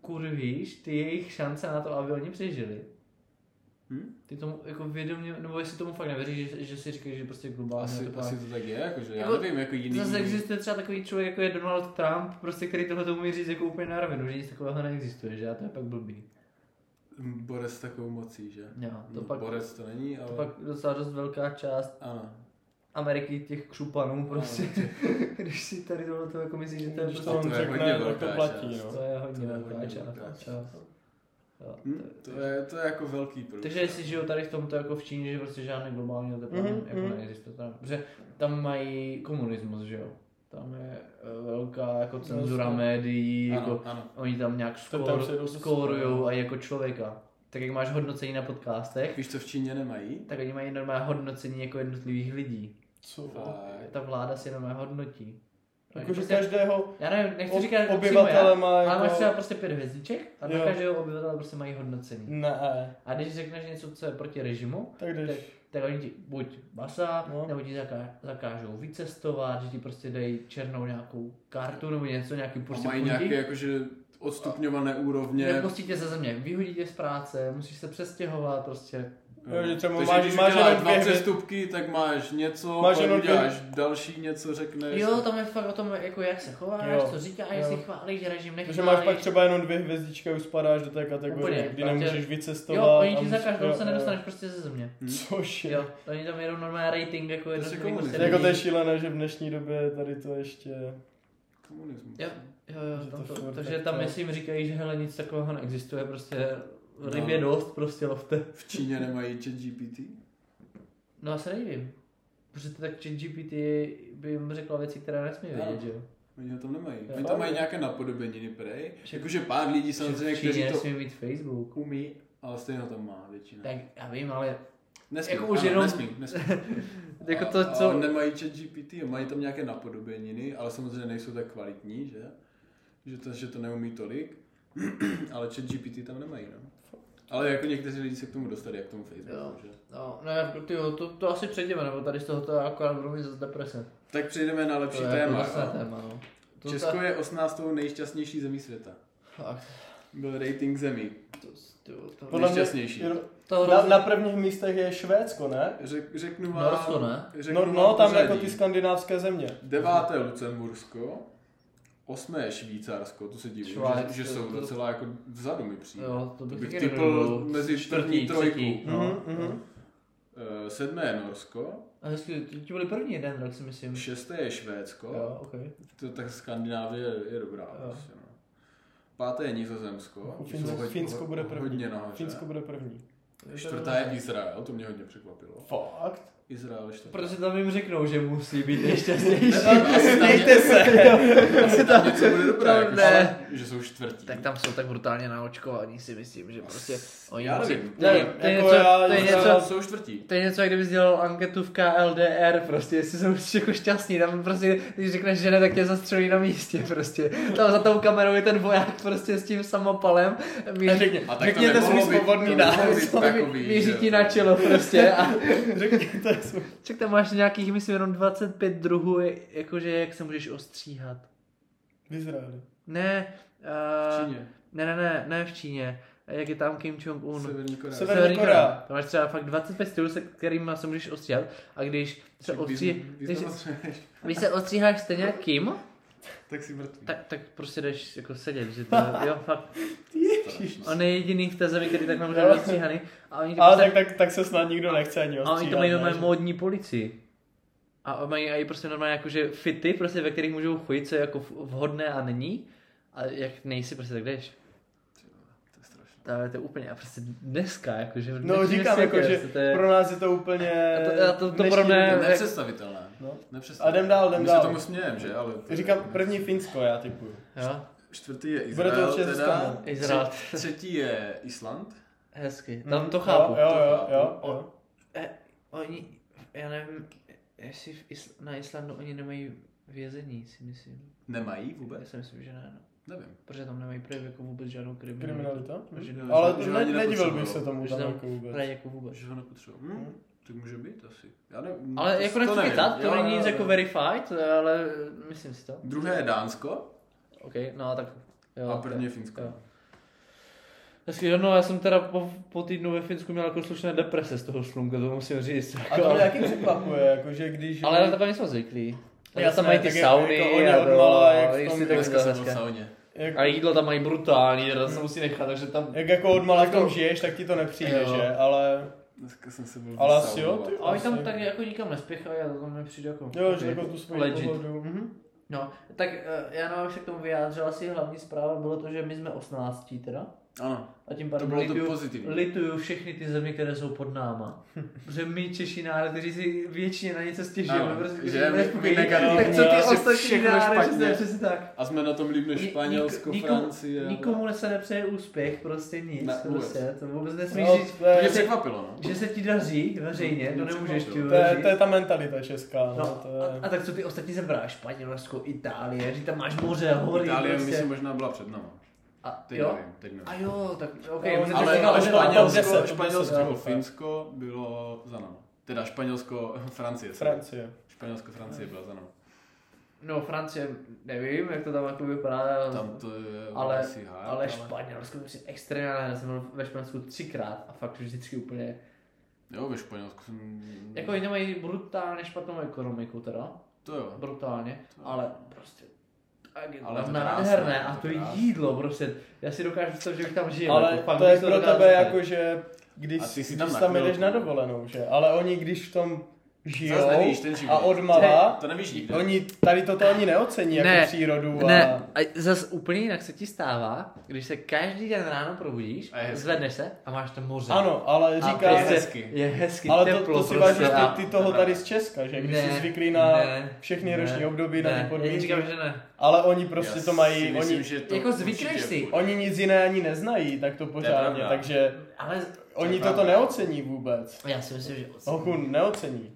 C: kurvíš, ty jejich šance na to, aby oni přežili.
B: Hm?
C: Ty tomu jako vědomě, nebo jestli tomu fakt nevěříš, že, že si říkáš, že prostě globálně
B: Asi,
C: to
B: asi to tak je, jakože já
C: Jako-
B: nevím, jako jiný.
C: Zase existuje třeba takový člověk, jako je Donald Trump, prostě, který tohle to umí říct jako úplně na rovinu, že nic takového neexistuje, že a to je pak blbý.
B: borec s takovou mocí, že?
C: Jo, to
B: no,
C: pak,
B: borec to není, ale...
C: to pak docela dost velká část
B: Ano.
C: Ameriky těch křupanů prostě.
B: ano, tě-
C: [LAUGHS] Když si tady tohle to jako myslíš, že to je
A: Když
C: prostě...
A: to on
B: no, to je
A: řekne,
B: hodně
A: tak to
B: velká
A: platí,
B: část.
A: no.
C: To je hodně
B: to je
C: velká
B: hodně
C: část.
B: velká
C: část. Jo,
B: Hm,
C: to-
B: to, je, to je jako velký průšvih.
C: Takže jestli žijou tady v tomto jako v Číně, že prostě žádný globální oteplování
A: Mhm,
C: mm-hmm.
A: mhm.
C: jako neexistuje. Tam, protože tam mají komunismus, že jo? Tam je eh, velká jako cenzura
A: Jasně.
C: médií,
B: ano,
C: jako
B: ano.
C: oni tam nějak
A: To tam se
C: skor,
A: dost-
C: skorujou a jako člověka. Tak jak máš hodnocení na podcastech,
B: Víš, co v Číně nemají?
C: tak oni mají normálně hodnocení jako jednotlivých lidí.
A: Co?
B: Fakt.
C: Ta vláda si normálně hodnotí. Oni
A: Jakože
C: prostě-
A: každého
C: já nevím, nechci
A: ob-
C: říkat
A: obyvatele
C: přímo,
A: má
C: já, ale máš
A: jako-
C: třeba prostě pět hvězdiček a na
A: Jo.
C: každého obyvatele prostě mají hodnocení.
A: ne, E.
C: A když řekneš něco, co je proti režimu,
A: tak jdeš.
C: tak oni ti buď basa,
A: No.
C: no. nebo ti zaká- zakážou vycestovat, že ti prostě dají černou nějakou kartu nebo něco, nějaký
B: A
C: prostě Jako-
B: mají
C: puntík.
B: nějaké jakože odstupňované úrovně.
C: Nepustí tě ze země, vyhodí tě z práce, musíš se přestěhovat, prostě.
A: Jo, že třeba
B: Hm. Takže
A: máš-
B: když
A: máš
B: uděláš
A: jenom dvě
B: 20
A: hvězdy.
B: stupky, tak máš něco,
A: Máš
B: máš pak
A: jenom dvě-
B: uděláš další něco, řekneš.
C: Jo, tam je fakt o tom, jako jak se chováš,
A: Jo,
C: jo. co říkáš,
A: jo.
C: jestli chválíš režim, nechválíš.
A: Protože máš pak třeba jenom dvě hvězdičky a už spadáš do té kategorie,
C: Úplně,
A: kdy
C: tak tě-
A: nemůžeš
C: Jo,
A: vycestovat.
C: oni
A: a
C: ti
A: musíš-
C: zakážou,
A: jo,
C: se
A: jo.
C: nedostaneš prostě ze země.
A: Hm? Což je.
C: Jo, oni tam jedou normální rating jako
B: je
C: jednotlivý
B: komunist.
A: To je Jako to je
C: lidí.
A: šílené, že v dnešní době tady to ještě...
B: Komunismus.
C: Jo. Jo,
A: Že
C: jo, tam
A: to
C: to,
A: furt
C: takže
A: tak
C: tam
A: to-
C: jestli jim říkají, že hele nic takového neexistuje, prostě
B: No.
C: rybě dost, prostě lovte.
B: V Číně nemají chat GPT?
C: No asi nevím. Protože to tak ChatGPT by jim řekla věci, které nesmí
B: Ano.
C: vědět, že jo?
B: Oni ho tam nemají.
C: Jo.
B: Oni tam mají nějaké napodobeniny, prej.
C: Že-
B: Jakože pár lidí samozřejmě,
C: Že v Číně
B: kteří to
C: nesmí mít Facebook.
B: umí, ale stejně ho tam má většina.
C: Tak já vím, ale
B: Nesmí,
C: jako už
B: ano,
C: jenom-
B: nesmí, nesmí.
C: [LAUGHS] jako
B: A-
C: to, co...
B: A nemají chat GPT, mají tam nějaké napodobeniny, ale samozřejmě nejsou tak kvalitní, že? Že to, že to neumí tolik, [CLEARS THROAT] ale chat GPT tam nemají, no. Ale jako někteří lidi se k tomu dostali, jak k tomu
C: Jo.
B: Facebooku, že?
C: No, ne, jako tyjo, to, to asi přejdeme, nebo tady z toho to akorát budu mít zase deprese.
B: Tak přejdeme na
C: To
B: lepší
C: je
B: téma.
C: jako zase
B: jo.
C: téma, no. To
B: Česko je 18. nejšťastnější zemí světa.
C: Fakt,
B: Byl rating zemí.
C: to, tyjo, to,
A: Podle mě-
B: Nejšťastnější.
A: Jenom-
C: to
A: Na,
C: hrozně...
A: na prvních místech je Švédsko, ne?
B: Řek, řeknu vám...
C: Norsko, ne?
B: Řeknu
A: No, no
B: vám
A: tam
B: pořadí.
A: jako ty skandinávské země.
B: Deváté Lucembursko, osmé Švýcarsko, to se divím,
C: Švajc,
B: že, že
C: to-
B: jsou
C: to-
B: docela jako vzadu mi přijde.
C: Jo, to
B: To
C: bych,
B: bych
C: taky
B: typl
C: nedovolil.
B: mezi první
C: třetí,
B: trojku.
A: Mhm,
C: No.
A: mhm.
B: Eh, Sedmé je Norsko,
C: A hezky, ti ti byli první jeden rok si myslím.
B: šesté je Švédsko,
C: Jo, ok.
B: to tak Skandinávie je, je dobrá.
C: Jo.
B: Prostě, no. Páté je Nizozemsko,
A: Finsko-
B: jsou hodně-
A: Finsko bude první.
B: hodně nahoře.
A: Finsko bude první.
B: Čtvrtá je Izrael, to mě hodně překvapilo.
A: Fakt?
B: Izrael je čtvrtá.
C: Protože tam jim řeknou, že musí být nejšťastnější.
A: Dejte [LAUGHS] se!
B: Asi tam něco bude dobré,
C: tam
B: jako,
C: ne.
B: že jsou čtvrtí.
C: tak tam jsou tak brutálně naočkovaní si myslím, že prostě oni
B: Já
C: musí...
B: nevím.
C: To je,
A: Nevím,
C: to je
A: jako
C: něco,
A: já-
C: to je
A: já-
B: Izrael
C: něco,
B: jsou čtvrtí.
C: to je něco, jak kdyby dělal anketu v KLDR, prostě, jestli jsou všichni jako šťastní, tam prostě, když řekneš, že ne, tak tě zastřelí na místě, prostě. Tam za tou kamerou je ten voják prostě s tím samopalem, míří,
A: Řekně,
B: A tak to
A: řekněte svůj
B: nemohlo být-
A: svobodný
B: to
A: názor.
B: nemohlo být takový,
C: míří
B: že-
C: ti na čelo prostě a
A: Řekněte svůj...
C: Ček tam máš nějakých, myslím, jenom 25 druhů, je- jakože jak se můžeš ostříhat.
A: V Izraeli.
C: Ne,
B: V
C: uh,
B: Číně,
C: ne, ne, ne, ne v Číně. Jak je tam Kim Jong-un.
B: Severní Korea.
A: Sever- Severní Korea.
C: Tam máš třeba fakt 25 stylů, se kterým se můžeš ostříhat. A když se, ostří, když, když se ostříháš stejně Kim,
B: tak si mrtvý.
C: tak, tak prostě jdeš jako sedět, že to jo, fakt. On je jediný v té zemi, který tak nemůže být ostříhaný. A oni
A: Ale
C: prostě-
A: tak, tak, tak se snad nikdo nechce ani
C: A oni to
A: ostříhat,
C: mají
A: ne?
C: normálně módní policii. A mají i prostě normálně jakože fity, prostě ve kterých můžou chodit, co je jako vhodné a není. A jak nejsi, prostě tak jdeš.
B: To je strašné.
C: To je to úplně, a prostě dneska, jakože v
A: No
C: dnešním
A: říkám, jako,
C: světě,
A: že
C: prostě to je...
A: pro nás je to úplně...
C: A to- a to- to
A: dnešní
C: pro mě-
A: doba.
B: To je nepředstavitelné.
A: No. A
B: nepředstavitelné.
A: jdem dál, jdem
B: My
A: dál.
B: se tomu smějem, že? Ale to je-
A: Říkám první Finsko, já typuju.
C: Jo,
B: Čtvrtý je
A: Bude
B: Izrael,
A: to určitě
B: teda.
A: zůstane.
C: Izrael,
B: Tři- Třetí je Island.
C: hezky,
A: Mhm.
C: tam to chápu.
A: Jo, jo,
B: chápu.
A: jo, jo.
C: Oni, já nevím, jestli v Isl- na Islandu oni nemají vězení, si myslím.
B: Nemají
C: Já
B: vůbec?
C: si myslím, že ne, no.
B: Nevím.
C: Protože tam nemají prý jako vůbec žádnou kriminalitu.
A: Kriminalita?
C: Že-
B: No,
A: Ale
B: že-
A: to
B: že
A: ne,
B: ani
A: nedivil bych se
B: nepotřebovalo.
A: tomu
C: Že
A: tam
C: tam-
A: jako vůbec.
C: Prý jako vůbec.
B: Že ho nepotřebujeme. Hm? Tak může být asi. Já nevím.
A: No,
C: Ale
B: to-
C: jako
B: to
C: nechci
B: nevím.
C: chytat, to
B: Jo,
C: není
B: jo,
C: nic
B: jo.
C: jako verified, ale myslím si to.
B: Druhé je Dánsko
C: OK, no a tak jo.
B: a první je
C: jo,
B: Finsko.
C: jo. Hezky, no já jsem teda po, po týdnu ve Finsku měl jako slušné deprese z toho slunka, to musím říct.
A: A
C: jako.
A: to mě taky překvapuje, jakože když...
C: Ale na takové jsme zvyklí. Já
A: Jasné,
C: tam mají ty
A: tak je-
C: sauny
A: jako oni
C: a
A: odmala,
C: to,
A: jak v
C: jak
A: tom-
C: si tak
B: Dneska jsem byl v
C: hezké.
B: sauně.
A: jak,
C: A jídlo tam mají brutální, teda
A: Hmm.
C: se musí nechat, takže tam...
A: jak jako od malá
C: Jako-
A: tam žiješ, tak ti to nepřijde,
C: Jo.
A: že? Ale
B: Dneska jsem se byl
A: Ale asi jo,
B: vysaunovat.
A: ty-
C: Ale tam
A: Asi.
C: tak jako nikam nespěchají a to tam mi přijde jako...
A: jo, že
C: ok,
A: jako tu svoji
C: legit.
A: pohodu. Mhm.
C: No, tak eh, Jana už se k tomu vyjádřila asi hlavní zpráva, bylo to, že my jsme 18 teda.
B: Ano,
C: A tím
B: to
C: pádem
B: bylo to
C: lituju,
B: pozitivní.
C: lituju všechny ty země, které jsou
B: [LAUGHS]
C: pod náma. Protože my Češi národ, kteří si většině na něco stěžujeme,
B: Ano,
C: prostě
B: že
C: když jsme
B: my-
C: spokojí,
B: my negativní,
C: tak co
B: že
C: ty ostatní
B: všechno
C: národy,
B: špatně.
C: že přesně tak.
B: A jsme na tom líp než
C: Ni-
B: Španělsko,
C: nikomu-
B: Francie. ale-
C: Nikomu se nepřeje úspěch, prostě nic,
B: Ne, vůbec.
C: prostě, to vůbec nesmíš
A: No,
C: říct,
A: to je-
B: To mě
C: že se,
B: překvapilo, no.
C: že se ti daří veřejně, to
B: No,
C: nemůžeš ti
B: překvapilo.
A: To je, to je
C: uvěřit.
A: ta mentalita česká, no,
C: No,
A: to je...
C: a, a, tak co ty ostatní země, Španělsko, Itálie, že tam máš moře, hory,
B: Itálie,
C: prostě.
B: myslím, možná byla před náma.
C: a,
B: Teď
C: jo?
B: nevím, teď nevím.
C: A jo, tak OK.
A: No,
C: můžeš
B: Ale,
C: říkat,
B: ale
C: že to-
A: Španěl-
B: Španělsko,
A: deset,
B: Španělsko,
A: deset, jo.
B: Finsko bylo za náma. Teda Španělsko, Francie.
A: Francie.
B: Španělsko, Francie byla za náma.
C: No, Francie, nevím, jak to tam jako vypadá,
B: Tam to je
C: ale,
B: asi hard,
C: ale Španělsko, to je extrémně nádherné. Já jsem byl ve Španělsku třikrát a fakt vždycky úplně,
B: Jo, ve Španělsku jsem...
C: jako oni mají brutálně špatnou ekonomiku teda,
B: To jo.
C: brutálně,
B: To-
C: ale prostě tak je to
B: Ale je to
C: nádherné
B: krásné,
C: a
B: je to
C: to
B: krásné.
C: jídlo prostě, já si dokážu představit, že bych tam žil.
A: Ale
C: jako, fakt
A: to
C: bych
A: je pro
C: dokázal
A: tebe
C: představit.
A: jako, že když,
B: A ty si
A: když
B: tam
A: tam,
B: na
A: tam
B: chvilku.
A: jdeš na dovolenou, že? Ale oni když v tom žijou
B: Zas nevíš ten život.
A: a odmala,
B: To nevíš nikdy.
A: oni No tady toto ani neocení jako
C: Ne,
A: přírodu a...
C: Ne, a zase úplně jinak se ti stává, když se každý den ráno probudíš,
B: A je hezky.
C: zvedneš se a máš tam moře.
A: Ano, ale
C: A
A: říká
C: prostě
A: se,
B: hezky.
C: Je hezky,
A: ale to,
C: teplo
A: to si
C: prostě.
A: vážíš
C: a-
A: ty, ty toho tady z Česka, že? Když
C: Ne,
A: jsi zvyklý na
C: ne,
A: všechny
C: ne,
A: roční období, na
C: ne,
A: ty
C: já ti
A: podmínky,
C: říkám, že ne.
A: ale oni prostě
B: Já
A: to
B: si
A: mají,
B: myslím,
A: oni,
B: že to
C: Jako zvykneš
B: určitě
C: si.
B: bude.
A: oni nic jiné ani neznají, tak to pořádně,
B: pravda.
A: takže
C: Ale
A: oni
B: pravda.
A: toto neocení vůbec.
C: já si myslím, že
A: Hochu, neocení.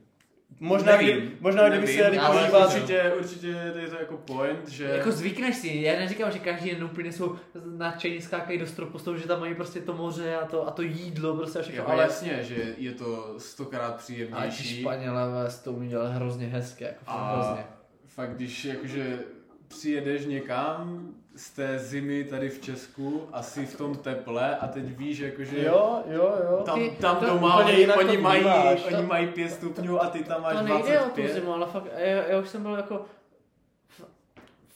A: Možná,
B: Nevím,
A: kdy, možná kdyby
B: nevím,
A: se jeli
C: ale
A: podívat,
B: Určitě, určitě je to jako point, že...
C: Jako zvykneš si, já neříkám, že každý den úplně jsou nadšení, skákají do stropu z toho, že tam mají prostě to moře a to, a to jídlo prostě a
B: Jo,
C: všechno,
B: ale Jako jasně, že je to stokrát
C: a ti
B: příjemnější.
C: Španělové s to udělali hrozně hezké, jako fakt
B: A
C: hrozně.
B: fakt, když jakože přijedeš někam z té zimy tady v Česku, asi v tom teple a teď víš, jakože
A: jo, jo, jo.
B: tam,
C: Ty-
B: tam
C: to
B: doma
A: úplně
B: oni,
A: jinak to
B: oni, mají,
A: vnímáš.
B: oni
C: To-
B: mají 5 stupňů a ty tam máš
C: to nejde o tu
B: 25.
C: zimu, ale fakt, já, já už jsem byl jako f-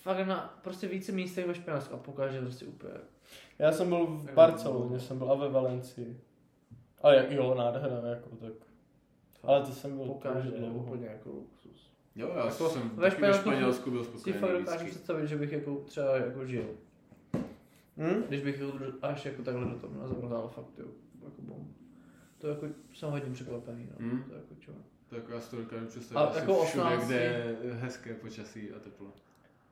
C: fakt na prostě více místech ve Španělsku a pokaže prostě úplně.
A: Já jsem byl v Barceloně, jsem byl a ve Valencii. Ale jak- jo, nádhera, jako tak. Ale to jsem byl
C: Pokaže
A: to dlouho.
C: úplně jako luxus.
B: Jo, já
C: Jako
B: jsem
C: ve
B: taky ve
C: Španělsku-
B: Španělsku byl
C: Si fakt
B: spokojený
C: dokážu
B: vždycky.
C: představit, že bych jako třeba jako žil.
A: Hm?
C: Když bych jel až jako takhle do toho zabrodal fakt jo, jako bomb. To jako jsem hodně překvapený, no.
B: Hmm.
A: Mhm.
C: To jako čo.
B: Tak já si to dokážu představit
C: Ale
B: asi
C: jako
B: všude,
C: 18.
B: kde je hezké počasí a teplo.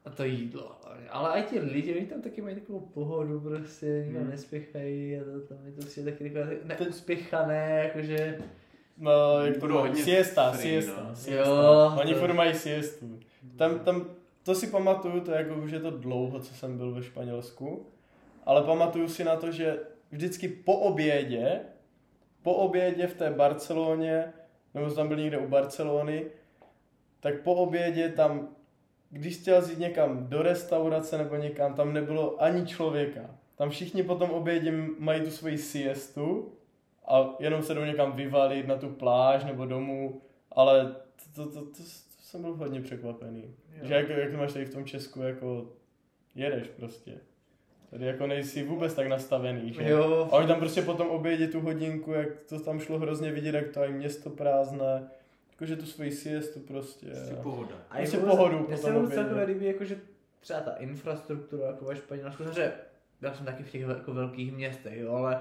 C: A to jídlo hlavně. Ale i ti lidi, oni tam taky mají takovou pohodu prostě, nikam
A: Mhm.
B: Hmm.
C: nespěchají a to tam je to prostě taky takové neuspěchané, jakože...
A: No, jak to
B: Budou
A: bylo?
B: hodně
A: Siesta,
B: free,
A: siesta,
B: no.
A: siesta.
C: Jo,
A: Oni
C: to-
A: furt mají siestu. Tam, tam, to si pamatuju, to je jako už je to dlouho, co jsem byl ve Španělsku, ale pamatuju si na to, že vždycky po obědě, po obědě v té Barceloně, nebo jsme tam byli někde u Barcelony, tak po obědě tam, když chtěl jít někam do restaurace nebo někam, tam nebylo ani člověka. Tam všichni po tom obědě m- mají tu svoji siestu a jenom se jdou někam vyvalit na tu pláž nebo domů, ale to, to, to, to, to jsem byl hodně překvapený.
C: Jo.
A: Jo. Že jak, jak máš tady v tom Česku, jako jedeš prostě. Tady jako nejsi vůbec tak nastavený, že?
C: Jo,
A: A oni tam prostě potom obědě tu hodinku, jak to tam šlo hrozně vidět, jak to i město prázdné. Jakože tu svoji siestu prostě.
B: Prostě pohoda.
C: A je
A: Prostě
C: vůbec-
A: pohodu
C: Mně se jako
A: potom
C: vůbec
A: obědě.
C: takové líbí, jakože třeba ta infrastruktura jako ve Španělsku, že já jsem taky v těch jako velkých městech, jo, ale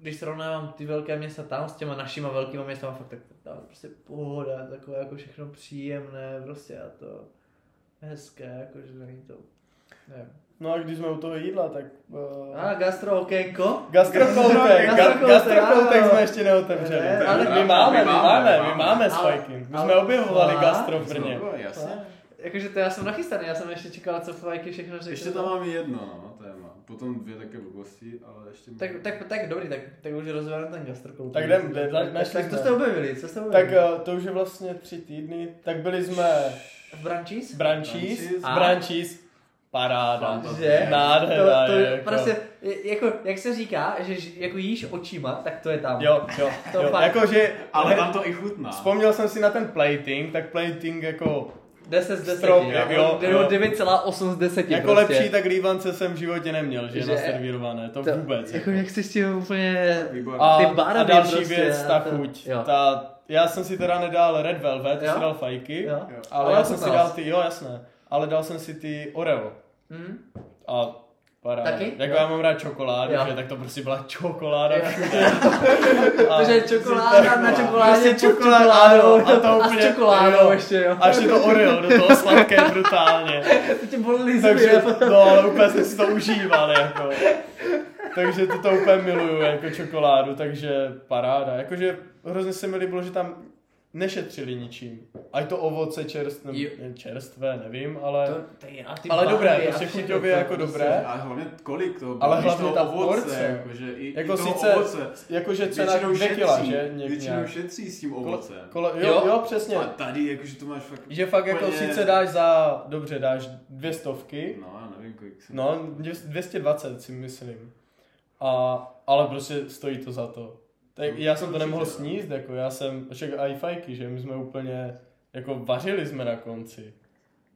C: když srovnávám ty velké města tam s těma našima velkýma městama, fakt tak tam je prostě pohoda, takové jako všechno příjemné, prostě a to hezké, jakože není to, nevím.
A: No a když jsme u toho jídla, tak... Uh...
C: A gastro okénko?
A: Gastrokoutek, ga-
C: Gastrokoutek,
A: gastrokoutek
C: ano.
A: jsme ještě neotevřeli.
C: Ne,
A: Ne,
C: ale-
A: ale my máme, my máme, my máme
C: Ale-
A: spajky. My
C: ale-
A: jsme objevovali
C: Fakt?
A: gastro v
B: Jasně,
A: Brně.
B: jo, Jasně.
C: Jakože to já jsem nachystaný, já jsem ještě čekal, co fajky všechno řekne.
B: Ještě tam mám jedno no, téma, potom dvě také blbosti, ale ještě mám-
C: Tak, tak, tak dobrý, tak, tak už rozvedeme ten gastrokoutek.
A: Tak jdem, jdem,
C: tak,
A: našli
C: tak, to
A: jsme.
C: jste objevili, co jste objevili?
A: Tak eh, to už je vlastně tři týdny, tak byli jsme
C: V Brančís?
A: brančís,
B: Brančís.
C: A?
A: brančís, paráda,
B: Fantastické.
C: Že?
A: nádhera,
C: to, to je
A: jako.
C: prostě, je- jako, jak se říká, že ž- jako jíš očima, tak to je tam.
A: Jo, jo,
C: To
A: jo.
C: fakt.
A: jakože,
B: Ale tam to i chutná.
A: vzpomněl jsem si na ten plating, tak plating jako
C: 10 z 10,
A: Strop,
C: jo.
A: jak jo,
C: Nebo
A: jo.
C: 9,8 z 10
A: Jako
C: prostě.
A: lepší tak lívance jsem v životě neměl, že,
C: Že-
A: naservírované, to, vůbec.
C: Jako jak jsi s tím úplně...
B: Výborně.
A: A,
C: ty barvy
A: a další
C: prostě,
A: věc,
C: a
A: ta
C: to-
A: chuť.
C: jo.
A: Ta, já jsem si teda nedal Red Velvet,
C: Jo?
A: jsem dal fajky,
C: Jo.
B: Jo.
A: ale
C: Ale
A: já
C: jako
A: jsem si
C: nás.
A: dal ty, jo jasné, ale dal jsem si ty Oreo.
C: Hm? [LAUGHS]
A: A paráda.
C: Taky?
A: Jako
C: Jo.
A: já mám rád čokoládu,
C: Jo.
A: že? tak to prostě byla čokoláda.
C: Jo. [LAUGHS]
A: všude. A-
C: Takže čokoláda na čokoládě,
A: Prostě
C: pod čokoládou
A: ano, a to
C: a
A: úplně-
C: s čokoládou
A: jo.
C: ještě, jo.
A: A ještě to Oreo do toho sladké brutálně.
C: To tě bolí zuby,
A: Takže,
C: jo.
A: no, ale úplně jsem si to užíval, jako. Takže to, to úplně miluju, jako čokoládu, takže paráda. Jakože hrozně se mi líbilo, že tam nešetřili ničím. Ať to ovoce čerst, ne,
C: Jo.
A: čerstvé, nevím, ale...
C: To- to je- a ty
A: Ale
C: barvy
A: dobré,
C: a
A: prostě
C: všechno,
A: chuťově
C: to
A: jako
C: prostě-
A: dobré.
B: A hlavně kolik to bylo,
A: Ale
B: když
A: hlavně
B: to
A: ta
B: ovoce,
A: porce.
B: jakože i,
A: Jako
B: i to
A: sice-
B: ovoce.
A: Jakože cena
B: Většinou
A: dvě
B: šetří,
A: kila, že? Nějak.
B: většinou šetří s tím
A: Kole,
B: ovocem.
A: kole, jo,
C: Jo.
A: jo, přesně.
B: A tady, jakože to máš fakt...
A: Že fakt jako
B: úplně-
A: sice dáš za, dobře, dáš dvě stovky,
B: No, já nevím, kolik jsem...
A: no dvě- 220 si myslím. A, ale prostě stojí to za to. Tak
B: No,
A: já jsem to
B: určitě,
A: nemohl
B: no.
A: sníst, jako já jsem, však a i fajky, že my jsme úplně, jako vařili jsme na konci.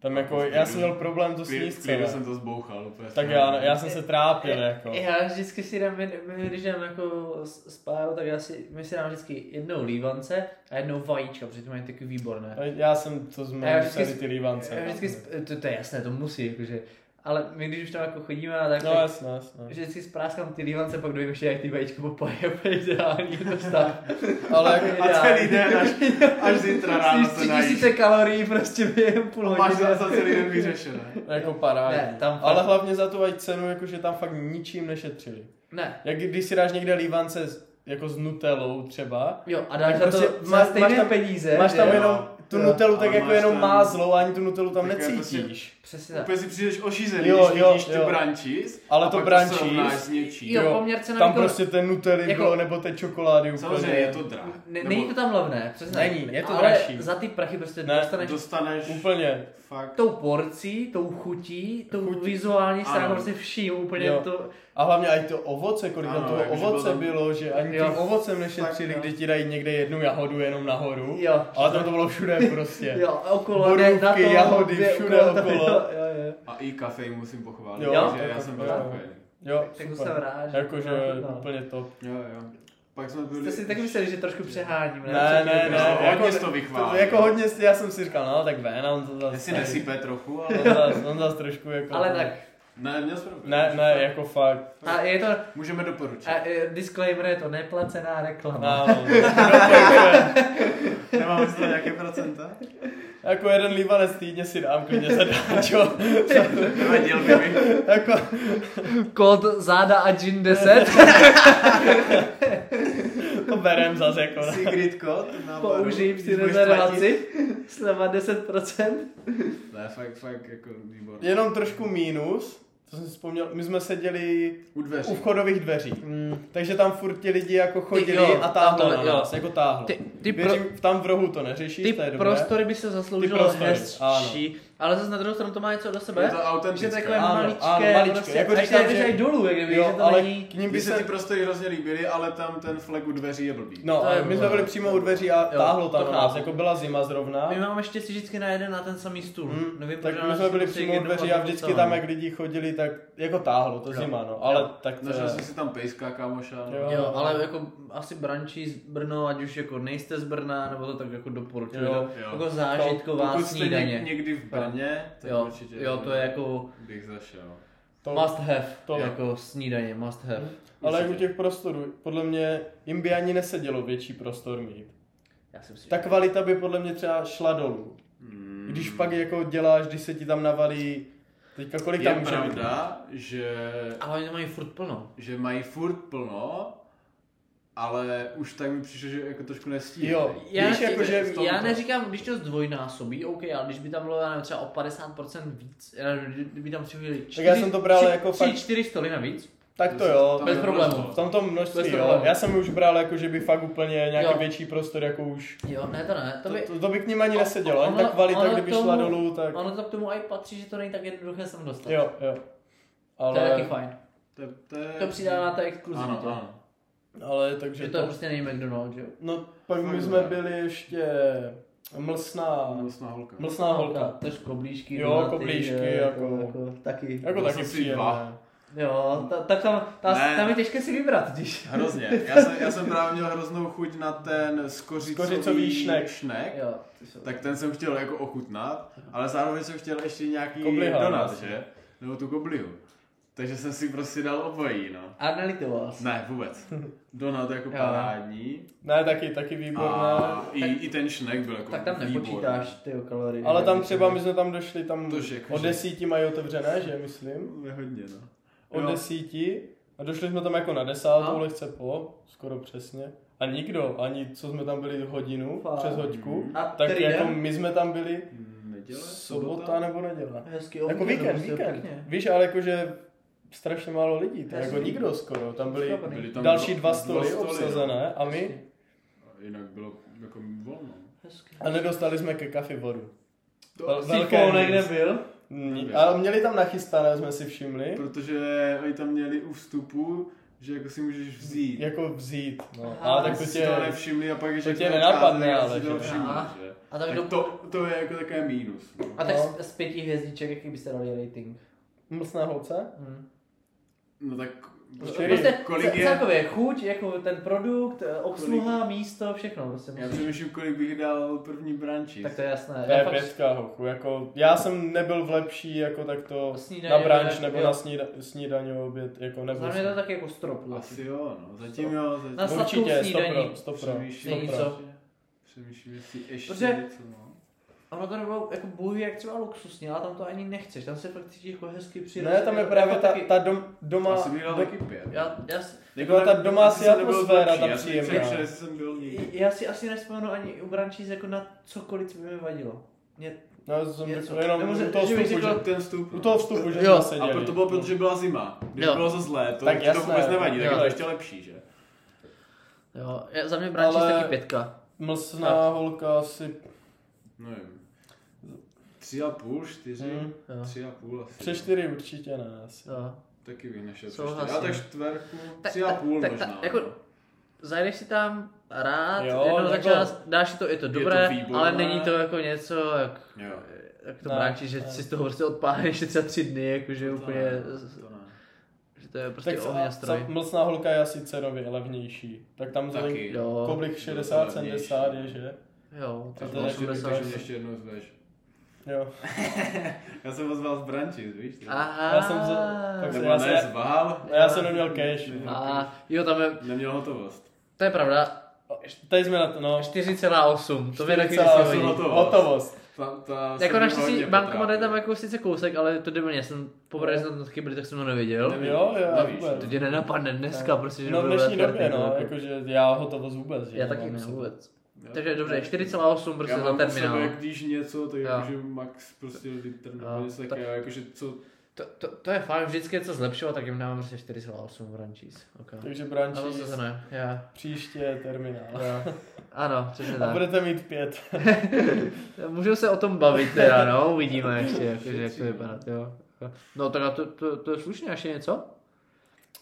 A: Tam
B: A
A: jako,
B: to
A: já
B: jsem-
A: jsem měl problém to
B: V klidu-
A: sníst
B: v klidu
A: celé.
B: jsem to zbouchal. úplně
A: Tak
B: jsem-
A: já, já jsem se trápil, jako.
C: Já vždycky si dám, my, my, když dám jako spáju, tak já si, my si dám vždycky jednou lívance a jednou vajíčka, protože to mají taky výborné.
A: Já jsem to
C: Já
A: jsme
C: vždycky
A: museli
C: s-
A: ty lívance.
C: Já vždycky, sp- to, to, je jasné, to musí, jakože. Ale my když už tam jako chodíme, tak,
A: No
C: tak
A: jasně, jasně.
C: vždycky spráskám ty lívance, pak dojím ještě, jak ty vajíčka popají, [LAUGHS] úplně ideální to stav.
A: Ale jako,
B: A celý den, až,
A: [LAUGHS]
B: až zítra ráno se
C: Tři
B: najíš.
C: tisíce kalorií prostě během půl
B: Máš
C: hodiny.
B: to za celý
A: [LAUGHS]
B: den vyřešené.
A: Jako parádní.
C: Ne, tam fakt-
A: Ale hlavně za tu aj cenu, jakože tam fakt ničím nešetřili.
C: Ne,
A: Jak když si dáš někde lívance s- jako s nutelou třeba,
C: jo, a dáš
A: Tak
C: za to
A: prostě
C: za
A: máš-
C: stejné
A: máš tam-
C: peníze.
A: máš tam
C: jo.
A: jenom tu
C: Jo.
A: nutelu tak
B: Ale
A: jako
B: máš
A: jenom
B: tam-
A: mázlou a ani tu nutelu tam
B: Tak já
A: necítíš.
C: Přesně tak.
B: Úplně si přijdeš ošizený,
A: Jo,
B: když
A: jo,
B: vidíš
A: jo.
B: tu brančis,
A: Ale
B: a
A: to
B: pak
A: brančis-
B: to srovnáš s něčím.
C: Jo, poměr cena
A: tam
C: výkon-
A: prostě ten nutely
C: jako-
A: bylo, nebo té čokolády úplně.
B: Samozřejmě je to drah.
C: Ne,
B: Nebo
C: není to tam levné, přesně.
A: Není, je to
C: ale
A: dražší.
C: za ty prachy prostě
A: Ne,
C: dostaneš
B: Dostaneš
A: Úplně.
B: fakt...
C: tou porcí, tou chutí, tou
A: Chutí.
C: vizuální stránkou
B: Ano.
C: prostě vším úplně
A: Jo.
C: to.
A: A hlavně i to ovoce, kolik tam
B: Ano,
A: toho
B: jakože
A: ovoce
B: bylo tam-
A: bylo, že ani
C: Jo.
A: tím ovocem nešetřili,
C: Tak, jo.
A: když ti dají někde jednu jahodu jenom nahoru.
C: Jo.
A: Ale tam to bylo všude prostě.
C: Jo, a okolo,
A: Borůvky,
C: ne, na to,
A: jahody,
C: dvě
A: všude
C: okolo,
A: okolo.
C: [LAUGHS] Jo, jo, jo.
B: A i kafej musím pochválit,
A: Jo,
B: takže
A: tak
B: já
A: to- jako
B: jsem
A: to-
B: byl spokojený.
A: jo
C: Tak to jsem
A: super.
C: rád, že
A: Jakože
C: no.
A: úplně top.
B: Jo, jo. Pak jsme byli...
C: Jste si taky mysleli, že trošku přeháním, ne?
A: Ne, ne,
C: Předtím,
A: ne,
C: jo.
B: No, hodně jsi to vychválil.
A: to- Jako hodně, jsi- já jsem si říkal, no tak ven, a [LAUGHS] on to zase...
B: Jestli nesype trochu,
A: [LAUGHS]
B: ale...
A: On zase, on zase trošku jako...
C: Ale tak,
B: Ne, měl jsem pravdu.
A: Ne, ne, jako fakt.
C: a je to,
B: Můžeme doporučit.
C: a, e, disclaimer, je to neplacená reklama.
A: No, no, doporučujem. Eh.
B: Nemáme z toho
A: [LAUGHS]
B: nějaké procenta?
A: jako jeden líbanec týdně si dám, [LAUGHS] klidně se dá, čo?
B: Nevadil by mi.
A: Jako,
C: Kód záda a
A: [LAUGHS]
C: gin 10,
A: to berem zase, jako. ne.
B: Secret code na baru,
C: použij
B: když
C: při
B: budeš
C: rezervaci, sleva 10%.
B: platit. Ne, fakt, fakt, jako výborně.
A: Jenom trošku mínus, to jsem si vzpomněl, my jsme seděli
B: U dveří.
A: u vchodových dveří, takže tam furt ti lidi jako chodili
C: Mm. Ty jo,
A: a táhlo
C: tamhle,
A: na
C: jo.
A: nás, jako táhlo.
C: Ty- ty pro-
A: Věřím, tam v rohu to neřešíš,
C: Ty
A: to je dobré.
C: prostory by se zasloužilo
A: prostory,
C: hezčí, ale zase na druhou stranu to má něco do sebe.
B: Je to autentické.
C: Že takové
A: Ano,
C: maličké,
A: ano, maličké.
C: Prostě,
A: Jako
C: jako až
A: říkám,
C: říkám, že...
A: že-
C: aj dolů, jak kdyby, že
A: Jo,
C: to
A: ale
C: není...
A: k ním by
B: Mně se
A: se...
B: ty prostory hrozně líbily, ale tam ten flag u dveří je blbý.
A: No,
C: To
A: ale
C: je
A: my jsme
C: ono.
A: byli přímo u dveří a
C: Jo,
A: táhlo tam na
C: to
A: nás,
C: chápu.
A: jako byla zima zrovna.
C: My no, máme štěstí vždycky na jeden na ten samý stůl.
A: Hm,
C: Nevím, proč
A: tak my
C: nás
A: jsme byli
C: vždycky
A: přímo u
C: jednou
A: dveří a
C: potom
A: vždycky
C: dostal,
A: tam,
C: no.
A: jak lidi chodili, tak jako táhlo, to
C: Jo.
A: zima, no, ale
C: Jo.
A: tak to
B: Našel
A: je.
B: jsem si tam pejska, kámoša. no.
A: Jo.
C: Jo, ale jako asi brančí z Brno, ať už jako nejste z Brna, nebo to tak jako doporučuji.
A: Jo,
C: Jo,
B: jo.
C: Jako zážitková
B: Pokud jste
C: snídaně.
B: něk- někdy v Brně, tak
C: jo,
B: určitě
C: jo, to je jako
B: bych zašel.
A: To-
C: must have,
A: to- Hmm.
C: jako snídaně, must have.
A: Ale jak u
B: určitě.
A: těch prostorů, podle mě jim by ani nesedělo větší prostor mít.
C: Já jsem si
A: Ta kvalita by podle mě třeba šla dolů.
B: Hmm.
A: Když pak jako děláš, když se ti tam navalí, teďka kolik
B: Je
A: tam může být?
B: pravda, že,
C: Ale oni to mají furt plno.
B: že mají furt plno, ale už tak mi přišlo, že jako trošku nestíhají.
A: Jo,
C: Já,
A: víš, jako, že...
B: to-
C: já neříkám, když to zdvojnásobí, OK, ale když by tam bylo já nevím, třeba o 50% víc, já nevím, kdyby tam přihodili
A: Tak já jsem to bral jako fakt-
C: 4 stoly navíc,
A: Tak to jo,
B: Tam
C: bez
B: je
C: problémů.
B: množstvo.
A: v tomto
C: To je
A: množství, jo.
C: problém.
A: Já jsem už bral jako, že by fakt úplně nějaký
C: Jo.
A: větší prostor, jako už...
C: jo, ne to ne, to
A: To,
C: by,
A: to, to by k ním ani nesedělo, ani
C: Ono-
A: ta kvalita,
C: ono
A: kdyby
C: tomu-
A: šla dolů, tak...
C: ono to k tomu i patří, že to není tak jednoduché sem dostat,
A: Jo, jo.
C: to je taky
A: Ale,
C: fajn,
B: To, to, je...
C: to přidává ta
B: Ano,
C: exkluzivita,
B: ano.
A: ale
C: že
A: takže
C: to
A: to...
C: prostě není McDonald's, že jo.
A: No, pak
B: Fakt
A: my jsme
B: dobré.
A: byli ještě Mlsná,
B: Mlsná holka.
A: mlsná holka.
C: Tož koblížky.
A: Jo,
C: dolaty,
A: koblížky,
C: jo,
A: jako-
C: jako, taky.
A: Jako
B: To
A: taky
B: jsou si
A: příjemné.
B: dva.
C: Jo, ta, tak tam, ta,
B: Ne.
C: tam je těžké si vybrat, když.
B: Hrozně. Já jsem, já jsem právě měl hroznou chuť na ten skořicový,
A: Skořicový šnek.
B: šnek.
C: Jo, ty jsou-
B: Tak ten jsem chtěl jako ochutnat, ale zároveň jsem chtěl ještě nějaký
A: Kobliha,
B: donat,
A: vlastně.
B: že? Nebo tu koblihu. Takže jsem si prostě dal obojí, no.
C: A nelitoval jsi.
B: Ne,
A: [LAUGHS]
B: vůbec. Donat jako
C: Jo.
B: parádní.
A: Ne, taky, taky výborné.
B: A i, i ten šnek byl jako
C: Tak tam
B: výborný.
C: nepočítáš ty kalorie.
A: Ale tam třeba my jsme tam došli, tam
B: Tož jako,
A: od
B: že-
A: desíti mají otevřené, že myslím.
B: Hodně, no.
A: Od
B: Jo.
A: desíti. A došli jsme tam jako na desátou,
C: No.
A: lehce po, skoro přesně. A nikdo, ani co jsme tam byli hodinu,
C: Fakt.
A: přes hoďku,
C: A
A: tak
C: který
A: jako
C: den?
A: my jsme tam byli
B: Neděle?
A: sobota nebo neděle.
C: Hezky
A: Jako víkend, víkend. Víš, ale jakože strašně málo lidí, to
C: Já
A: jako
C: jsem-
A: nikdo skoro. Tam byly
C: Chápu.
B: Byly
A: další dva stoly
B: no.
A: obsazené a my,
B: A Jinak bylo jako volno.
C: Hezky.
A: a nedostali jsme ke kafi vodu. Vel-
C: Velké někde byl?
A: Ni- A měli tam nachystané, jsme si všimli,
B: Protože oni tam měli u vstupu, že jako si můžeš vzít.
A: jako vzít. No.
C: Aha,
A: A tak to
B: si to
A: tě,
B: nevšimli a pak, když
A: to
B: jak
A: tě
B: tam
A: nenapadne,
B: vcházeli,
A: ale
B: si to
A: že-
B: všimli,
C: Aha.
B: že?
C: A tak, do...
B: Tak to, to je jako také mínus. No.
C: A tak
A: No.
C: z, z pěti hvězdiček, jaký byste dali rating?
A: mlsné holce?
C: Hmm.
B: no tak
A: Prostě-
C: Prostě
B: kolik
C: ce-
B: je,
C: celkově chuť, jako ten produkt, eh, obsluha, místo, všechno prostě.
B: já
C: musíš-
B: přemýšlím, kolik bych dal první branči.
C: Tak to je jasné.
A: To je pětka, hochu. Jako, já jsem nebyl v lepší, jako tak to
C: Snídaně,
A: na branč
C: oběd,
A: nebo
C: jo.
A: na snída, snídaně oběd, jako
C: Za
A: nebyl
C: mě to
A: jsem.
C: taky jako strop.
B: Asi jo, no. Zatím jo, zatím.
C: Na sladkou
A: Určitě,
C: snídaní.
A: stopro, stopro,
B: Přemýšlím,
C: Není
A: stopro.
C: co.
B: přemýšlím, jestli ještě
C: Protože-
B: něco, no.
C: Ono to nebylo jako bůh jak třeba luxusně, ale tam to ani nechceš, tam se fakt cítíš jako hezky přirostně.
A: Ne, tam je právě
C: jako
A: ta,
C: taky-
A: ta dom, doma,
B: Asi bych dal
A: do-
B: taky pět.
C: Já, já, si-
A: Jako ta
B: ne-
A: domácí
B: asi jsem nebyl
A: atmosféra,
B: lepší,
A: ta
B: já jsem
A: příjemná.
B: přemýšlel, jestli jsem byl někde.
C: já si asi nespomenu ani u brančí jako na cokoliv, co by mi vadilo. Mě,
A: no, to jsem
C: Něco.
A: řekl, jenom
C: Nemůže-
A: u toho
C: že bych
A: vstupu,
C: řekl-
A: že,
B: ten vstup.
A: u toho vstupu, že
C: Jo.
A: jsme
B: A
A: seděli.
B: proto bylo, protože byla zima. Když
C: Jo.
B: bylo zase léto,
A: Tak
B: tak to
A: jasné.
B: vůbec nevadí, tak
C: Jo.
B: je to ještě lepší, že?
C: jo, já, za mě
A: brančíz Ale- taky
C: pětka.
A: Mlsná holka asi,
B: No jim. Tři a půl, čtyři.
A: hm,
C: Jo.
B: Tři a půl asi.
A: přes čtyři určitě ne asi.
C: Jo.
B: Taky bych nešel přes čtyři.
C: Souhlasím.
B: Já tak čtverku,
C: Tak-
B: tři a
C: tak-
B: půl
C: tak-
B: možná.
C: tak- jako-
B: no.
C: Zajdeš si tam rád,
A: Jo,
C: jo, jednou za
A: jako-
C: čas, dáš si to, je to
B: to
C: dobré,
B: výborné.
C: ale není to jako něco, jak,
B: Jo.
C: jak to
A: Ne,
C: brančí, že
A: ne.
C: si z toho prostě odpálíš [LAUGHS] třeba tři dny, jakože
B: To
C: úplně,
B: ne, to ne.
C: že to je prostě
A: Tak
C: ohně
A: a,
C: a stroj.
A: sa, mlsná holka je asi cenově levnější, tak tam za
B: Taky.
C: Jo.
A: koblik 60-70 je, že?
C: Jo,
A: A
C: tak
A: to je
B: Takže
C: 80.
B: takže mě ještě jednou zveš.
A: Jo.
B: Já jsem vás vás brančit, víš? to?
C: Aha.
A: Já jsem za- tak-
B: Nebo
A: Já se- vlastně-
B: ne, zval.
A: A já jsem neměl cash.
C: A jo, tam je,
B: Neměl hotovost.
C: to je pravda,
A: Tady jsme na to, no.
C: 4,8, to mi taky
A: 4,8
C: vždycky hodí.
B: hotovost.
A: Hotovost.
B: Ta, ta se
C: Jako
B: mě
C: naštěstí
B: hodně
C: bankomat je
B: potrápila.
C: tam jako sice kousek, ale je to debilně, já jsem poprvé jsem tam taky byl, tak jsem to nevěděl.
B: Nevěděl.
A: Jo, jo,
B: Nevíš,
A: vůbec.
C: To tě nenapadne dneska, prostě, že
A: No v
C: budu
A: dnešní
C: hrát
A: době,
C: karty,
A: no,
C: jako-
A: jakože já hotovost vůbec, že?
C: Já taky
A: Mám
C: ne
A: se-
C: vůbec.
B: Jo.
C: Takže dobře, 4,8 prostě
B: já
C: za
B: mám
C: terminál.
B: Sebe, když něco, tak
C: Jo. no,
B: jakože max prostě litr nebo
C: Jo,
B: něco
C: tak-
B: takového, jakože co...
C: To, to, to, je fajn, vždycky je co zlepšovat, tak jim dávám prostě 4,8 franchise. Okay.
A: Takže
C: A No, to
A: brančí
C: se ne, já.
A: příště je terminál.
C: já. Ano,
A: [LAUGHS]
C: přesně
A: A
C: tak.
A: budete mít pět.
C: Můžeme se o tom bavit teda, no, uvidíme ještě, jakože, jak to
B: Šetříme.
C: vypadá, jo. No tak na to, to, to je slušně, až je něco.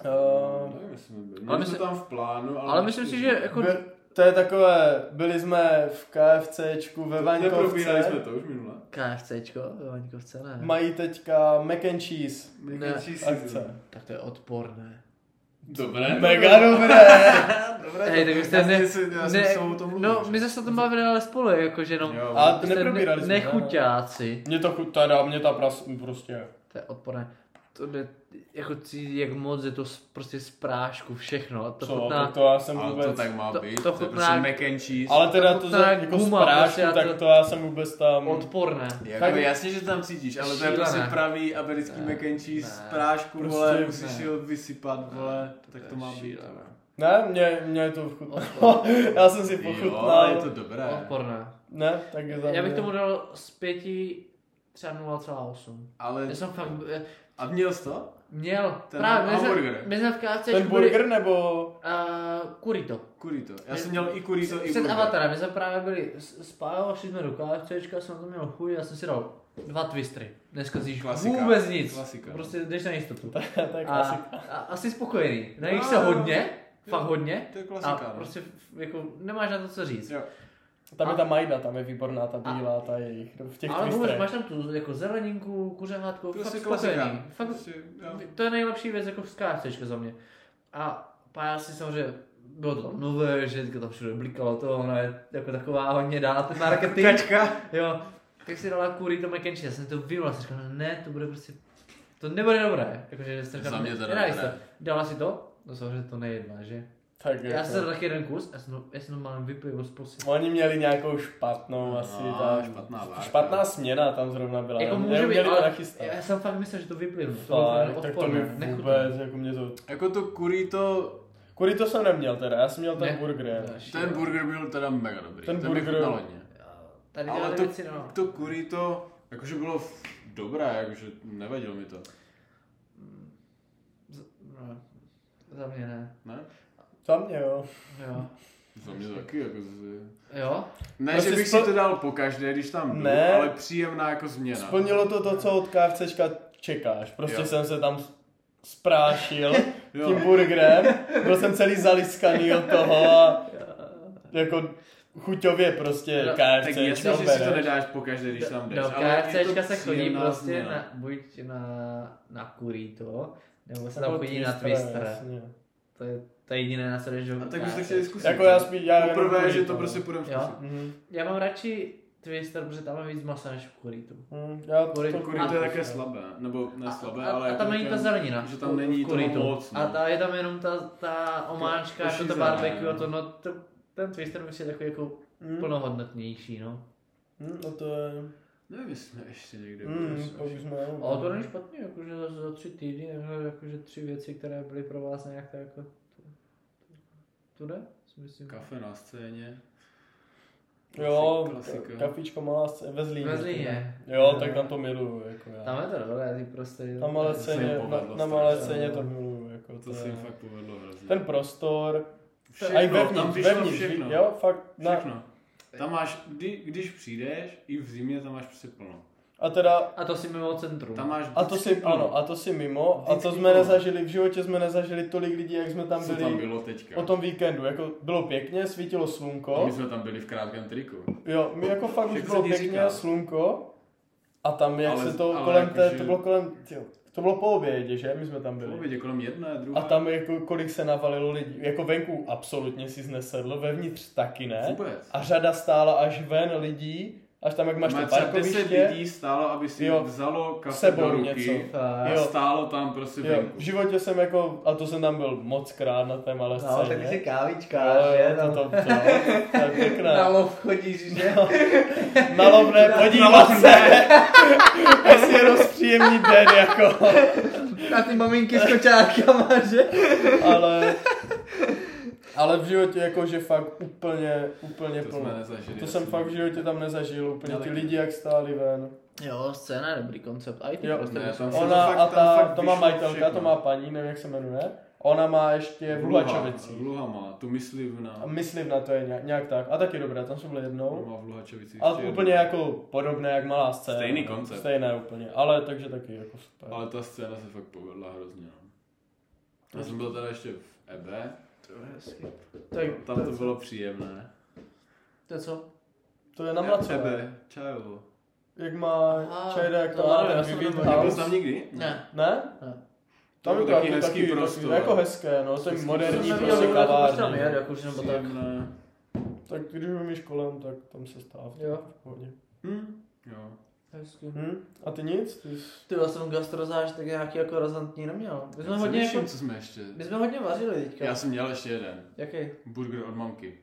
A: Ehm,
B: nevím, jestli jsme byli.
C: ale
B: Ale myslím,
C: myslím-
B: tam v plánu, ale...
C: Ale myslím si, že jako...
A: By, to je takové, byli jsme v KFCčku ve
B: Neprobírali jsme
A: Vankovce,
B: to už minule.
C: KFCčko, ve Vaňkovce, ne?
A: mají teďka mac and cheese
C: Ne,
A: akce.
C: Tak to je odporné.
B: Dobré.
A: Mega dobré!
B: Dobré.
C: Hej, tak vy jste ne,
B: Já jsem
C: ne,
B: se o tom mluvil,
C: no,
B: že?
C: my zase se o tom bavili ale spolu, jakože jenom...
B: Jo.
A: A to
C: Jste
A: neprobírali
C: ne,
A: jsme. ne.
C: Nechuťáci.
A: Mě to chutná, dá mě ta pras, prostě.
C: To je odporné. To jde, jako cítit, jak moc je to z, prostě z prášku, všechno. To
A: Co,
C: chutná,
A: tak to já jsem
B: Ale to
A: vůbec.
B: tak má
C: to-
B: být,
C: to
B: to, je prostě
C: chutná-
B: mac and cheese.
A: Ale teda
C: to
A: to,
C: chutná
A: za-
C: jak
A: jako z
C: guma,
A: prášku,
C: prostě já to-
A: tak to já jsem vůbec tam...
C: odporné.
B: Jako
A: Tak-
B: jasně, že tam cítíš, ale to je
C: Šílené.
B: prostě pravý americký
C: Ne,
B: mac and cheese
C: ne.
B: z prášku,
A: Prostě
B: vole,
A: ne.
B: musíš ho vysypat, vole, tak to má být.
C: šílené.
A: Ne, mě, mě to
B: [LAUGHS]
A: chutná.
C: Odporné.
A: já jsem si
B: Jo, ale je
A: pochutnal.
B: to dobré.
C: Odporné.
A: Ne, tak je za
C: Já bych
A: mě.
C: tomu dal z pěti třeba 0,8.
B: Ale,
C: Já jsem fakt eh,
B: a měl jsi to?
C: měl.
B: Ten
C: právě, my jsme,
B: hamburger.
C: my jsme v KFC
A: Ten burger nebo... [LAUGHS]
C: uh, kurito.
B: Kurito. Já jsem měl i kurito, i
C: Před
B: burger.
C: avatarem, my jsme právě byli s Pájo, šli jsme do KFCčka, jsem na to měl chuj, já jsem si dal dva twistry. Neskazíš
B: Klasika.
C: vůbec nic.
B: Klasika. no.
C: Prostě jdeš na jistotu.
A: to je
C: A,
A: klasika.
C: a asi spokojený. Najíš se
B: No,
C: hodně,
B: jo.
C: fakt hodně.
B: To je
C: A
B: klasika. no.
C: prostě jako nemáš na to co říct.
B: Jo.
A: Tam
C: A-
A: je ta Majda, tam je výborná ta bílá, ta jejich, v těch
C: Ale vůbec
A: twistech.
C: máš tam tu jako zeleninku, kuřehátku,
B: Prostě
C: fakt
B: klasika.
C: spokojený. Fakt,
B: Prostě, jo.
C: to je nejlepší věc jako skáčečka za mě. A pár si samozřejmě bylo to tam nové, že teďka tam všude blikalo to, ona je jako taková hodně
B: [LAUGHS]
C: dá ten marketing.
B: Kačka.
C: jo, tak si dala kurý to mac and cheese, já jsem to vyjela, jsem říkal, ne, to bude prostě, to nebude dobré. Jakože jsem říkal,
B: Za mě
C: ne,
B: teda
C: nedá
B: ne.
C: se to. Dala si to, no samozřejmě to nejedná, že?
A: Tak
C: Já
A: jako.
C: jsem dal taky jeden kus, já jsem, to- já jsem to mám vyplivil z pusy.
A: Oni měli nějakou špatnou asi
B: No,
A: tam.
B: špatná várka.
A: Špatná směna tam zrovna byla.
C: Jako
A: ne-
C: může být,
A: neuměli to
C: ale
A: nachystat.
C: já jsem fakt myslel, že to vyplivnu. To bylo
A: Fakt, tak to mi
C: odporné, nechutné.
A: vůbec, jako mě to...
B: Jako to kurý to,
A: Kudy to jsem neměl teda, já jsem měl
C: Ne.
A: ten burger.
B: ten burger byl teda mega dobrý.
A: Ten
B: Ten mi
A: burger-
B: chutnal hodně.
C: Tady
B: Ale
C: dělali
B: to,
C: věci, no.
B: to kurý to, jakože bylo f- dobré, jakože nevadilo mi to.
C: Z- no, Za mě ne.
B: Ne?
A: Za mě jo.
C: Jo.
B: Za mě to taky jako z...
C: Jo?
B: Ne,
A: Prostě
B: že bych
A: spl-
B: si to dal po každé, když tam jdu,
A: Ne.
B: ale příjemná jako změna.
A: Splnilo to to, co od KFCčka čekáš. Prostě
B: Jo.
A: jsem se tam s- sprášil
B: [LAUGHS] Jo.
A: tím burgerem. Byl jsem celý zaliskaný od toho
B: [LAUGHS]
A: a jako chuťově prostě
C: No,
B: Tak
A: KFC.
B: jasně, že si to nedáš po každé, když tam jdeš.
C: Do
B: ale je to
C: KFCčka se chodí
B: příjemná
C: prostě
B: změna.
C: na, buď na, na kurito, nebo se tam chodí na twister. To je, to je jediné, na co jdeš do
B: A tak už to
C: KFC.
B: chtěli zkusit.
A: Jako já spíš, já jenom
B: Poprvé,
A: kurý,
B: že to
A: no.
B: prostě půjdeme
C: Jo.
B: zkusit.
A: Mhm.
C: Já mám radši twister, protože tam je víc masa než v kuritu.
A: Mhm. Já to,
C: Kurý-
A: to,
B: Kurý to je také slabé, nebo ne slabé,
C: a,
B: ale
C: a tam
B: jako
C: není ta
B: říkám,
C: zelenina.
B: že tam není
C: v
B: toho
C: kuritu.
B: moc, no.
C: A ta, je tam jenom ta, ta omáčka,
B: to
C: jako to
B: šízené,
C: barbecue,
B: no.
C: to, no, to, ten twister musí je takový jako
A: Mhm.
C: plnohodnotnější, no.
A: Mhm, No to je...
B: Nevím, jestli jsme ještě někde byli,
A: Mm,
B: jsme
A: to už jsme...
C: Ale to není špatný, jakože za, za tři týdny, nebo jakože tři věci, které byly pro vás nějak tak jako... To, to jde, si myslím.
B: Kafe na scéně.
A: Jo,
B: Klasika.
A: kafičko malá s- ve Zlíně.
C: Ve Zlíně.
A: Jo, tak tam to miluju, jako já.
C: Tam je to dobré, ty prostě...
A: Na malé
B: se jim
A: scéně, na,
B: povedlo
A: na malé
B: strašně. no.
A: scéně to miluju, jako
B: To
A: to
B: se jim
A: je.
B: fakt povedlo hrozně.
A: Ten prostor,
B: všechno,
A: a i vevnitř,
B: tam vyšlo
A: vevnitř,
B: všechno.
A: jo, No. fakt, na,
B: všechno. Tam máš, kdy, když přijdeš, i v zimě tam máš prostě plno.
A: a teda,
C: A to si mimo centrum.
B: Tam máš
A: a to
B: vždycky
A: si,
B: plno.
A: ano, a to si mimo, a
B: Vždycky
A: to jsme
B: plno.
A: nezažili, v životě jsme nezažili tolik lidí, jak jsme tam
B: Co tam
A: byli
B: bylo teďka?
A: o tom víkendu, jako bylo pěkně, svítilo
B: A
A: slunko,
B: My jsme tam byli v krátkém triku.
A: jo, mi jako fakt už
B: Všechno
A: bylo
B: ti
A: pěkně
B: říká.
A: slunko, a tam jak
B: Ale-
A: se to
B: ale jako
A: kolem té,
B: jakože-
A: to bylo kolem, tyjo, to bylo po obědě, že, my jsme tam
B: Po
A: byli.
B: obědě kolem jedné, druhé.
A: A tam jako kolik se navalilo lidí, jako venku absolutně si znesedl, vevnitř taky ne.
B: Vůbec.
A: A řada stála až ven lidí, až tam jak máš
B: Má
A: to
B: třeba 10
A: parkoviště.
B: lidí stálo, aby si
A: Jo.
B: vzalo kafe
A: Sebou
B: do ruky.
A: něco.
C: A...
B: A
A: Jo.
B: stálo tam prostě
A: Jo,
B: venku.
A: v životě jsem jako, a to jsem tam byl moc krát na té malé scéně.
C: kávička,
A: Jo, jo, to, to, to, to, je pěkné.
C: Na lov chodíš, že?
A: Na lovné podívat se. [LAUGHS] Asi je rozpříjemný den, jako.
C: Na ty maminky s kočárkama, že?
A: Ale, ale v životě jako, že fakt úplně, úplně
B: To
A: plno.
B: jsme nezažili.
A: To jsem
B: asi. no.
A: fakt v životě tam nezažil, úplně
B: Já
A: ty
B: taky.
A: lidi jak stáli ven.
C: Jo, scéna je dobrý koncept. A i ty
A: Jo,
C: prostě.
B: ne, tam-
A: Ona
B: fakt-
A: a
B: tam
A: ta,
B: fakt
A: to má
B: vyšlo
A: majitelka,
B: všechno.
A: to má paní, nevím jak se jmenuje. Ona má ještě v
B: Vluha,
A: Luhačovicích.
B: Vluha má, tu myslivna.
A: A Myslím na to je nějak, nějak tak. A taky dobrá, tam jsme byli jednou.
B: Vluha v Luhačovicích.
A: A
B: ještě jednou.
A: úplně jako podobné jak malá scéna.
B: Stejný
A: no.
B: koncept.
A: Stejné úplně, ale takže taky jako super.
B: Ale ta scéna se fakt povedla hrozně. No. Já jsem byl teda ještě v EB,
C: To je hezky.
B: tam to bylo příjemné.
C: To je co?
A: To je na mlacové.
B: EB, čajovo.
A: Jak má
C: Aha,
A: Čajda, jak
C: to
A: to
C: ano,
A: má,
C: já
A: nevím,
C: jsem
A: Vivid
C: tam
B: Nebyl
A: House.
B: jsi tam nikdy?
C: Ne.
A: Ne?
C: ne.
A: Tam je
B: byl
A: to
B: taky
A: jako
B: hezký
A: taky-
B: prostor.
A: Jako hezké, no,
B: Hezký
A: ten moderní
B: prostor.
A: prostě
B: Já
A: kavárny.
C: jet, jako už nebo tak.
B: Příjemné.
A: Tak když umíš kolem, tak tam se stává.
C: Jo.
A: v pohodě.
B: Hm? Jo.
C: Hezky.
A: Hm? A ty nic? Ty jsi...
C: Ty já jsem gastrozážitek nějaký jako razantní neměl. My
B: Já
C: jsme,
B: se
C: hodně,
B: těším,
C: jako,
B: co jsme ještě.
C: my jsme hodně vařili teďka.
B: Já jsem měl ještě jeden.
C: Jaký?
B: Burger od mamky.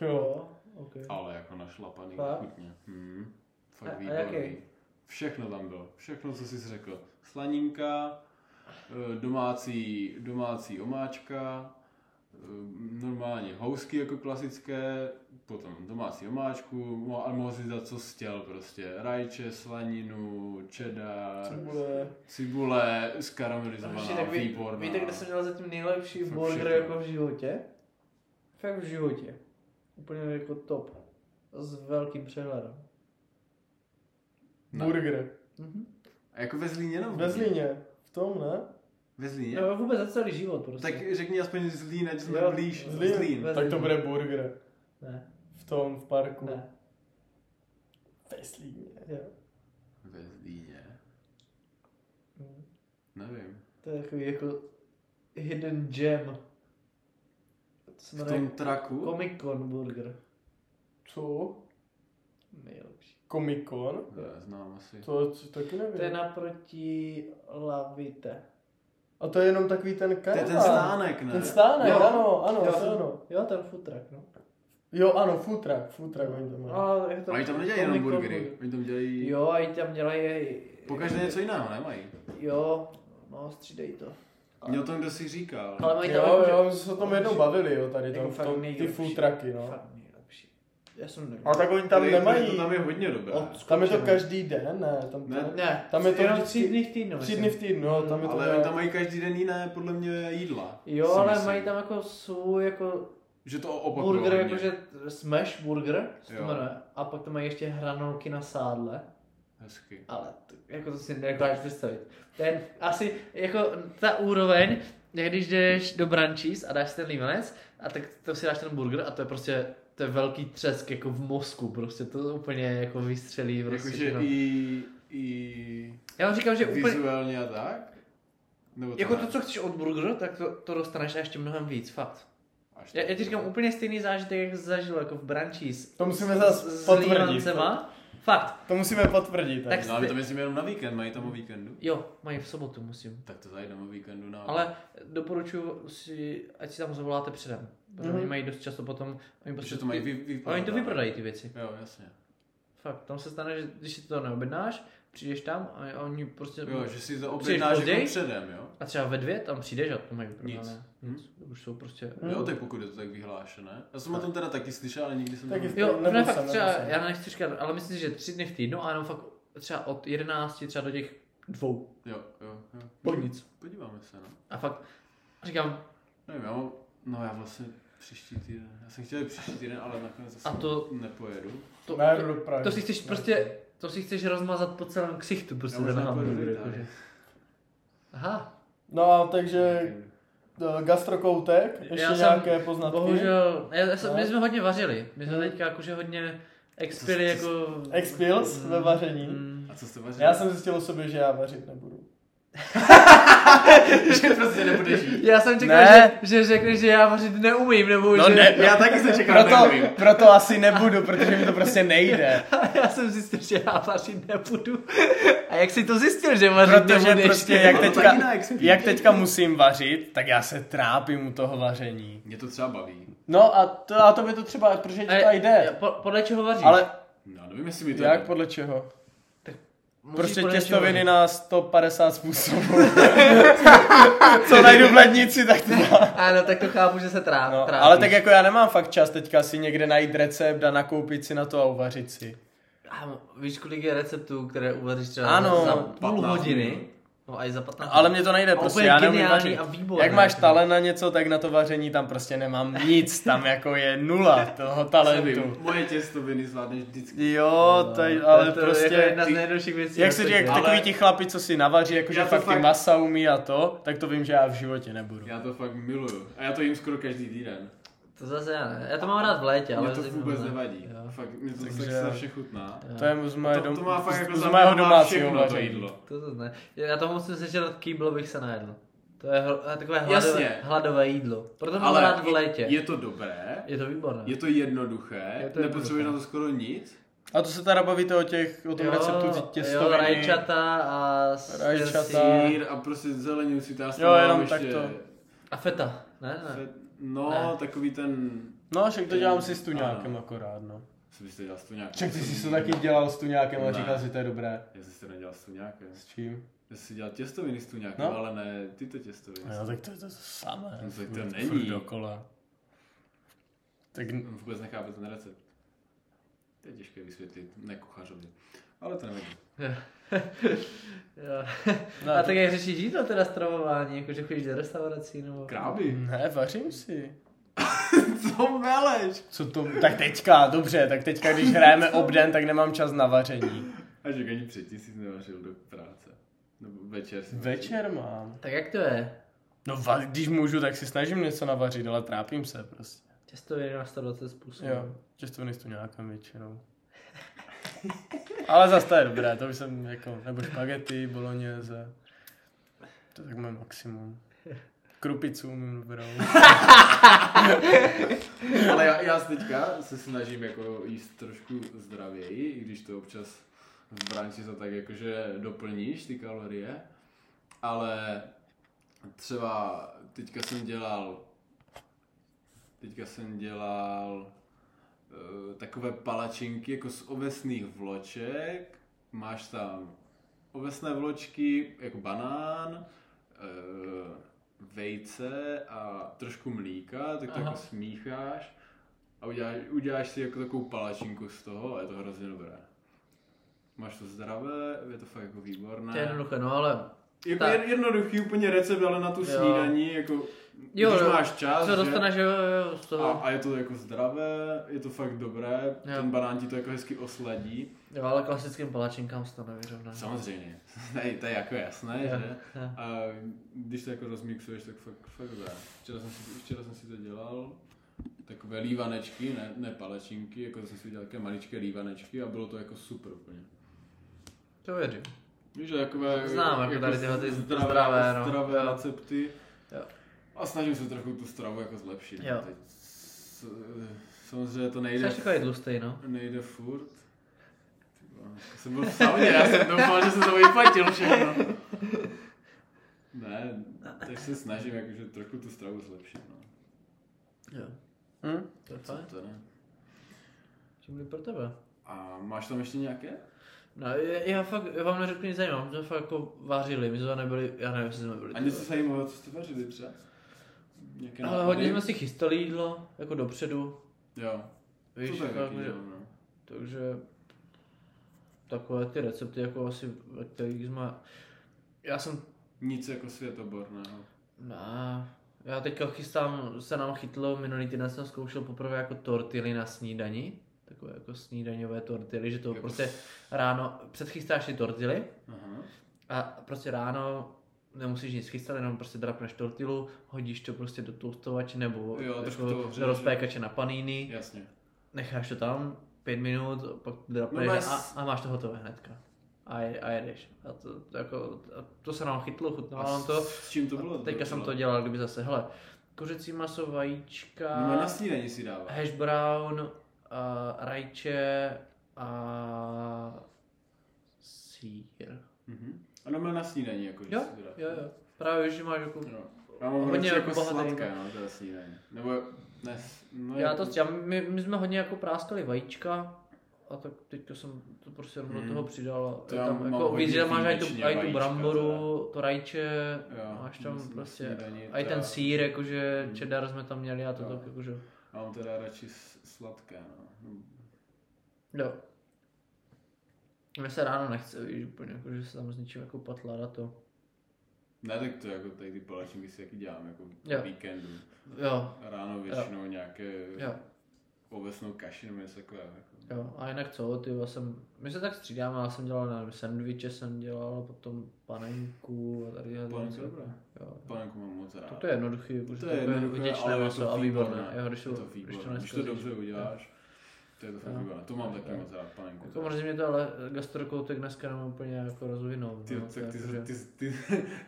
A: Jo.
C: ok.
B: Ale jako našlapaný
C: Fakt?
B: chutně. Hm.
C: A- a
B: Fakt výborný.
C: jaký?
B: Všechno tam bylo. Všechno, co jsi řekl. Slaninka, eh, domácí, domácí omáčka, eh, normálně housky jako klasické, potom domácí omáčku, mo- ale mohl si dát co stěl prostě. Rajče, slaninu,
A: Co
B: cheddar,
A: bude?
B: cibule
C: Hoši,
B: skaramelizovaná,
C: tak ví,
B: výborná.
C: víte, kde jsem měl zatím nejlepší
B: Fakt
C: burger
B: všechno.
C: jako v životě? Fakt v životě. Úplně jako top. S velkým přehledem.
B: No.
A: Burger.
C: Mhm.
B: A jako ve Zlíně nebo?
A: Ve Zlíně. V tom, ne?
B: Ve Zlíně?
C: Jo, vůbec za celý život prostě.
B: Tak řekni aspoň Zlín, ať jsme
C: Jo,
B: blíž.
C: Zlín.
B: Zlín.
C: Ve-
A: Tak to bude burger.
C: Ne.
A: v tom, v parku.
C: Ne.
A: Ve Zlíně.
C: Jo.
B: Ve Zlíně.
C: Hm.
B: Nevím.
C: To je takový jako hidden gem. To se
B: V
C: jmenuje
B: tom traku?
C: Comic Con Burger.
A: Co?
C: Nejlepší.
A: Comic Con?
B: Ne, znám asi.
A: To, to taky nevím.
C: To je naproti Lavite.
A: A to je jenom takový ten
B: To je
A: karaván.
B: ten stánek, ne?
A: Ten stánek,
B: Jo.
A: ano, ano,
C: jo,
A: jo. ano.
C: Jo, ten futrak, no.
A: Jo, ano, futrak, futrak oni tam mají.
C: Ale je to
B: Oni tam nedělají jenom
C: Comic Con
B: burgery.
C: Burger.
B: Oni tam dělají...
C: Jo, a i tam dělají...
B: Pokaždé něco jiného, nemají.
C: Jo, no, střídej to.
B: Měl to kdo si říkal.
C: Ale mají tam...
A: Jo,
C: jako,
A: jo,
C: že-
A: my jsme se o tom jednou bavili, jo, tady
C: jako
A: to,
C: fakt
A: to, ty
C: nejlepší.
A: futraky, no.
C: Fakt nejlepší. Já jsem nevěděl.
A: A tak oni tam
B: To je-
A: nemají,
B: To tam je hodně dobré.
A: tam je to
C: Odskočené.
A: každý den, ne, tam to,
B: Ne,
C: Ne,
A: Tam je to
C: jenom
A: vždycky-
C: tři dny v týdnu.
A: tři
C: myslím.
A: dny v týdnu, no, tam je to
B: Ale
A: nějak-
B: oni tam mají každý den jiné, podle mě, jídla.
C: Jo,
B: si
C: ale
B: myslím.
C: mají tam jako svůj jako
B: Že to opakují.
C: burger, jakože smash burger, se to
B: Jo.
C: jmenuje. A pak to mají ještě hranolky na sádle.
B: Hezky.
C: Ale to, jako to si nedokážeš představit. Ten asi jako ta úroveň, jak když jdeš do brančíz a dáš si ten límanec, a tak to si dáš ten burger a to je prostě to je velký třesk jako v mozku, prostě to úplně jako vystřelí prostě.
B: Jakože
C: všechno.
B: i, i
C: Já vám říkám, že úplně,
B: vizuálně a tak? Nebo
C: jako
B: ne?
C: to, co chceš od burgeru, tak to, to dostaneš a ještě mnohem víc, fakt.
B: Až
C: Já, já ti
B: tak.
C: říkám úplně stejný zážitek, jak jsi zažil jako v brančíz.
A: To musíme
C: S-
A: zase
C: s
A: potvrdit.
C: Límancema. Fakt,
A: To musíme potvrdit.
C: Tak-
A: Tak.
B: No ale to myslím jenom na víkend, mají tam o víkendu.
C: jo, mají v sobotu, musím.
B: Tak to zajdeme o víkendu no. na...
C: Ale doporučuji si, ať si tam zavoláte předem. Protože
A: Mhm.
C: mm. oni mají dost často potom, oni, prostě
B: Že to mají
C: ty,
B: vy, vy,
C: oni to vyprodají ty věci.
B: Jo, jasně.
C: Fakt, tam se stane, že když si to neobjednáš, přijdeš tam a oni prostě...
B: Jo, že si to
C: Přijdeš
B: objednáš
C: později?
B: jako předem, jo?
C: A třeba ve dvě tam přijdeš a to mají vyprodané.
B: Nic. Hm?
C: Nic. Už jsou prostě...
A: Mhm.
B: Jo, tak pokud je to tak vyhlášené. Já jsem o tom teda taky slyšel, ale nikdy jsem
A: Taky
B: to...
A: slyšel.
C: Jo,
A: Nebyl
C: ne, fakt
A: jsem,
C: třeba,
A: nebyl jsem.
C: já nechci říkat, ale myslím si, že tři dny v týdnu a jenom fakt třeba od 11 třeba do těch dvou.
B: Jo, jo, jo.
C: Pod nic.
B: Podíváme se, no.
C: A fakt říkám,
B: Nevím, já mám, no já vlastně příští týden, já jsem chtěl příští týden, ale nakonec zase
C: A to- prostě
B: nepojedu.
C: to,
A: Ne,
C: to,
A: jdu do Prahy.
C: to si chceš prostě, to si chceš rozmazat po celém ksichtu, prostě
B: Já
C: ten
B: možná pojedu
C: hamburger,
B: do Itálie.
C: jakože. Aha,
A: No a takže eh, gastrokoutek, ještě
C: Já jsem-
A: nějaké poznatky.
C: Bohužel, já, já jsem,
A: No.
C: my jsme hodně vařili. My jsme
A: Hmm.
C: teďka jakože hodně expili
B: Co- co-
C: jako...
A: Expils ve vaření.
C: mm.
B: A co jste vařili?
A: Já jsem zjistil o sobě, že já vařit nebudu.
B: [LAUGHS] že prostě nebudeš jít.
C: Já jsem čekal,
A: Ne.
C: že, že řekneš, že já vařit neumím, nebo
A: No
C: že...
B: No já taky jsem čekal,
A: Proto, proto asi nebudu, protože mi to prostě
C: [LAUGHS]
A: nejde.
C: A [LAUGHS] já jsem zjistil, že já vařit nebudu. A jak jsi to zjistil, že vařit
A: Protože
C: nebudeš?
A: prostě jak
C: [LAUGHS]
B: Ono to
A: teďka,
B: taky na XP.
A: jak teďka musím vařit, tak já se trápím u toho vaření.
B: Mě to třeba baví.
A: No a to, a to by to třeba, protože
C: A
A: ti to
C: je-
A: jde.
C: Po, podle čeho vaříš?
A: Ale
B: No, nevím, jestli mi to
A: jak,
B: jde.
A: podle čeho?
C: Musíš
A: Prostě
C: podle čeho
A: těstoviny
C: vařit.
A: na 150 způsobů. [LAUGHS] Co najdu v lednici, tak to dám.
C: Ano, tak to chápu, že se trá,
A: No,
C: trápíš.
A: ale tak jako já nemám fakt čas teďka si někde najít recept a nakoupit si na to a uvařit si.
C: Kámo, víš, kolik je receptů, které uvaříš třeba
A: Ano,
C: za půl
B: 15
C: hodiny?
B: minut.
C: No a i za 15
A: Ale mě to nejde,
C: A
A: prostě
C: úplně
A: já neumím
C: geniální
A: vařit.
C: a výborné.
A: Jak máš talent na něco, tak na to vaření tam prostě nemám nic, tam jako je nula
B: [LAUGHS]
A: toho
B: Nevím,
A: talentu.
B: moje těstoviny zvládneš vždycky.
A: Jo, to, je-
C: No,
A: ale
C: to je
A: prostě...
C: Jako jedna z
B: ty-
C: nejjednodušších věcí.
A: Jak
C: na
A: se
C: světě.
A: říká,
B: no. Ale-
A: takový ti chlapi, co si navaří, jakože
B: Já to
A: fakt ty
B: fakt-
A: masa umí a to, tak to vím, že já v životě nebudu.
B: Já to fakt miluju. A já to jim skoro každý týden.
C: To zase já ne. Já to mám rád v létě, ale
B: Mně to
C: zima
B: vůbec
C: ne.
B: nevadí.
C: Jo.
B: Fakt, mě to
A: Takže-
B: tak strašně chutná.
A: To je z, moje
B: To,
A: dom...
B: to má fakt jako
A: z, z mého
B: zaměňová
A: domácího
B: všechno to
A: vaření.
B: jídlo.
C: To to ne. Já toho musím sežrat kýbl, abych se najedl. To je hro- eh, takové hladové,
B: Jasně.
C: hladové jídlo. Proto mám
B: Ale
C: rád v létě. Je,
B: je to dobré,
C: to výborné.
B: je to
C: Je
B: jednoduché,
C: to
B: nepotřebuješ
C: jednoduché.
B: na to skoro nic.
A: A to se teda bavíte o těch, o tom receptu ty
C: Jo,
A: těstoviny.
C: rajčata a s-
A: Rajčata.
C: sír
B: Sír a prostě zeleninu si tam
A: Eh. Jo, jenom
B: ještě.
A: tak to.
C: A feta. Ne, ne.
B: Fe- No,
C: Ne.
B: takový ten...
A: No, však to dělám si s tuňákem
B: Ano.
A: akorát, no.
B: Co byste dělal s tu nějakým?
A: Však ty jsi to taky dělal s tuňákem a
B: Ne.
A: říkal si, to je dobré.
B: Já jsem si to nedělal s tu nějakým.
A: S čím?
B: Já jsem si dělal těstoviny s tu nějakým,
A: No.
B: ale ne tyto těstoviny.
A: No, tak to je to samé.
B: No, tak to
A: Furt-
B: není.
A: furt dokola. Tak
B: On vůbec nechápe ten recept. To je těžké vysvětlit nekuchařovi. Ale to nevadí.
C: Jo.
A: No,
C: a
A: to-
C: tak jak řešíš jídlo teda stravování, jakože chodíš do restaurací nebo...
B: Kráby?
A: ne, vařím si.
B: [LAUGHS] Co meleš?
A: Co to, tak teďka, dobře, tak teďka, když hrajeme obden, tak nemám čas na vaření.
B: A že ani předtím jsi nevařil do práce. Nebo večer si
A: Večer mám.
C: Tak jak to je?
A: No va- když můžu, tak si snažím něco navařit, ale trápím se prostě.
C: Těstoviny na 120 způsobů.
A: Jo, těstoviny s tuňákem většinou. Ale zase to je dobré, to by jsem jako, nebo špagety, bolognese. To je tak moje maximum. Krupicu umím dobrou.
B: Ale já, já se teďka se snažím jako jíst trošku zdravěji, i když to občas v branči to tak jakože doplníš ty kalorie, ale třeba teďka jsem dělal teďka jsem dělal eh, takové palačinky jako z ovesných vloček, máš tam ovesné vločky jako banán, eh, vejce a trošku mlíka, tak to
C: Aha.
B: jako smícháš a uděláš, uděláš si jako takovou palačinku z toho a je to hrozně dobré. Máš to zdravé, je to fakt jako výborné.
C: To je jednoduché, no ale
B: Jako
C: Tak.
B: tak. jednoduchý úplně recept, ale na tu
C: Jo.
B: snídaní, jako
C: Jo,
B: jo, když
C: jo.
B: máš čas,
C: co
B: že?
C: dostaneš, jo, jo, jo, z
B: A,
C: toho.
B: a, je to jako zdravé, je to fakt dobré,
C: Jo.
B: jo. ten banán ti to jako hezky osladí.
C: Jo, ale klasickým palačinkám se to nevyrovná.
B: Samozřejmě, [LAUGHS] Tady to je jako jasné,
C: Jo,
B: že?
C: jo.
B: A když to jako rozmixuješ, tak fakt, fakt dobré. Včera jsem, si, včera jsem si to dělal, takové lívanečky, ne, ne palečinky, jako jsem si dělal takové maličké lívanečky a bylo to jako super úplně.
C: To věřím.
B: Víš, že takové
C: Znám, jako tady tyhle ty
B: zdravé, jako
C: zdravé, no.
B: zdravé
C: Jo.
B: recepty.
C: Jo.
B: A snažím se trochu tu stravu jako zlepšit.
C: Jo.
B: Teď s- Samozřejmě to nejde,
C: Jsi takový tlustej, no.
B: nejde furt. Ty vole, já Jsem byl v sauně, já jsem doufal, že jsem to vyplatil všechno. Ne, tak se snažím jakože trochu tu stravu zlepšit. No.
C: Jo.
A: Hm?
C: To je
B: Co
C: fajn.
B: to ne?
C: Čím jdu pro tebe?
B: A máš tam ještě nějaké?
C: No, já, já fakt, já vám neřeknu nic zajímavého, my jsme fakt jako vářili, my jsme nebyli, já nevím, jestli jsme byli.
B: A něco zajímavého, co jste vařili třeba? Nějaké
C: ale hodně jsme si chystali jídlo, jako dopředu,
B: Jo,
C: víš, jako
B: to je
C: fakt,
B: taky,
C: že-
B: jo, no.
C: takže takové ty recepty, jako asi, ve kterých jsme, já jsem,
B: Nic jako světoborného.
C: ne, já teďka chystám, se nám chytlo, minulý týden jsem zkoušel poprvé jako tortily na snídani, takové jako snídaňové tortily, že to
B: Jo.
C: prostě ráno, předchystáš si tortily,
B: Aha.
C: A prostě ráno nemusíš nic chystat, jenom prostě drapneš tortilu, hodíš to prostě do toustovače nebo jako
B: Jo, trošku to
C: do
B: ohřeješ,
C: rozpékače na paníny,
B: Jasně.
C: necháš to tam pět minut, pak drapneš
B: No,
C: no,
B: bez-
C: a, a, máš to hotové hnedka. A, je- a jedeš. A to, to jako, a to se nám chytlo, chutnalo nám No, to.
B: s čím to bylo?
C: A teďka jsem to dělal, kdyby zase, hele, kuřecí maso, vajíčka,
B: No na snídaní si dává.
C: hash brown, a rajče a sír.
B: Mhm. A normálně na snídaní jako, že
C: Jo,
B: si to dá.
C: jo, jo. Právě, že máš jako...
B: Jo. Já mám
C: Hodně
B: hodně jako
C: bohatý
B: sladké, no, to je snídaní. Nebo ne, s- no,
C: Já
B: jako-
C: to, já, my, my, jsme hodně jako práskali vajíčka a tak teďka jsem to prostě rovnou
B: Hmm.
C: toho přidal.
B: To
C: je
B: já
C: tam
B: mám
C: jako,
B: hodně
C: víš, že máš aj tu,
B: výjimečně
C: aj tu
B: vajíčka
C: bramboru, to rajče,
B: Jo,
C: máš tam
B: myslím,
C: prostě
B: snídaní,
C: aj
B: to
C: ten
B: já-
C: sír, jakože
B: Hmm.
C: cheddar jsme tam měli a to
B: Jo.
C: tak jakože,
B: Já mám teda radši s- sladké, no. No,
C: jo. Mně se ráno nechce, víš, úplně, jakože se tam s ničím jako patlat a to.
B: Ne, tak to jako tady ty palačinky si taky dělám, jako
C: Jo.
B: jo. víkendu.
C: Jo,
B: Ráno většinou nějaké
C: jo.
B: ovesnou kaši nebo něco takového. Jako.
C: Jo, a jinak co, ty já jsem, my se tak střídáme, já jsem dělal, nevím, sandviče jsem dělal, potom panenku a tady
B: Panenku
C: jo,
B: dobré.
C: jo.
B: Panenku mám moc rád.
C: No To, to je jednoduchý, už
B: To je jednoduché,
C: vděčné
B: ale je
C: maso
B: to
C: a výborné.
B: výborné.
C: Jo, když to,
B: je to
C: když to,
B: výborné. Když to dobře
C: neskazíš.
B: uděláš, to je to fakt
C: Jo.
B: výborné. To mám taky
C: Jo.
B: moc rád, panenku.
C: Jako mrzí mě to, ale gastrokoutek dneska nemám úplně jako rozvinou.
B: Ty,
C: no,
B: tak ty,
C: jako,
B: jsi-
C: že-
B: ty, jsi- ty,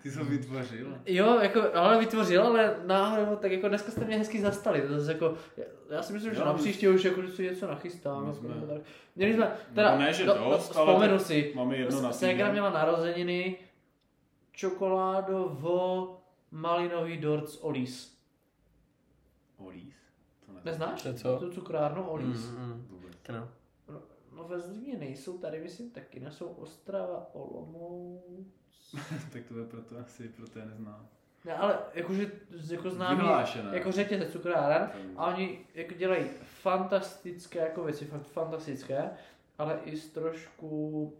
B: ty jsi ho vytvořil.
C: Jo, jako, ale vytvořil, ale náhodou, tak jako dneska jste mě hezky zastali, to zase jako, já, já si myslím, že
B: Jo,
C: na
B: my-
C: příště už jako, že si něco nachystám,
B: My
C: jako,
B: jsme-
C: nebo tak. Měli jsme, teda,
B: No ne, že dost, ale
C: vzpomenu
B: tak
C: si,
B: Máme jedno na
C: Ségra
B: týden.
C: měla narozeniny, čokoládovo malinový dort z Olis.
B: Olís? To nevím.
C: Neznáš?
A: To je co?
C: Tu cukrárnu Olis.
A: Mm, mm.
B: Vůbec. [LAUGHS]
A: No.
C: No ve Zlíně nejsou, tady myslím taky nejsou Ostrava, Olomouc.
B: tak to je proto asi, proto je neznám.
C: Ne, ale jakože jako známý,
B: Vyhlášené.
C: jako řetězec cukráren
B: Tam-
C: a oni jako dělají fantastické jako věci, fakt fantastické, ale i s trošku,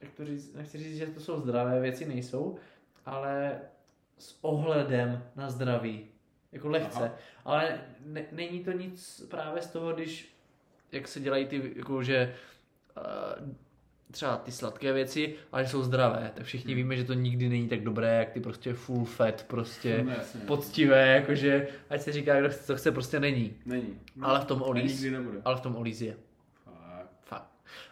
C: jak to říct, nechci říct, že to jsou zdravé věci, nejsou, ale s ohledem na zdraví, jako lehce,
B: Aha.
C: ale ne, není to nic právě z toho, když, jak se dělají ty, jako že eh, třeba ty sladké věci, ale že jsou zdravé. Tak všichni hmm. víme, že to nikdy není tak dobré, jak ty prostě full fat, prostě
B: No, jasně.
C: poctivé, jakože ať se říká, kdo chce, co chce, prostě není.
B: Není.
C: Ale v tom
B: A
C: olís-
B: Nikdy nebude.
C: Ale v tom Olíz je.
B: Fakt.
C: Fakt.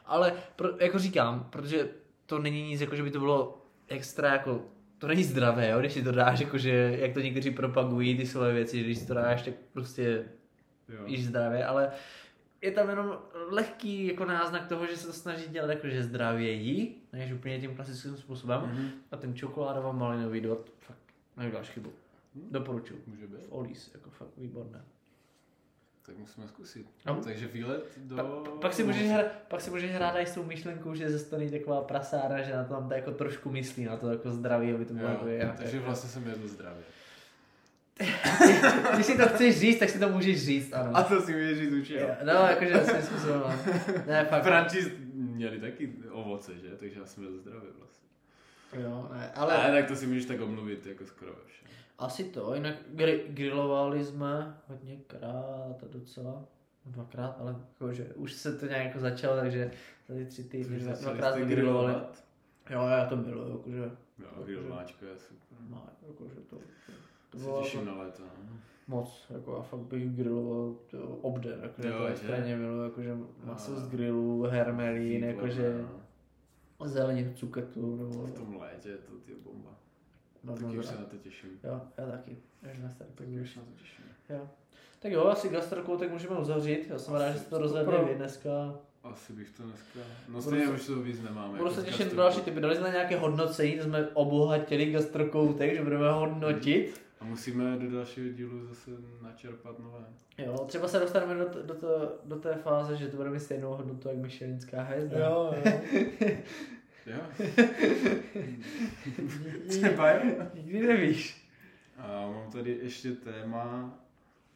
C: Ale pro, jako říkám, protože to není nic, jako že by to bylo extra jako to není zdravé, jo, když si to dáš, jakože, jak to někteří propagují, ty svoje věci, že když si to dáš, tak prostě
B: Jo.
C: jíš zdravě, ale je tam jenom lehký jako náznak toho, že se to snaží dělat jakože zdravěji, než úplně tím klasickým způsobem.
B: Mhm.
C: A ten čokoládová malinový dort, fakt, neuděláš chybu.
B: Mhm.
C: Doporučuji.
B: Může být.
C: V Olis, jako fakt výborné.
B: Tak musíme zkusit.
C: No.
B: Takže výlet do...
C: Pa, pak,
B: No,
C: si můžeš hra, pak si můžeš hrát i s tou myšlenkou, že ze strany taková prasára, že na to tam ta jako trošku myslí, na to jako zdraví, aby to bylo jako
B: Jo,
C: jak-
B: takže vlastně jsem jedl zdravě.
C: Když si to chceš říct, tak si to můžeš říct, ano.
B: A to si můžeš říct určitě.
C: Jo, No, jakože svým způsobem, no. Ne, fakt.
B: Frančíz měli taky ovoce, že? Takže já jsem jedl zdravě vlastně.
C: Jo, ne,
B: Ale...
C: ale
B: ale tak to si můžeš tak omluvit jako skoro ve všem.
C: asi to, jinak gri- grillovali jsme hodněkrát a docela. Dvakrát, ale jakože už se to nějak jako začalo, takže za ty tři týdny dva-
B: Začali
C: dvakrát
B: jste
C: jsme grillovali. Jo, já to miluju, jako, jakože,
B: Jo, grilováčko je super.
C: no, jakože to, to
B: To se
C: bylo
B: těším na léto. no.
C: moc, jako já fakt bych griloval to obden, jakože
B: Jo,
C: to
B: že?
C: extrémně miluju, jakože maso
B: A-
C: z grilu, hermelín, jako,
B: Fígle,
C: jakože
B: no.
C: zeleninu, cuketu, nebo
B: V tom létě je to ty bomba. Taky
C: normálně.
B: už se na to těším.
C: Jo, já taky. Až na startu
B: Taky
C: budu.
B: už se na to těším.
C: Jo. Tak jo, asi gastrokou tak můžeme uzavřít. Já jsem
B: Asi
C: rád, že jste to
B: to
C: rozhodli
A: pro-
C: vy dneska.
B: Asi bych to dneska... No stejně už to víc nemáme.
C: Budu
B: jako
C: se
B: z
C: těšit na
B: gastroku.
C: další typy. Dali jsme nějaké hodnocení, to jsme obohatili gastrokou, takže budeme
A: Mhm.
C: hodnotit.
B: A musíme do dalšího dílu zase načerpat nové.
C: Jo, třeba se dostaneme do, t- do, to, do té fáze, že to bude mít stejnou hodnotu, jak Michelinská hvězda.
A: Jo, jo.
C: [LAUGHS]
B: Jo?
C: Nikdy-
B: Třeba jo.
C: Nikdy nevíš.
B: A mám tady ještě téma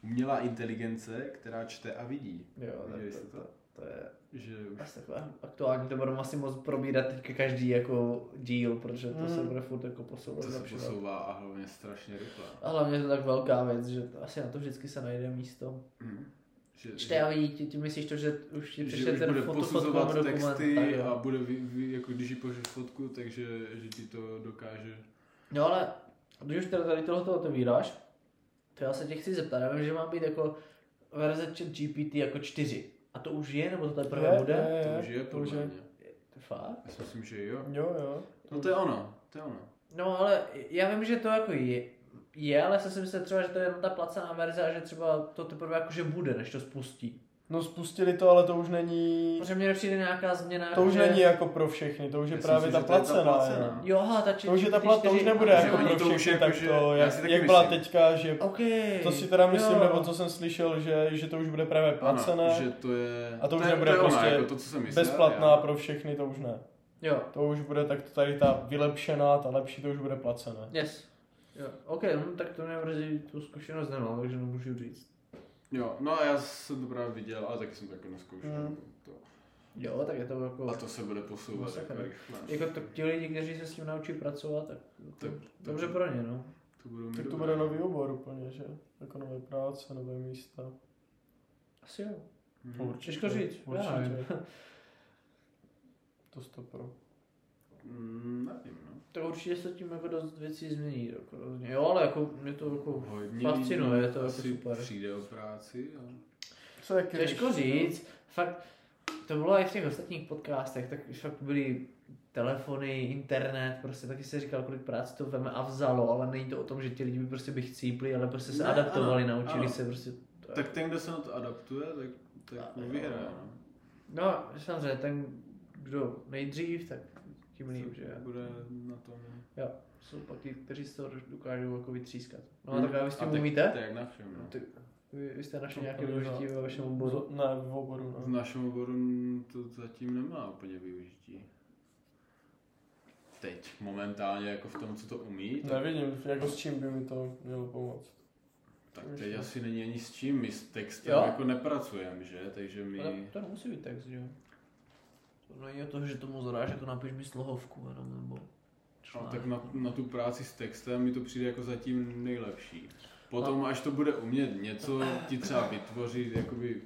B: umělá inteligence, která čte a vidí.
C: Jo,
B: Viděli
C: tak
B: jste
C: to, to,
B: to?
C: to je
B: Že už...
C: asi takové aktuální, to budeme asi moc probírat teďka každý jako díl, protože to se
A: Mm.
C: bude furt jako posouvat.
B: To se
C: zlepšovat.
B: posouvá a hlavně strašně rychle.
C: A hlavně je to tak velká věc, že to, asi na to vždycky se najde místo.
B: Mhm. Že,
C: Čte a vidí, ty, ty myslíš to, že už ti
B: že,
C: přečte
B: že už
C: ten
B: bude
C: foto, fotkový
B: posuzovat
C: dokument.
B: texty
C: tak jo.
B: a bude, vy, vy, jako když jí pošleš fotku, takže že ti to dokáže.
C: No ale, když už teda tady tohle otevíráš, to já se tě chci zeptat, já vím, že má být jako verze chat GPT jako 4. A to už je, nebo to teprve
A: Je,
C: bude?
A: je,
B: To už je
A: to
B: podle
A: už je.
B: mě.
C: Fakt?
B: Já si myslím, že jo.
A: Jo, jo.
B: No to je ono, to je ono.
C: No ale já vím, že to jako je, je, ale jsem si myslel třeba, že to je jenom ta placená verze a že třeba to teprve jakože bude, než to spustí.
A: No spustili to, ale to už není...
C: Protože mně nepřijde nějaká změna.
A: To už
C: že-
A: není jako pro všechny, to už je
B: Já si
A: právě
B: myslím,
A: ta
B: že to je ta
A: placená.
B: placená.
A: jenom.
C: Jo, aha, ta chat
A: To už je ta
C: GPT
A: pla- to už
C: 4,
A: nebude
C: aha.
B: Takže
A: jako
B: oni
A: pro
B: to už
A: všechny,
B: jako,
A: tak
B: že-
A: to,
B: já si
A: jak,
B: taky
A: jak byla
B: myslím.
A: teďka, že...
C: OK.
A: To si teda myslím,
C: jo.
A: nebo co jsem slyšel, že, že to už bude právě
B: Ano, že
A: placené,
B: to je...
A: A to už
B: je-
A: nebude
B: je ono,
A: prostě
B: jako to, co jsem myslel,
A: bezplatná
B: já.
A: pro všechny, to už ne.
C: Jo,
A: To už bude tak tady ta vylepšená, ta lepší, to už bude placené.
C: yes. Jo, OK, no, tak to mě mrzí, tu zkušenost nemám, takže nemůžu říct.
B: Jo, no a já jsem to právě viděl, ale taky jsem to jako neskoušel.
A: Mm.
B: To.
C: Jo, tak je to jako...
B: A to se bude posouvat
C: Masakr.
B: jako rychle.
C: Jako tak ti lidi, kteří se s tím naučí pracovat, tak
B: Tak-
C: to, dobře pro ně, no.
B: To budou mít
A: Tak to
B: dobré.
A: bude nový obor úplně, že? Jako nové práce, nové místa.
C: Asi jo.
B: Mhm.
C: Těžko říct, já nevím.
A: Určitě. [LAUGHS] To stopro.
B: Mm, nevím, no.
C: Tak určitě se tím jako dost věcí změní, jako rozhodně. Jo, ale jako mě to jako...
B: Hodně
C: Fascinuje,
B: lidí
C: to jako
B: asi
C: super.
B: přijde o práci a...
A: Co taky
C: Těžko
A: ještě, no?
C: říct, fakt to bylo i v těch ostatních podcastech, tak už fakt byly telefony, internet, prostě taky se říkal, kolik práce to veme a vzalo, ale není to o tom, že ti lidi by prostě by chcípli, ale prostě se
B: Ne,
C: adaptovali,
B: ano,
C: naučili
B: ano.
C: se prostě. To
B: Tak ten, kdo se na to adaptuje, tak,
C: A-
B: tak
C: jo.
B: vyhraje, no.
C: No, samozřejmě, ten, kdo nejdřív, tak tím líp, že
B: To Bude na tom.
C: jsou pak ti, kteří se to dokážou jako vytřískat. No a
B: Mm.
C: tak a vy s tím
B: A tak-
C: umíte?
B: To je jak na všem, no.
C: Ty, vy, vy jste našli
A: To
C: nějaké
A: to
C: využití
A: jo.
C: ve vašem oboru?
A: Ne, v oboru,
B: V
A: no.
B: našem oboru to zatím nemá úplně využití. Teď, momentálně, jako v tom, co to umí,
C: No,
B: tak,
A: Nevidím, jako s čím by mi to mělo pomoct.
B: tak teď asi není ani s čím. My s textem
C: Jo?
B: jako nepracujeme, že? Takže my...
C: Ale to nemusí být text, že jo? To není o to, že tomu zadáš, jako napiš mi slohovku jenom, nebo
B: A
C: článek.
B: no, tak na, na tu práci s textem mi to přijde jako zatím nejlepší.
C: No.
B: Potom, až to bude umět něco ti třeba vytvořit, jakoby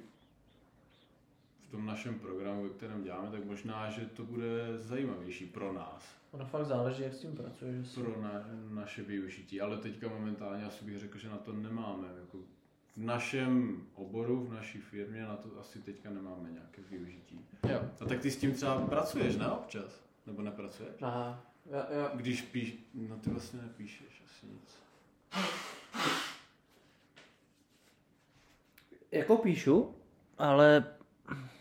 B: v tom našem programu, ve kterém děláme, tak možná, že to bude zajímavější pro nás,
C: Ono fakt záleží, jak s tím pracuješ. jestli-
B: pro na, naše využití, ale teďka momentálně asi bych řekl, že na to nemáme. Jako v našem oboru, v naší firmě na to asi teďka nemáme nějaké využití.
C: Jo.
B: A tak ty s tím třeba pracuješ, ne občas? Nebo nepracuješ?
C: Aha. Já, já,
B: Když píš, no ty vlastně nepíšeš asi nic.
C: jako píšu, ale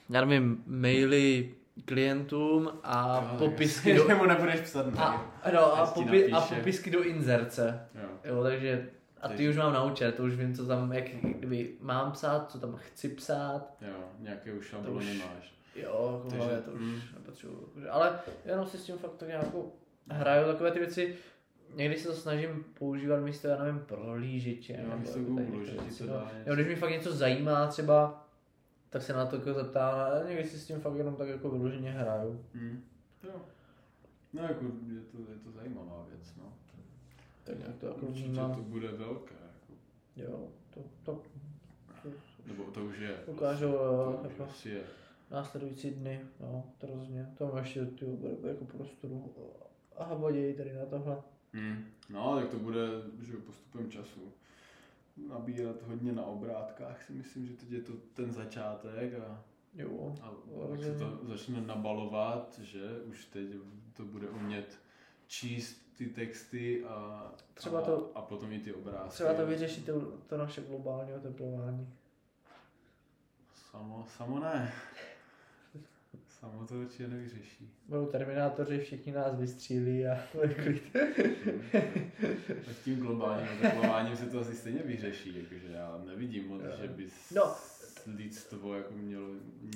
C: já nevím, maily klientům a
B: Jo,
C: popisky
B: jasně, [LAUGHS]
C: do...
B: že mu nebudeš psat mail.
C: A, no, a,
B: Ať ti
C: popi, a
B: napíše.
C: popisky do inzerce.
B: Jo.
C: Jo, takže a ty
B: Takže-
C: už mám naučen, to už vím, co tam, jak kdyby mám psát, co tam chci psát.
B: Jo, nějaké už
C: To už-
B: šablony máš.
C: Jo,
B: Takže-
C: jako hlavně to
B: mm.
C: už nepotřebuji. jakože- Ale jenom si s tím fakt tak nějak jako hraju takové ty věci. Někdy se to snažím používat místo, já nevím, prohlížeče.
B: Jo,
C: nebo
B: místo
C: jako tady
B: Google,
C: některé
B: že ti
C: věci,
B: to
C: no.
B: dá něco.
C: Jo, když mi fakt něco zajímá třeba, tak se na to jako zeptám, ale někdy si s tím fakt jenom tak jako vyloženě hraju.
B: Hm. Jo. No jako je to, je to zajímavá věc, no.
C: Tak nějak to jako
B: Určitě
C: vnímám.
B: to bude velké, jako,
C: Jo, to, to,
B: nebo to už je.
C: to ukážu,
B: To
C: jo,
B: už
C: jako.
B: asi je.
C: následující dny, no, to rozhodně. Tam ještě ty bude jako prostoru. Aha, boděj tady na tohle.
B: Hm. No, tak to bude, že jo, postupem času nabírat hodně na obrátkách, si myslím, že teď je to ten začátek a,
C: Jo.
B: a jak se to začne nabalovat, že už teď to bude umět číst ty texty a,
C: Třeba
B: a,
C: to-
B: a potom i ty obrázky.
C: Třeba to vyřeší to, to naše globální oteplování.
B: Samo, samo ne. Samo to určitě nevyřeší.
C: Budou terminátoři, všichni nás vystřílí a [LAUGHS] bude klid.
B: A s tím globálním oteplováním se to asi stejně vyřeší, jakože já nevidím moc,
C: Jo.
B: že by s-
C: No.
B: lidstvo jako mělo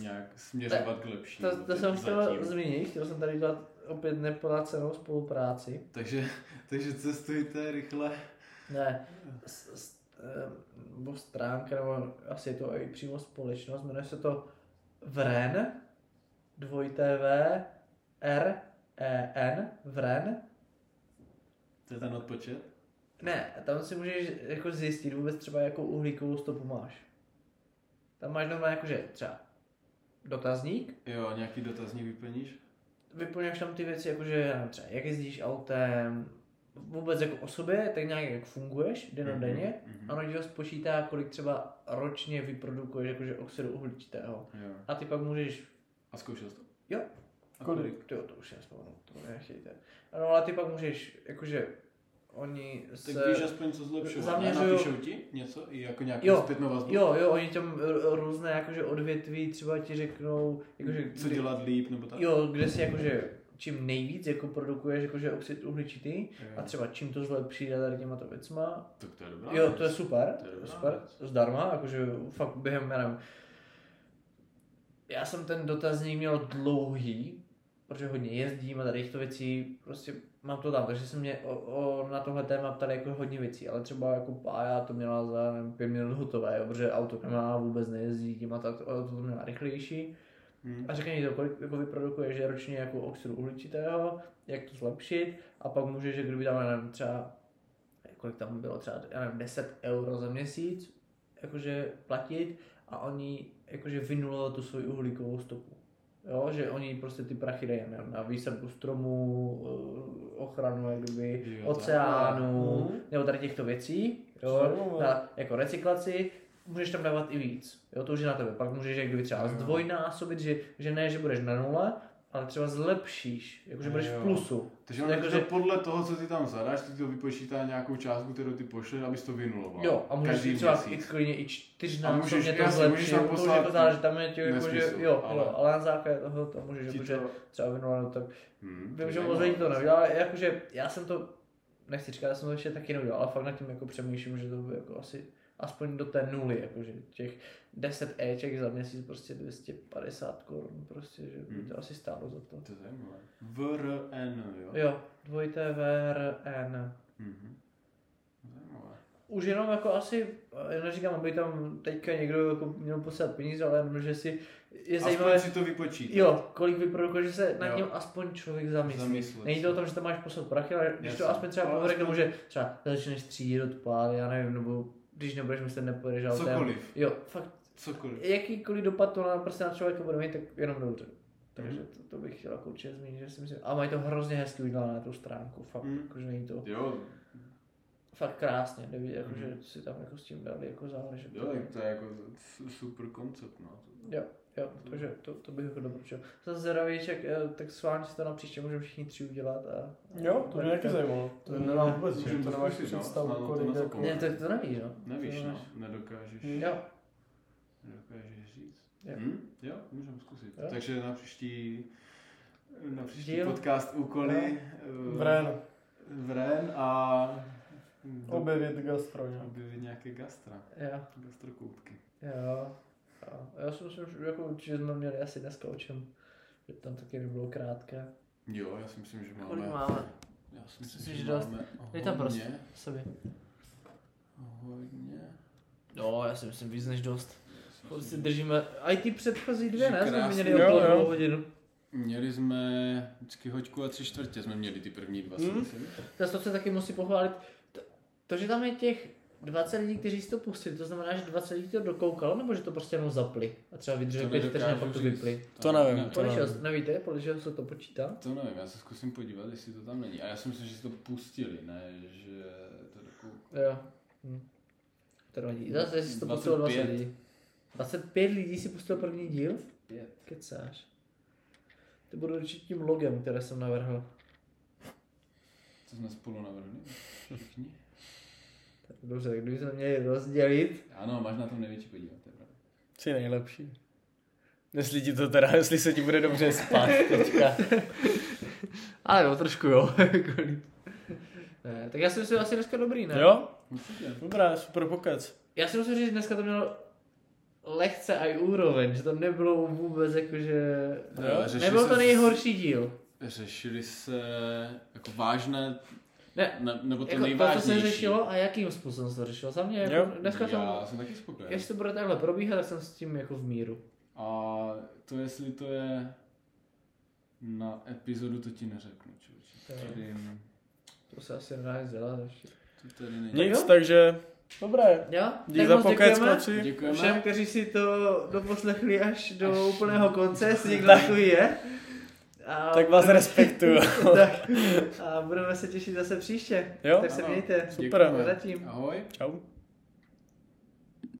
B: nějak směřovat k lepšímu.
C: To, to
B: teď
C: jsem chtěl
B: zatím.
C: zmínit, chtěl jsem tady dělat opět neplacenou spolupráci.
B: Takže, takže cestujte rychle.
C: Ne, s, s, ehm, nebo stránka, nebo asi je to i přímo společnost, jmenuje se to Vren, dvojité V, R, E, N, Vren.
B: To je ten odpočet?
C: Ne, tam si můžeš jako zjistit vůbec třeba, jakou uhlíkovou stopu máš. Tam máš normálně jakože třeba dotazník,
B: Jo, nějaký dotazník vyplníš?
C: vyplňuješ tam ty věci, jakože já nevím, třeba jak jezdíš autem, vůbec jako o sobě, tak nějak jak funguješ denodenně.
B: Mhm, mhm.
C: A ono ti to spočítá, kolik třeba ročně vyprodukuješ jakože oxidu uhličitého.
B: Jo.
C: A ty pak můžeš
B: A zkoušel jsi to?
C: Jo.
B: A kolik?
C: Jo, to už jsem vzpomněl, to mě nechtějte. Ano, ale ty pak můžeš, jakože oni se...
B: Tak víš aspoň co zlepšovat.
C: Zaměřuju-
B: Zaměřuju... Napíšou ti něco? I jako nějakou
C: Jo.
B: zpětnou vazbu?
C: Jo, jo, oni tam r- různé jakože odvětví třeba ti řeknou, jakože...
B: Co
C: kdy-
B: dělat líp nebo tak?
C: Jo, kde si jakože čím nejvíc jako produkuješ jakože oxid uhličitý
B: Jo.
C: a třeba čím to zlepší a tady těma to věcma.
B: Tak to je dobrá
C: Jo,
B: věc.
C: to je super,
B: To je
C: to je
B: dobrá
C: super,
B: věc.
C: zdarma, jakože fakt během, já nevím. Já jsem ten dotazník měl dlouhý, protože hodně jezdím a tady těchto věcí, prostě mám to tam, takže se mě o, o, na tohle téma ptali jako hodně věcí, ale třeba jako pája to měla za nevím, pět minut hotové, jo, protože auto nemá, vůbec nejezdí tím a tak, ale to měla rychlejší.
B: Hm.
C: A řekne ti to, kolik jako vyprodukuješ ročně jako oxidu uhličitého, jak to zlepšit a pak můžeš, že kdyby tam nevím, třeba, kolik tam bylo třeba, já nevím, 10 euro za měsíc, jakože platit a oni jakože vynulovali tu svoji uhlíkovou stopu. Jo, že oni prostě ty prachy dají nevím, na výsadbu stromů, eh, ochranu jak kdyby,
B: Jo,
C: oceánu,
B: Mm.
A: takhle. Mhm.
C: nebo tady těchto věcí, jo,
B: no,
A: Zajímavé.
C: na, jako recyklaci, můžeš tam dávat i víc, jo, to už je na tebe, pak můžeš jak kdyby třeba
B: Jo.
C: zdvojnásobit, že, že ne, že budeš na nule, ale třeba zlepšíš, jakože budeš
B: Jo.
C: v plusu.
B: Takže on jako,
C: Jakože-
B: že... podle toho, co ty tam zadáš, ty to vypočítá nějakou částku, kterou ty pošleš, abys to vynuloval.
C: Jo, a můžeš si třeba i
B: měsíc.
C: klidně i
B: A můžeš-
C: čtyřnásobně to
B: jasně, můžeš
C: zlepšit,
B: tam
C: to už
B: poslat
C: jako záleží, tam je ti jako, že
B: nesmysl,
C: jo,
B: ale-
C: jo, ale na základě toho to můžeš,
B: Ti
C: jakože
B: to-
C: třeba vynulovat, tak
B: Hm,
C: vím,
B: je
C: že moc
B: zajímavé.
C: lidí to neví, ale jakože já jsem to, nechci říkat, já jsem to ještě taky neudělal, ale fakt nad tím jako přemýšlím, že to bude jako asi aspoň do té nuly, jakože těch 10 Eček za měsíc prostě 250 korun, prostě, že by
B: Hmm.
C: to asi stálo za to.
B: To je zajímavé. VRN, jo?
C: Jo, dvojité VRN.
B: Mhm. Zajímavé.
C: Už jenom jako asi, já neříkám, aby tam teďka někdo jako měl poslat peníze, ale jenom, že si je zajímavé,
B: Aspoň si to vypočítá.
C: jo, kolik vyprodukuje, že se nad
B: Jo.
C: tím aspoň člověk zamyslí.
B: Zamyslet
C: Není
B: se.
C: to o tom, že tam máš poslat prachy, ale když
B: Jasně.
C: to aspoň třeba
B: Ale
C: povede k
B: aspoň-
C: tomu, že třeba začneš třídit odpad, já nevím, nebo když nebudeš myslet, nepojedeš autem.
B: Cokoliv.
C: Jo, fakt
B: Cokoliv.
C: jakýkoliv dopad to na, prostě na člověka bude mít, tak jenom dobře. Takže
B: Mhm.
C: to, to bych chtěl jako určitě zmínit, že si myslím, a mají to hrozně hezky udělané na tu stránku, fakt,
B: Mm.
C: mm. jakože není to
B: Jo,
C: fakt krásně, neví, jako,
B: Mhm.
C: že si tam jako s tím dali jako záležet.
B: jo, tak to je jako su- super koncept, no.
C: Jo, jo, takže to, to bych jako doporučil. Jsem zvědavý, že, eh, tak sválně si to na příště můžeme všichni tři udělat a...
A: Jo, to mě taky zajímalo. To nemám vůbec,
B: Můžeme
A: že to
B: to
A: nemáš
B: zkusit, no. Snad
A: představu,
B: to
A: kolik
B: na
A: jako...
B: zapo-
C: Ne, to, to nevíš, no.
B: Nevíš,
C: To
B: no, nedokážeš,
C: Jo,
B: nedokážeš říct.
C: Jo.
B: Hm? Jo, můžeme zkusit.
C: Jo.
B: Takže na příští, na příští
C: Díl.
B: podcast úkoly.
A: No.
B: eh,
A: Vren,
B: Vren a
A: objevit gastro nějak.
B: objevit nějaké gastra,
C: jo.
B: gastrokoutky.
C: Jo. jo. Já si myslím, že jako určitě jsme měli asi dneska o čem. Že tam taky nebylo krátké.
B: Jo, já si myslím, že máme.
C: Kolik máme?
B: Já si
C: Myslím,
B: myslím,
C: že
B: že
C: dost.
B: máme
C: Je tam prostě.
B: hodně,
C: Sobě.
B: hodně.
C: No, já si myslím víc než dost. Prostě držíme, a i ty předchozí dvě, ne? Jsme
B: Krásný.
C: měli okolo
A: Jo, jo.
C: dvou hodin.
B: Měli jsme vždycky hoďku a tři čtvrtě, jsme měli ty první dva, si
C: Hm?
A: Hmm.
B: myslím.
C: Zase to se taky musí pochválit. To, to, že tam je těch 20 lidí, kteří si to pustili, to znamená, že 20 lidí to dokoukalo, nebo že to prostě jenom zapli a třeba vydrželi
B: To
C: 5 vteřin a
B: nedokážu
C: pak to
B: říct.
C: vypli.
A: To nevím, to
C: Podle čeho, nevíte, podle čeho se to počítá?
B: To nevím, já se zkusím podívat, jestli to tam není. A já si myslím, že si to pustili, ne, že to dokou...
C: Jo. Hm. To nevadí. Zase si to pustilo 20
B: 25.
C: lidí. 25 lidí si pustilo první díl?
B: Pět.
C: Kecáš. To bude určitě tím logem, které jsem navrhl.
B: Co jsme spolu navrhli? Všichni?
C: Tak Dobře, tak kdybychom měli rozdělit.
B: Ano, máš na tom největší podívat, to je pravda.
A: Jsi nejlepší. Jestli ti to teda, [LAUGHS] jestli se ti bude dobře spát teďka.
C: [LAUGHS] Ale jo, trošku jo. [LAUGHS] jako líp. ne, tak já si myslím, že asi dneska dobrý, ne?
A: Jo?
B: Určitě.
A: Dobrá, super pokec.
C: Já si musím říct, že dneska to mělo lehce a i úroveň, že to nebylo vůbec jakože...
A: Jo,
B: Ale řešili
C: Nebyl to
B: se-
C: nejhorší díl.
B: Řešili se jako vážné,
C: Ne,
B: ne, nebo to
C: jako to, co
B: nejvážnější.
C: se řešilo a jakým způsobem se to řešilo. Za mě jako
A: Jo.
C: dneska jsem
B: Já jsem taky spokojen.
C: Jestli to bude takhle probíhat, tak jsem s tím jako v míru.
B: A to, jestli to je na epizodu, to ti neřeknu, člověče.
C: To je-
B: Tady,
C: To se asi nedá nic dělat ještě.
B: to tady není.
A: Nic,
C: jo?
A: takže... Dobré.
C: Jo?
A: Dík
C: Tak
A: za
C: moc
A: pokec,
C: děkujeme
A: kluci.
B: Děkujeme.
C: všem, kteří si to doposlechli až do
B: Až-
C: úplného konce, jestli někdo tu je. A,
A: Tak vás
C: [LAUGHS]
A: respektuju.
C: tak, a budeme se těšit zase příště.
A: Jo?
C: tak se
B: Ano.
C: mějte.
A: Super.
B: Děkujeme.
C: Zatím.
B: Ahoj.
A: Čau.